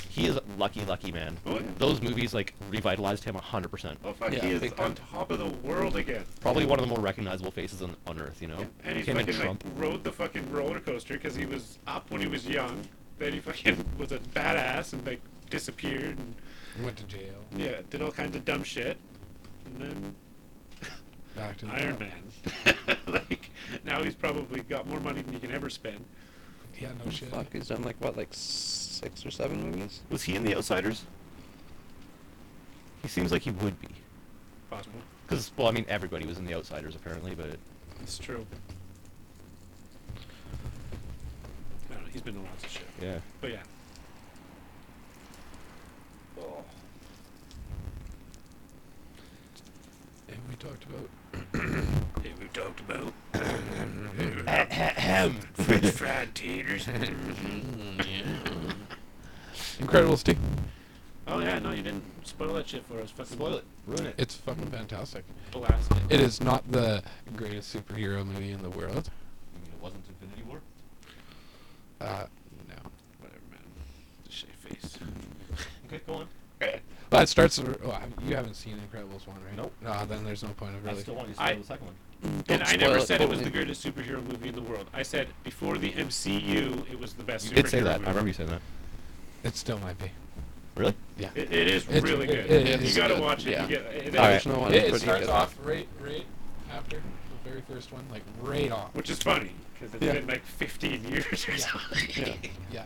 [SPEAKER 3] he is lucky, lucky man.
[SPEAKER 2] Oh, yeah.
[SPEAKER 3] Those movies like revitalized him hundred percent.
[SPEAKER 2] Oh fuck,
[SPEAKER 4] Yeah,
[SPEAKER 2] he is
[SPEAKER 4] big
[SPEAKER 2] on top of the world again.
[SPEAKER 3] Probably one of the more recognizable faces on, on Earth, you know.
[SPEAKER 2] And he
[SPEAKER 3] him and
[SPEAKER 2] fucking like
[SPEAKER 3] Trump.
[SPEAKER 2] rode the fucking roller coaster because he was up when he was young. Then he fucking was a badass and like disappeared and
[SPEAKER 1] Went to jail.
[SPEAKER 2] yeah, did all kinds of dumb shit. And then
[SPEAKER 1] Back to the
[SPEAKER 2] Iron Man. like now he's probably got more money than he can ever spend.
[SPEAKER 1] Yeah, no shit.
[SPEAKER 4] Fuck, he's done like what, like six or seven movies?
[SPEAKER 3] Was he in The Outsiders? He seems like he would be.
[SPEAKER 2] Possible.
[SPEAKER 3] Cause well, I mean, everybody was in The Outsiders apparently, but
[SPEAKER 2] It's true. I don't know, he's been in lots of shit.
[SPEAKER 3] yeah.
[SPEAKER 2] But yeah.
[SPEAKER 1] And we talked about
[SPEAKER 2] Hey, we talked about
[SPEAKER 1] Mm-hmm.
[SPEAKER 2] French fried taters.
[SPEAKER 1] Incredibles 2.
[SPEAKER 2] Oh yeah, no, you didn't spoil that shit for us. Fucking
[SPEAKER 5] Spoil it. Ruin it.
[SPEAKER 1] It's fucking fantastic.
[SPEAKER 2] Blast it.
[SPEAKER 1] It is not the greatest superhero movie in the world.
[SPEAKER 5] I mean, it wasn't Infinity War.
[SPEAKER 1] Uh, no.
[SPEAKER 2] Whatever, man. Just shave face.
[SPEAKER 5] Okay, go on.
[SPEAKER 1] Well, it starts. Well, you haven't seen Incredibles one, right?
[SPEAKER 5] Nope.
[SPEAKER 1] No, then there's no point of
[SPEAKER 5] I
[SPEAKER 1] really.
[SPEAKER 5] still want you to
[SPEAKER 2] I-
[SPEAKER 5] spoil the second one.
[SPEAKER 2] And I
[SPEAKER 4] spoil
[SPEAKER 2] never
[SPEAKER 4] it
[SPEAKER 2] said it was the
[SPEAKER 4] totally.
[SPEAKER 2] greatest superhero movie in the world. I said before the MCU, it was the best.
[SPEAKER 3] You did say
[SPEAKER 2] superhero
[SPEAKER 3] that.
[SPEAKER 2] Movie.
[SPEAKER 3] I remember you saying that.
[SPEAKER 1] It still might be.
[SPEAKER 3] Really?
[SPEAKER 1] Yeah.
[SPEAKER 2] It, it is
[SPEAKER 1] It's-
[SPEAKER 2] really
[SPEAKER 1] it-
[SPEAKER 2] good.
[SPEAKER 1] it is
[SPEAKER 2] you gotta
[SPEAKER 1] good,
[SPEAKER 2] watch it.
[SPEAKER 4] yeah.
[SPEAKER 2] You get, it
[SPEAKER 1] All
[SPEAKER 2] is-
[SPEAKER 1] right.
[SPEAKER 4] original one
[SPEAKER 1] it,
[SPEAKER 4] is
[SPEAKER 1] it
[SPEAKER 4] pretty
[SPEAKER 1] starts
[SPEAKER 4] good.
[SPEAKER 1] off right, right after the very first one, like right off.
[SPEAKER 2] Which is funny because it's
[SPEAKER 1] Yeah.
[SPEAKER 2] been like 15 years or
[SPEAKER 1] Yeah.
[SPEAKER 2] something.
[SPEAKER 1] Yeah.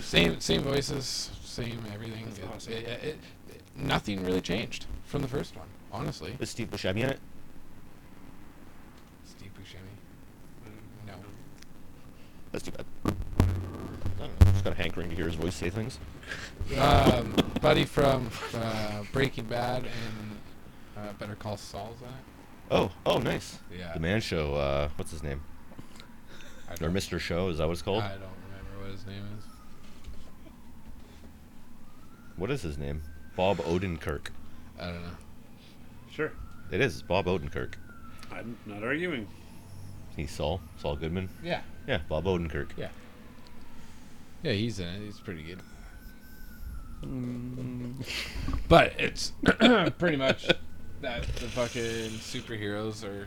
[SPEAKER 1] Same, same voices, same everything.
[SPEAKER 2] That's
[SPEAKER 1] It-
[SPEAKER 2] awesome.
[SPEAKER 1] it- it- it- nothing really changed from the first one, honestly.
[SPEAKER 3] Is Steve Buscemi in it?
[SPEAKER 1] Steve Buscemi. No.
[SPEAKER 3] That's too bad. I don't know. Just got a hankering to hear his voice say things.
[SPEAKER 1] Um, buddy from uh, Breaking Bad and uh, Better Call Saul's on it.
[SPEAKER 3] Oh, oh, nice.
[SPEAKER 1] Yeah.
[SPEAKER 3] The Man Show. Uh, what's his name?
[SPEAKER 1] I
[SPEAKER 3] Or
[SPEAKER 1] don't,
[SPEAKER 3] Mr. Show? Is that what it's called?
[SPEAKER 1] I don't remember what his name is.
[SPEAKER 3] What is his name? Bob Odenkirk.
[SPEAKER 1] I don't know.
[SPEAKER 2] Sure.
[SPEAKER 3] It is Bob Odenkirk.
[SPEAKER 2] I'm not arguing.
[SPEAKER 3] He's Saul. Saul Goodman.
[SPEAKER 1] Yeah.
[SPEAKER 3] Yeah, Bob Odenkirk.
[SPEAKER 1] Yeah. Yeah, he's in it. He's pretty good.
[SPEAKER 2] Mm.
[SPEAKER 1] But it's pretty much that the fucking superheroes are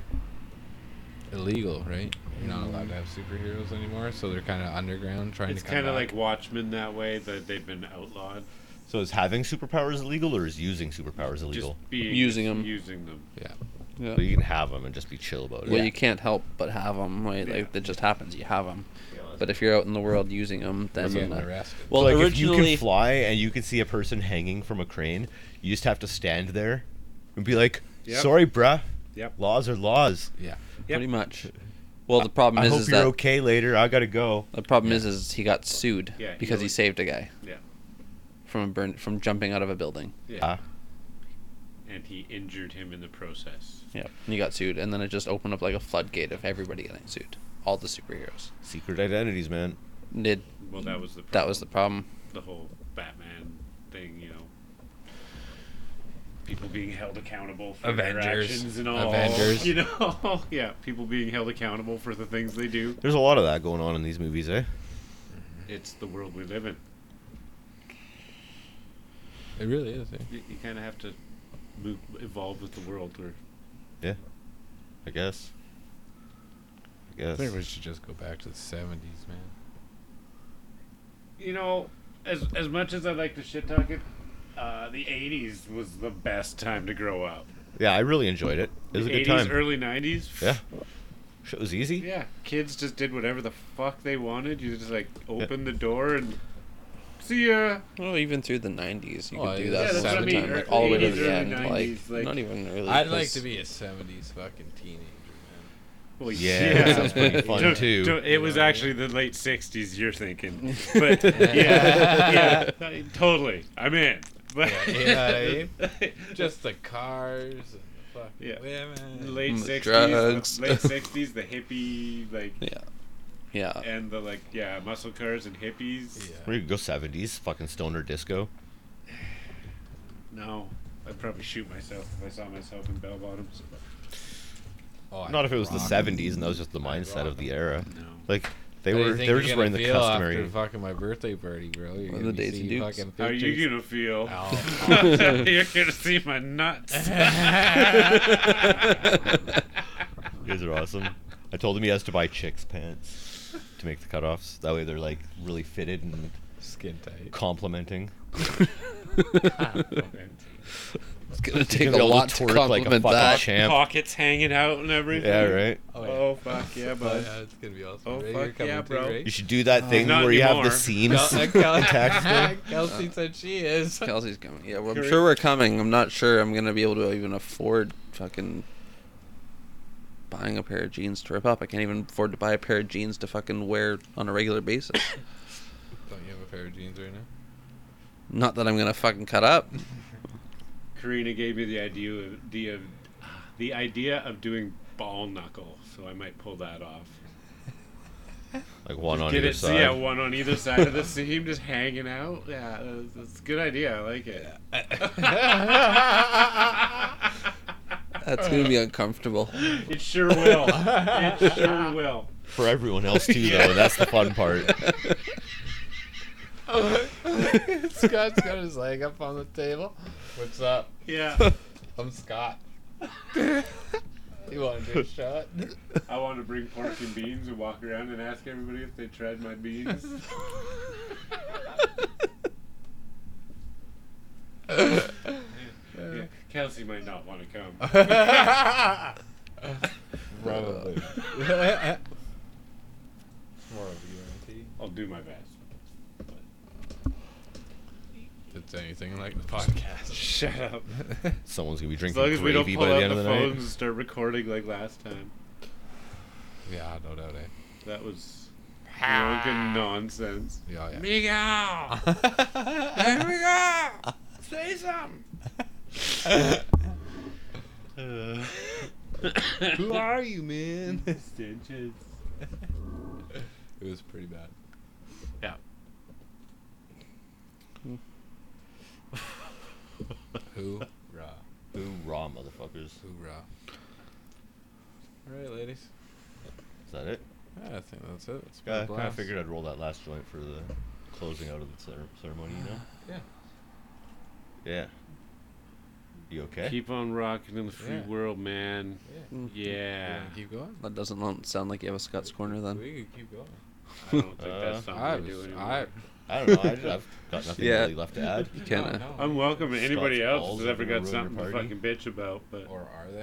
[SPEAKER 1] illegal, right? You're not allowed to have superheroes anymore, so they're kind of underground trying
[SPEAKER 2] It's
[SPEAKER 1] to. come
[SPEAKER 2] kind of
[SPEAKER 1] back.
[SPEAKER 2] like Watchmen that way that they've been outlawed.
[SPEAKER 3] So is having superpowers illegal or is using superpowers illegal?
[SPEAKER 2] Just uh, being
[SPEAKER 4] Using 'em.
[SPEAKER 2] Using them.
[SPEAKER 1] Yeah.
[SPEAKER 4] Yeah.
[SPEAKER 3] But you can have them and just be chill about it.
[SPEAKER 4] Well, you can't help but have them, right?
[SPEAKER 2] Yeah.
[SPEAKER 4] Like that just happens. You have them, but if you're out in the world using them,
[SPEAKER 1] They're
[SPEAKER 4] then
[SPEAKER 1] getting
[SPEAKER 4] uh,
[SPEAKER 1] arrested.
[SPEAKER 4] well,
[SPEAKER 3] like if you can
[SPEAKER 4] originally,
[SPEAKER 3] fly and you can see a person hanging from a crane, you just have to stand there and be like,
[SPEAKER 2] Yep.
[SPEAKER 3] "Sorry, bruh.
[SPEAKER 2] Yep.
[SPEAKER 3] Laws are laws.
[SPEAKER 1] yeah.
[SPEAKER 2] Yep.
[SPEAKER 4] pretty much. Well, the problem
[SPEAKER 3] I
[SPEAKER 4] is,
[SPEAKER 3] hope
[SPEAKER 4] is
[SPEAKER 3] you're
[SPEAKER 4] that
[SPEAKER 3] okay later. I gotta go."
[SPEAKER 4] the problem is, is he got sued
[SPEAKER 2] Yeah, he
[SPEAKER 4] because he
[SPEAKER 2] was-
[SPEAKER 4] saved a guy
[SPEAKER 2] Yeah.
[SPEAKER 4] from a burn from jumping out of a building.
[SPEAKER 2] Yeah.
[SPEAKER 1] uh,
[SPEAKER 3] Ah,
[SPEAKER 2] And he injured him in the process.
[SPEAKER 4] Yeah, and he got sued, and then it just opened up like a floodgate of everybody getting sued, all the superheroes.
[SPEAKER 3] secret identities, man.
[SPEAKER 4] Did
[SPEAKER 2] Well, that was the problem.
[SPEAKER 4] that was the problem?
[SPEAKER 2] the whole Batman thing, you know. People being held accountable for their
[SPEAKER 1] Avengers.
[SPEAKER 2] actions and all.
[SPEAKER 1] Avengers.
[SPEAKER 2] You know, yeah, people being held accountable for the things they do.
[SPEAKER 3] There's a lot of that going on in these movies, eh?
[SPEAKER 2] It's the world we live in.
[SPEAKER 1] It really is. Yeah.
[SPEAKER 2] You, you kind of have to move, evolve with the world. Or
[SPEAKER 3] Yeah. I guess. I
[SPEAKER 1] I
[SPEAKER 3] guess.
[SPEAKER 1] think we should just go back to the seventies, man.
[SPEAKER 2] you know, as as much as I like to shit talk it, uh, the '80s was the best time to grow up.
[SPEAKER 3] Yeah, I really enjoyed it. It was
[SPEAKER 2] the
[SPEAKER 3] a good time.
[SPEAKER 2] early '90s.
[SPEAKER 3] Yeah. Shit was easy.
[SPEAKER 2] Yeah, kids just did whatever the fuck they wanted. You just like open the door and see ya.
[SPEAKER 4] Well, even through the '90s, you
[SPEAKER 1] Oh,
[SPEAKER 4] could do
[SPEAKER 1] yeah,
[SPEAKER 4] that
[SPEAKER 1] that's
[SPEAKER 4] most
[SPEAKER 1] what
[SPEAKER 4] of
[SPEAKER 1] I
[SPEAKER 4] the
[SPEAKER 1] mean,
[SPEAKER 4] time,
[SPEAKER 1] or
[SPEAKER 4] like all the way to
[SPEAKER 1] 80s,
[SPEAKER 4] the
[SPEAKER 1] early
[SPEAKER 4] end. Like,
[SPEAKER 2] 90s, like-
[SPEAKER 4] not even really.
[SPEAKER 1] I'd like
[SPEAKER 4] 'cause-
[SPEAKER 1] to be a seventies fucking teenager, man.
[SPEAKER 2] Well,
[SPEAKER 3] Yeah,
[SPEAKER 2] yeah.
[SPEAKER 3] that sounds pretty fun
[SPEAKER 2] Don't-
[SPEAKER 3] too.
[SPEAKER 2] don't- it was
[SPEAKER 1] Yeah.
[SPEAKER 2] actually the late '60s. You're thinking, but yeah, yeah, totally. I'm in. But
[SPEAKER 1] Yeah, Just the cars and the fucking
[SPEAKER 2] Yeah.
[SPEAKER 1] women.
[SPEAKER 2] late
[SPEAKER 4] Mm,
[SPEAKER 2] '60s,
[SPEAKER 4] drugs.
[SPEAKER 2] late '60s, the hippie like,
[SPEAKER 4] Yeah, yeah.
[SPEAKER 2] and the like, yeah, muscle cars and hippies.
[SPEAKER 1] Yeah.
[SPEAKER 3] We could go 70s, fucking stoner disco.
[SPEAKER 2] No, I'd probably shoot myself if I saw myself in bell bottoms.
[SPEAKER 1] Oh, I'd
[SPEAKER 3] Not if it was the
[SPEAKER 1] rock 'em.
[SPEAKER 3] 70s and that was just the mindset of the era.
[SPEAKER 2] No.
[SPEAKER 3] Like they
[SPEAKER 1] How do you
[SPEAKER 3] were
[SPEAKER 1] think
[SPEAKER 3] they were
[SPEAKER 1] you're
[SPEAKER 3] just
[SPEAKER 1] gonna
[SPEAKER 3] wearing the
[SPEAKER 1] feel
[SPEAKER 3] customary.
[SPEAKER 1] After fucking my birthday party, bro. You're
[SPEAKER 4] One
[SPEAKER 1] gonna
[SPEAKER 4] of the
[SPEAKER 1] be
[SPEAKER 4] days you
[SPEAKER 1] seeing
[SPEAKER 4] do.
[SPEAKER 1] fucking
[SPEAKER 2] How are you gonna feel?
[SPEAKER 1] pictures.
[SPEAKER 2] You're gonna see my nuts.
[SPEAKER 3] You guys are awesome. I told him he has to buy chicks pants to make the cutoffs. That way they're like really fitted and
[SPEAKER 1] Skin tight.
[SPEAKER 3] complimenting.
[SPEAKER 4] It's gonna
[SPEAKER 3] He's
[SPEAKER 4] take
[SPEAKER 3] gonna
[SPEAKER 4] a
[SPEAKER 3] be able to
[SPEAKER 4] lot to
[SPEAKER 3] twerk
[SPEAKER 4] compliment
[SPEAKER 3] fucking
[SPEAKER 4] that.
[SPEAKER 3] champ.
[SPEAKER 2] Pockets hanging out and everything.
[SPEAKER 3] Yeah, right.
[SPEAKER 1] Oh, yeah.
[SPEAKER 2] Oh fuck yeah,
[SPEAKER 1] Oh,
[SPEAKER 2] bud.
[SPEAKER 1] yeah, it's gonna be awesome.
[SPEAKER 2] Oh,
[SPEAKER 1] Ray,
[SPEAKER 2] fuck
[SPEAKER 1] you're coming
[SPEAKER 2] yeah,
[SPEAKER 1] too,
[SPEAKER 2] bro.
[SPEAKER 1] Ray?
[SPEAKER 3] You should do that thing
[SPEAKER 2] Uh, Not
[SPEAKER 3] where you have the
[SPEAKER 2] anymore.
[SPEAKER 3] seams
[SPEAKER 1] No, uh, Kel-
[SPEAKER 3] intact still.
[SPEAKER 2] Uh.
[SPEAKER 1] Kelsey said she is.
[SPEAKER 4] Kelsey's coming. Yeah, well, I'm
[SPEAKER 2] Correct.
[SPEAKER 4] sure we're coming. I'm not sure I'm gonna be able to even afford fucking buying a pair of jeans to rip up. I can't even afford to buy a pair of jeans to fucking wear on a regular basis.
[SPEAKER 1] Don't you have a pair of jeans right now?
[SPEAKER 4] not that I'm gonna fucking cut up.
[SPEAKER 2] Karina gave me the idea of the, of, the idea of doing ball knuckle, so I might pull that off.
[SPEAKER 3] like one on
[SPEAKER 2] Get
[SPEAKER 3] either
[SPEAKER 2] it?
[SPEAKER 3] side.
[SPEAKER 2] Yeah, one on either side of the seam, just hanging out. Yeah, that's, that's a good idea. I like it.
[SPEAKER 4] That's gonna be uncomfortable.
[SPEAKER 2] it sure will. It sure will.
[SPEAKER 3] For everyone else too, though. That's the fun part.
[SPEAKER 1] Scott's got his leg up on the table. What's up?
[SPEAKER 2] Yeah,
[SPEAKER 1] I'm Scott. you want to do a shot?
[SPEAKER 2] I want to bring pork and beans and walk around and ask everybody if they tried my beans. Yeah, Kelsey might not want to come.
[SPEAKER 1] Probably. More of a UNT.
[SPEAKER 2] I'll do my best.
[SPEAKER 1] It's anything like the podcast.
[SPEAKER 2] Shut up.
[SPEAKER 3] Someone's gonna be
[SPEAKER 2] As
[SPEAKER 3] drinking
[SPEAKER 2] long as we don't
[SPEAKER 3] gravy
[SPEAKER 2] pull
[SPEAKER 3] by the
[SPEAKER 2] out
[SPEAKER 3] end
[SPEAKER 2] the,
[SPEAKER 3] of the
[SPEAKER 2] phones and
[SPEAKER 3] night.
[SPEAKER 2] start recording like last time.
[SPEAKER 1] Yeah, no doubt, eh?
[SPEAKER 2] That was drunken nonsense.
[SPEAKER 1] Yeah, yeah.
[SPEAKER 2] Miguel!
[SPEAKER 1] There we go!
[SPEAKER 2] Say something!
[SPEAKER 1] Who are you, man?
[SPEAKER 2] Stitches.
[SPEAKER 1] It was pretty bad.
[SPEAKER 2] Yeah.
[SPEAKER 1] Hoorah.
[SPEAKER 3] Hoorah, motherfuckers!
[SPEAKER 1] Hoorah. Alright, ladies.
[SPEAKER 3] Is that it?
[SPEAKER 1] Yeah, I think that's it. It's been a
[SPEAKER 3] Yeah, I kind of
[SPEAKER 1] blast.
[SPEAKER 3] figured I'd roll that last joint for the closing out of the cer- ceremony. You know?
[SPEAKER 1] Yeah.
[SPEAKER 3] Yeah. You okay?
[SPEAKER 2] Keep on rocking in the free
[SPEAKER 1] Yeah.
[SPEAKER 2] world, man.
[SPEAKER 1] Yeah.
[SPEAKER 4] Mm.
[SPEAKER 2] Yeah.
[SPEAKER 1] You wanna keep going?
[SPEAKER 4] That doesn't lo- sound like you have a Scott's corner then.
[SPEAKER 1] We could keep going.
[SPEAKER 2] I don't think
[SPEAKER 3] Uh,
[SPEAKER 2] that's something
[SPEAKER 1] I,
[SPEAKER 2] we do
[SPEAKER 1] was,
[SPEAKER 2] anymore.
[SPEAKER 1] I,
[SPEAKER 3] I don't know. I just, I've got nothing
[SPEAKER 4] Yeah.
[SPEAKER 3] really left to add.
[SPEAKER 4] You can't. uh,
[SPEAKER 1] no, no.
[SPEAKER 2] I'm welcome to anybody
[SPEAKER 3] Scott's
[SPEAKER 2] else
[SPEAKER 3] balls
[SPEAKER 2] who's ever
[SPEAKER 3] gonna ruin
[SPEAKER 2] got
[SPEAKER 3] your
[SPEAKER 2] something to
[SPEAKER 3] party.
[SPEAKER 2] fucking bitch about, but.
[SPEAKER 1] Or are they?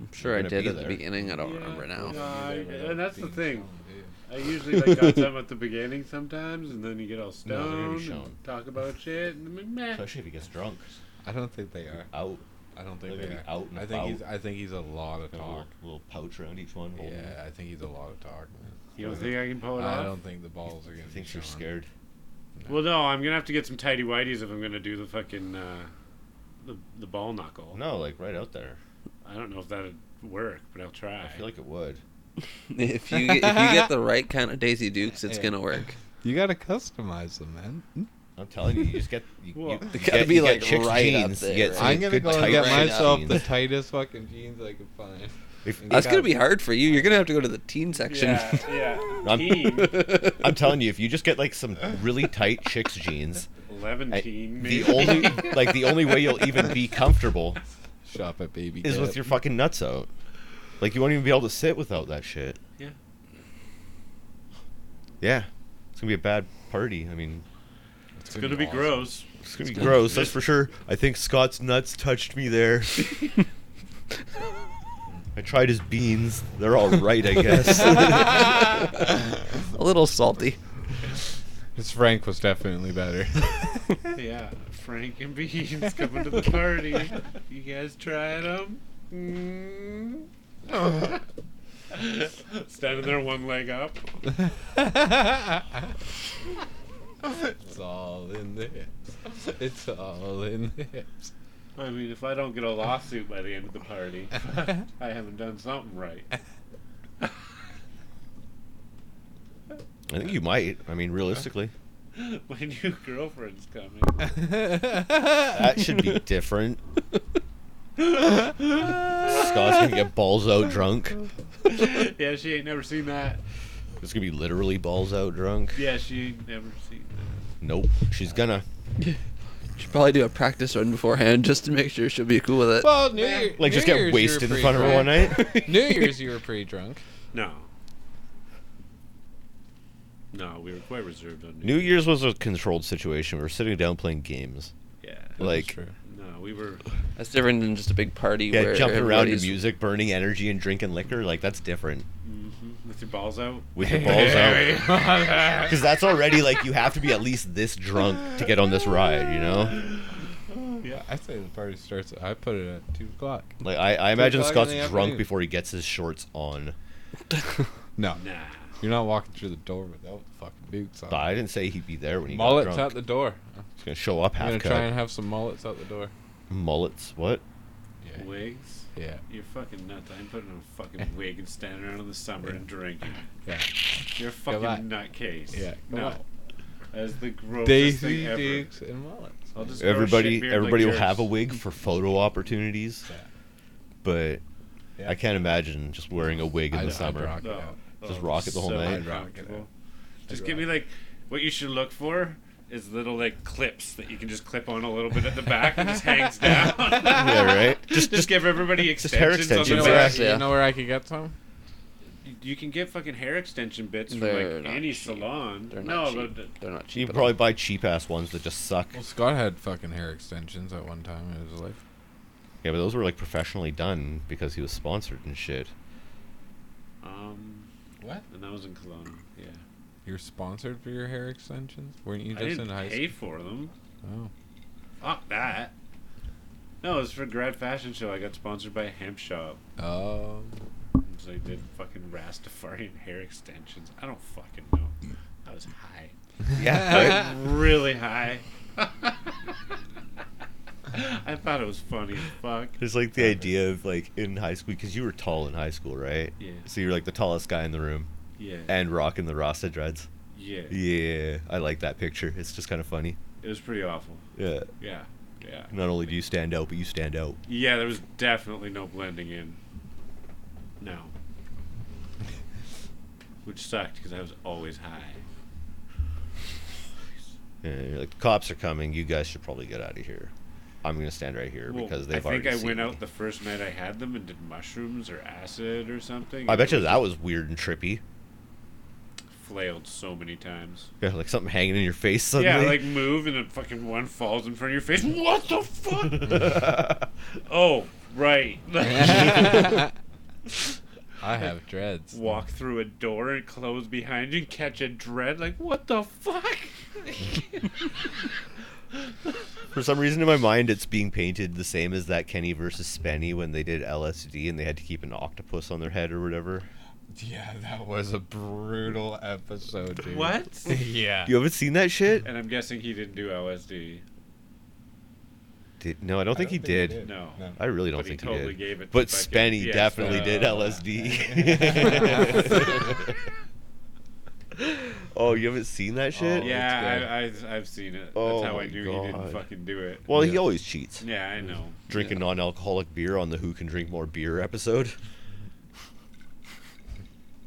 [SPEAKER 4] I'm sure I
[SPEAKER 3] You're gonna
[SPEAKER 4] did
[SPEAKER 3] be
[SPEAKER 4] at the
[SPEAKER 3] there.
[SPEAKER 4] beginning. I don't
[SPEAKER 2] Yeah,
[SPEAKER 4] remember now.
[SPEAKER 2] Uh, yeah.
[SPEAKER 1] You
[SPEAKER 2] I-
[SPEAKER 1] never know
[SPEAKER 2] and that's
[SPEAKER 1] being
[SPEAKER 2] the thing.
[SPEAKER 1] shown, do you?
[SPEAKER 2] I usually like got some at the beginning sometimes, and then you get all
[SPEAKER 3] No, they're gonna be
[SPEAKER 2] stoned,
[SPEAKER 3] shown.
[SPEAKER 2] and talk about shit, and then meh.
[SPEAKER 3] Especially if he gets drunk.
[SPEAKER 1] I don't think they are.
[SPEAKER 3] Out.
[SPEAKER 1] I don't think
[SPEAKER 3] They're
[SPEAKER 1] they
[SPEAKER 3] gonna
[SPEAKER 1] are.
[SPEAKER 3] be out and
[SPEAKER 1] I think
[SPEAKER 3] about.
[SPEAKER 1] he's. I think he's a lot of
[SPEAKER 3] A little,
[SPEAKER 1] talk.
[SPEAKER 3] little pouch around each one. holding it.
[SPEAKER 1] Yeah, I think he's a lot of talk, man.
[SPEAKER 2] You don't think I can pull it
[SPEAKER 1] I
[SPEAKER 2] off?
[SPEAKER 1] don't think the balls are
[SPEAKER 3] He
[SPEAKER 1] gonna. be
[SPEAKER 3] thinks you're
[SPEAKER 1] shown.
[SPEAKER 3] scared.
[SPEAKER 2] Well, no, I'm gonna have to get some tidy whities if I'm gonna do the fucking uh, the the ball knuckle.
[SPEAKER 3] No, like right out there.
[SPEAKER 2] I don't know if that'd work, but I'll try.
[SPEAKER 3] I feel like it would.
[SPEAKER 4] if you get, if you get the right kind of Daisy Dukes, it's
[SPEAKER 1] Yeah.
[SPEAKER 4] gonna work.
[SPEAKER 1] You gotta customize them, man.
[SPEAKER 3] I'm telling you, you just get you,
[SPEAKER 2] Well,
[SPEAKER 3] you,
[SPEAKER 2] They
[SPEAKER 3] you
[SPEAKER 4] gotta
[SPEAKER 3] get,
[SPEAKER 4] be,
[SPEAKER 3] you
[SPEAKER 4] like,
[SPEAKER 3] get chicks
[SPEAKER 4] right up
[SPEAKER 3] jeans.
[SPEAKER 4] there,
[SPEAKER 3] you get
[SPEAKER 4] right?
[SPEAKER 3] some
[SPEAKER 1] I'm gonna
[SPEAKER 3] good
[SPEAKER 1] go
[SPEAKER 3] tight
[SPEAKER 1] and get
[SPEAKER 3] jeans.
[SPEAKER 1] myself the
[SPEAKER 3] Jeans.
[SPEAKER 1] tightest fucking jeans I can find.
[SPEAKER 3] If-
[SPEAKER 1] And
[SPEAKER 4] That's gonna
[SPEAKER 1] got-
[SPEAKER 4] be hard for you. You're gonna have to go to the teen section.
[SPEAKER 2] Yeah, yeah.
[SPEAKER 3] I'm-
[SPEAKER 2] Teen,
[SPEAKER 3] I'm telling you, if you just get like some really tight chicks jeans,
[SPEAKER 2] eleven
[SPEAKER 3] I-
[SPEAKER 2] teen.
[SPEAKER 3] the
[SPEAKER 2] Maybe.
[SPEAKER 3] only like the only way you'll even be comfortable
[SPEAKER 1] Shop at Baby.
[SPEAKER 3] is with
[SPEAKER 1] Dip.
[SPEAKER 3] your fucking nuts out. Like you won't even be able to sit without that shit.
[SPEAKER 2] Yeah.
[SPEAKER 3] Yeah, it's gonna be a bad party. I mean,
[SPEAKER 2] It's gonna be
[SPEAKER 1] awesome.
[SPEAKER 2] gross.
[SPEAKER 3] it's gonna be gross. That's for sure. I think Scott's nuts touched me there. I tried his beans. They're all right, I guess.
[SPEAKER 4] A little salty.
[SPEAKER 1] His Frank was definitely better.
[SPEAKER 2] Yeah, Frank and Beans coming to the party. You guys trying them? Mm. Standing there, one leg up.
[SPEAKER 1] it's all in the hips. It's all in the hips.
[SPEAKER 2] I mean, if I don't get a lawsuit by the end of the party, I haven't done something right.
[SPEAKER 3] I think you might. I mean, realistically,
[SPEAKER 2] My new girlfriend's coming.
[SPEAKER 3] that should be different. Scott's gonna get balls out drunk.
[SPEAKER 2] yeah, she ain't never seen that.
[SPEAKER 3] It's gonna be literally balls out drunk.
[SPEAKER 2] Yeah, she ain't never seen that.
[SPEAKER 3] Nope, she's gonna.
[SPEAKER 4] Should probably do a practice run beforehand just to make sure she'll be cool with it.
[SPEAKER 1] Well, New Year,
[SPEAKER 3] Like, just
[SPEAKER 1] New
[SPEAKER 3] get
[SPEAKER 1] Year's you
[SPEAKER 3] wasted
[SPEAKER 1] were
[SPEAKER 3] in front of her
[SPEAKER 1] pretty
[SPEAKER 3] one
[SPEAKER 1] drunk.
[SPEAKER 3] night.
[SPEAKER 1] New Year's you were pretty drunk.
[SPEAKER 2] No. No, we were quite reserved on
[SPEAKER 3] New Year's was a controlled situation. We were sitting down playing games.
[SPEAKER 2] Yeah.
[SPEAKER 3] Like-
[SPEAKER 2] No, we were.
[SPEAKER 4] That's different than just a big party.
[SPEAKER 3] Yeah,
[SPEAKER 4] where
[SPEAKER 3] jumping around to
[SPEAKER 4] everybody's-
[SPEAKER 3] music, burning energy, and drinking liquor. Like, that's different.
[SPEAKER 2] mhm, With your balls out.
[SPEAKER 3] With your balls out. Because that's already, like, you have to be at least this drunk to get on this ride, you know?
[SPEAKER 1] Yeah, I say the party starts. I put it at two o'clock.
[SPEAKER 3] Like, I, I imagine
[SPEAKER 1] o'clock in
[SPEAKER 3] Scott's
[SPEAKER 1] the
[SPEAKER 3] drunk
[SPEAKER 1] afternoon.
[SPEAKER 3] before he gets his shorts on.
[SPEAKER 1] No,
[SPEAKER 2] Nah.
[SPEAKER 1] you're not walking through the door without the fucking boots on.
[SPEAKER 3] But I didn't say he'd be there when he got
[SPEAKER 1] Mullets
[SPEAKER 3] drunk.
[SPEAKER 1] out the door.
[SPEAKER 3] He's going to show up
[SPEAKER 1] I'm gonna
[SPEAKER 3] half
[SPEAKER 1] try
[SPEAKER 3] cut.
[SPEAKER 1] and have some mullets out the door.
[SPEAKER 3] Mullets, what?
[SPEAKER 1] Yeah.
[SPEAKER 2] Wigs?
[SPEAKER 1] Yeah.
[SPEAKER 2] You're fucking nuts. I'm putting on a fucking wig and standing around in the summer and drinking.
[SPEAKER 1] Yeah.
[SPEAKER 2] You're a fucking
[SPEAKER 1] on.
[SPEAKER 2] nutcase.
[SPEAKER 1] Yeah, come
[SPEAKER 2] No.
[SPEAKER 1] on.
[SPEAKER 2] That's the grossest
[SPEAKER 1] Daisy
[SPEAKER 2] thing ever.
[SPEAKER 1] Dukes and Mullins.
[SPEAKER 2] I'll just grow a shit
[SPEAKER 3] Everybody,
[SPEAKER 2] beard
[SPEAKER 3] everybody
[SPEAKER 2] like
[SPEAKER 3] will have a
[SPEAKER 2] yours.
[SPEAKER 3] wig for photo opportunities,
[SPEAKER 1] Yeah.
[SPEAKER 3] but
[SPEAKER 1] Yeah.
[SPEAKER 3] I can't imagine just wearing a wig in
[SPEAKER 1] I'd-
[SPEAKER 3] the
[SPEAKER 1] I'd
[SPEAKER 3] summer.
[SPEAKER 1] rock it
[SPEAKER 2] No.
[SPEAKER 1] out.
[SPEAKER 3] Just rock it the whole night.
[SPEAKER 1] I'd rock it
[SPEAKER 2] Oh, uncomfortable.
[SPEAKER 1] out.
[SPEAKER 2] Just
[SPEAKER 1] I'd
[SPEAKER 2] give me like what you should look for is little like clips that you can just clip on a little bit at the back and just hangs down.
[SPEAKER 3] yeah, right.
[SPEAKER 2] Just, just give everybody
[SPEAKER 3] just hair
[SPEAKER 2] extensions,
[SPEAKER 3] extensions,
[SPEAKER 2] on
[SPEAKER 1] You
[SPEAKER 2] the
[SPEAKER 1] know,
[SPEAKER 3] yeah.
[SPEAKER 2] back.
[SPEAKER 1] where, I-
[SPEAKER 4] Yeah.
[SPEAKER 1] you know where I could get some?
[SPEAKER 2] You can get fucking hair extension bits
[SPEAKER 4] They're
[SPEAKER 2] from
[SPEAKER 4] not
[SPEAKER 2] like any
[SPEAKER 4] cheap.
[SPEAKER 2] salon.
[SPEAKER 4] They're
[SPEAKER 2] no,
[SPEAKER 4] not cheap.
[SPEAKER 2] but
[SPEAKER 4] They're not cheap.
[SPEAKER 3] You can
[SPEAKER 4] at
[SPEAKER 3] probably buy cheap ass ones that just suck.
[SPEAKER 1] Well, Scott had fucking hair extensions at one time in his life.
[SPEAKER 3] Yeah, but those were like professionally done because he was sponsored and shit.
[SPEAKER 2] um,
[SPEAKER 1] What?
[SPEAKER 2] and that was in Cologne. Yeah,
[SPEAKER 1] You're sponsored for your hair extensions? Weren't you
[SPEAKER 2] I
[SPEAKER 1] just
[SPEAKER 2] didn't
[SPEAKER 1] in high
[SPEAKER 2] pay
[SPEAKER 1] school?
[SPEAKER 2] for them.
[SPEAKER 1] Oh.
[SPEAKER 2] Fuck that. No, it was for grad fashion show. I got sponsored by Hemp Shop.
[SPEAKER 1] Um,
[SPEAKER 2] So I did fucking Rastafarian hair extensions. I don't fucking know. I was high.
[SPEAKER 3] Yeah,
[SPEAKER 2] really high. I thought it was funny as fuck.
[SPEAKER 3] There's like the idea of like in high school because you were tall in high school, right?
[SPEAKER 2] Yeah.
[SPEAKER 3] So you're like the tallest guy in the room
[SPEAKER 2] Yeah.
[SPEAKER 3] and rocking the Rasta dreads.
[SPEAKER 2] Yeah.
[SPEAKER 3] Yeah, I like that picture. It's just kind of funny.
[SPEAKER 2] It was pretty awful.
[SPEAKER 3] Yeah.
[SPEAKER 2] Yeah. Yeah.
[SPEAKER 3] Not only do you stand out, but you stand out.
[SPEAKER 2] Yeah, there was definitely no blending in. No. Which sucked because I was always high.
[SPEAKER 3] And you're like, the cops are coming. You guys should probably get out of here. I'm gonna stand right here
[SPEAKER 2] Well,
[SPEAKER 3] because
[SPEAKER 2] I
[SPEAKER 3] they've
[SPEAKER 2] think
[SPEAKER 3] already.
[SPEAKER 2] I
[SPEAKER 3] seen
[SPEAKER 2] went
[SPEAKER 3] me."
[SPEAKER 2] out the first night I had them and did mushrooms or acid or something.
[SPEAKER 3] I
[SPEAKER 2] and
[SPEAKER 3] bet
[SPEAKER 2] I
[SPEAKER 3] you that was weird and trippy.
[SPEAKER 2] flailed so many times.
[SPEAKER 3] Yeah, like something hanging in your face suddenly.
[SPEAKER 2] Yeah, like move and then fucking one falls in front of your face. What the fuck? oh, right.
[SPEAKER 1] Oh. I have dreads.
[SPEAKER 2] Walk through a door and close behind you and catch a dread. Like, what the fuck?
[SPEAKER 3] For some reason in my mind, it's being painted the same as that Kenny versus Spenny when they did LSD and they had to keep an octopus on their head or whatever.
[SPEAKER 1] Yeah, that was a brutal episode, dude.
[SPEAKER 2] what?
[SPEAKER 1] yeah.
[SPEAKER 3] You haven't seen that shit?
[SPEAKER 2] and I'm guessing he didn't do LSD.
[SPEAKER 3] Did, no, I don't think he did.
[SPEAKER 2] No.
[SPEAKER 3] I really don't
[SPEAKER 2] But he
[SPEAKER 3] think he,
[SPEAKER 2] totally
[SPEAKER 3] did.
[SPEAKER 2] gave it to
[SPEAKER 3] but
[SPEAKER 2] fucking-
[SPEAKER 3] Spenny
[SPEAKER 2] yeah,
[SPEAKER 3] definitely
[SPEAKER 1] Spenny.
[SPEAKER 3] did LSD. oh, you haven't seen that shit?
[SPEAKER 1] Oh,
[SPEAKER 2] yeah,
[SPEAKER 1] good.
[SPEAKER 2] I, I, I've seen it. That's
[SPEAKER 3] Oh
[SPEAKER 2] how
[SPEAKER 3] my
[SPEAKER 2] I knew he didn't
[SPEAKER 3] God.
[SPEAKER 2] fucking do it.
[SPEAKER 3] Well, he
[SPEAKER 1] Yeah.
[SPEAKER 3] always cheats.
[SPEAKER 2] Yeah, I know.
[SPEAKER 3] Drink a non-alcoholic beer on the Who Can Drink More Beer episode.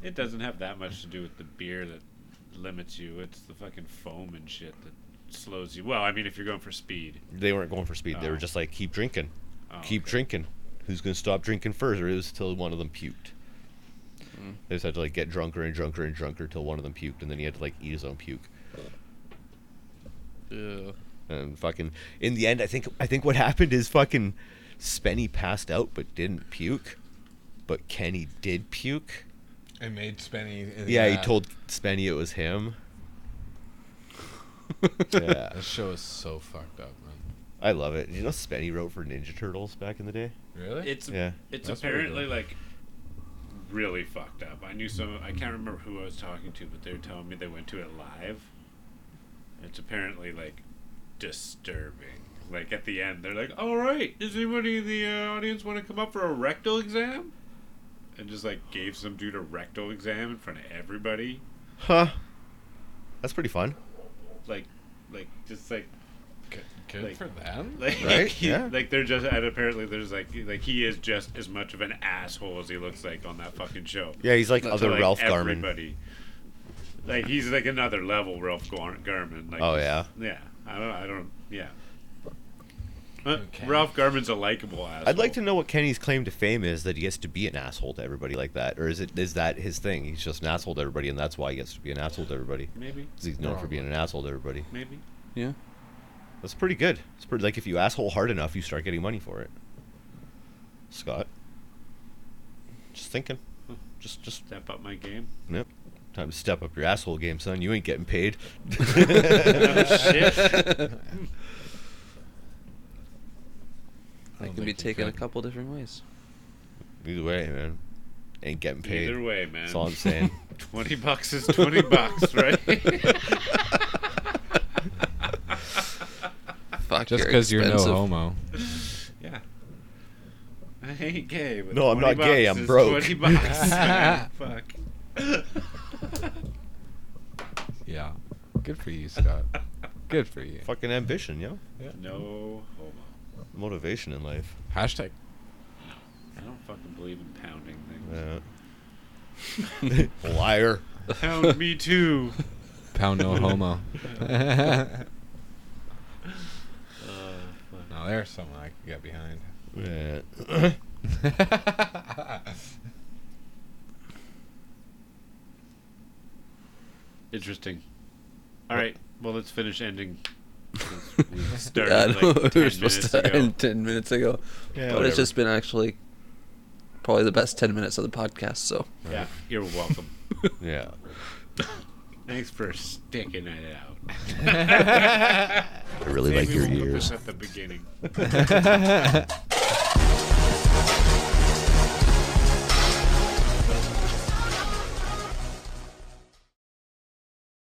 [SPEAKER 2] It doesn't have that much to do with the beer that limits you. It's the fucking foam and shit that slows you. Well, I mean, if you're going for speed.
[SPEAKER 3] They weren't going for speed. They
[SPEAKER 2] Oh.
[SPEAKER 3] were just like, keep drinking,
[SPEAKER 2] Oh,
[SPEAKER 3] keep
[SPEAKER 2] okay.
[SPEAKER 3] drinking. Who's gonna stop drinking first? Or it was till one of them puked. They just had to like get drunker and drunker and drunker till one of them puked, and then he had to like eat his own puke.
[SPEAKER 4] all. Ugh.
[SPEAKER 3] And fucking in the end, I think I think what happened is fucking Spenny passed out but didn't puke, but Kenny did puke.
[SPEAKER 1] It made Spenny. uh,
[SPEAKER 3] Yeah, he told Spenny it was him. yeah,
[SPEAKER 1] That show is so fucked up, man.
[SPEAKER 3] I love it. You know, Spenny wrote for Ninja Turtles back in the day.
[SPEAKER 1] Really?
[SPEAKER 2] It's
[SPEAKER 3] Yeah.
[SPEAKER 2] it's
[SPEAKER 1] That's pretty
[SPEAKER 2] apparently
[SPEAKER 1] good.
[SPEAKER 2] like really fucked up. I knew some. I can't remember who I was talking to, but they were telling me they went to it live. It's apparently like disturbing. Like at the end, they're like, "All right, does anybody in the uh, audience want to come up for a rectal exam?" And just like gave some dude a rectal exam in front of everybody.
[SPEAKER 3] Huh. That's pretty fun.
[SPEAKER 2] Like, like just like
[SPEAKER 1] good good
[SPEAKER 2] like-
[SPEAKER 1] for them.
[SPEAKER 2] Like,
[SPEAKER 3] Right?
[SPEAKER 2] he-
[SPEAKER 3] Yeah.
[SPEAKER 2] Like they're just, and apparently there's like, like he is just as much of an asshole as he looks like on that fucking show.
[SPEAKER 3] Yeah, he's like
[SPEAKER 2] To,
[SPEAKER 3] other
[SPEAKER 2] like,
[SPEAKER 3] Ralph Garman.
[SPEAKER 2] everybody. Like he's like another level Ralph Gar- Garman. Like,
[SPEAKER 3] Oh,
[SPEAKER 2] he's- Yeah. I don't. I don't. Yeah. Uh,
[SPEAKER 1] Okay.
[SPEAKER 2] Ralph Garman's a likable asshole.
[SPEAKER 3] I'd like to know what Kenny's claim to fame is that he gets to be an asshole to everybody like that, or is it is that his thing? He's just an asshole to everybody, and that's why he gets to be an asshole to everybody.
[SPEAKER 2] Maybe.
[SPEAKER 3] 'Cause he's known for being an asshole to everybody.
[SPEAKER 2] Maybe.
[SPEAKER 4] Yeah.
[SPEAKER 3] That's pretty good. It's pretty like if you asshole hard enough, you start getting money for it. Scott, just thinking, just just
[SPEAKER 2] Step up my game.
[SPEAKER 3] yep. Time to step up your asshole game, son. You ain't getting paid.
[SPEAKER 1] I
[SPEAKER 4] That
[SPEAKER 1] don't
[SPEAKER 4] can be
[SPEAKER 1] think you
[SPEAKER 4] taken a
[SPEAKER 1] could.
[SPEAKER 4] couple different ways.
[SPEAKER 3] Either way, man, ain't getting paid.
[SPEAKER 2] Either way, man.
[SPEAKER 3] That's all I'm saying.
[SPEAKER 2] Twenty bucks is twenty bucks, right?
[SPEAKER 4] Fuck.
[SPEAKER 1] Just
[SPEAKER 4] you're
[SPEAKER 2] Ah,
[SPEAKER 1] because you're no
[SPEAKER 4] expensive.
[SPEAKER 1] homo.
[SPEAKER 2] yeah. I ain't gay. But
[SPEAKER 3] No, I'm
[SPEAKER 2] 20
[SPEAKER 3] not gay,
[SPEAKER 2] bucks
[SPEAKER 3] I'm
[SPEAKER 2] is
[SPEAKER 3] broke.
[SPEAKER 2] 20 bucks. man. Fuck.
[SPEAKER 1] Yeah. Good for you, Scott. Good for you.
[SPEAKER 3] Fucking ambition, yo.
[SPEAKER 2] No homo.
[SPEAKER 3] Motivation in life.
[SPEAKER 1] Hashtag.
[SPEAKER 2] I don't fucking believe in pounding things.
[SPEAKER 3] Uh, liar.
[SPEAKER 2] Pound me too.
[SPEAKER 1] Pound no homo. now
[SPEAKER 2] Uh, fuck.
[SPEAKER 1] there's something I could get behind.
[SPEAKER 3] Yeah.
[SPEAKER 2] Interesting. All right. Well, let's finish ending. since We started
[SPEAKER 4] Yeah, I know
[SPEAKER 2] like
[SPEAKER 4] we
[SPEAKER 2] 10
[SPEAKER 4] were supposed
[SPEAKER 2] minutes
[SPEAKER 4] to
[SPEAKER 2] ago.
[SPEAKER 4] end 10 minutes ago.
[SPEAKER 3] Yeah,
[SPEAKER 4] but
[SPEAKER 3] whatever.
[SPEAKER 4] it's just been actually probably the best 10 minutes of the podcast. So
[SPEAKER 2] Yeah, you're welcome.
[SPEAKER 3] Yeah.
[SPEAKER 2] Thanks for sticking it out.
[SPEAKER 3] I really
[SPEAKER 2] Maybe we'll put this at the beginning.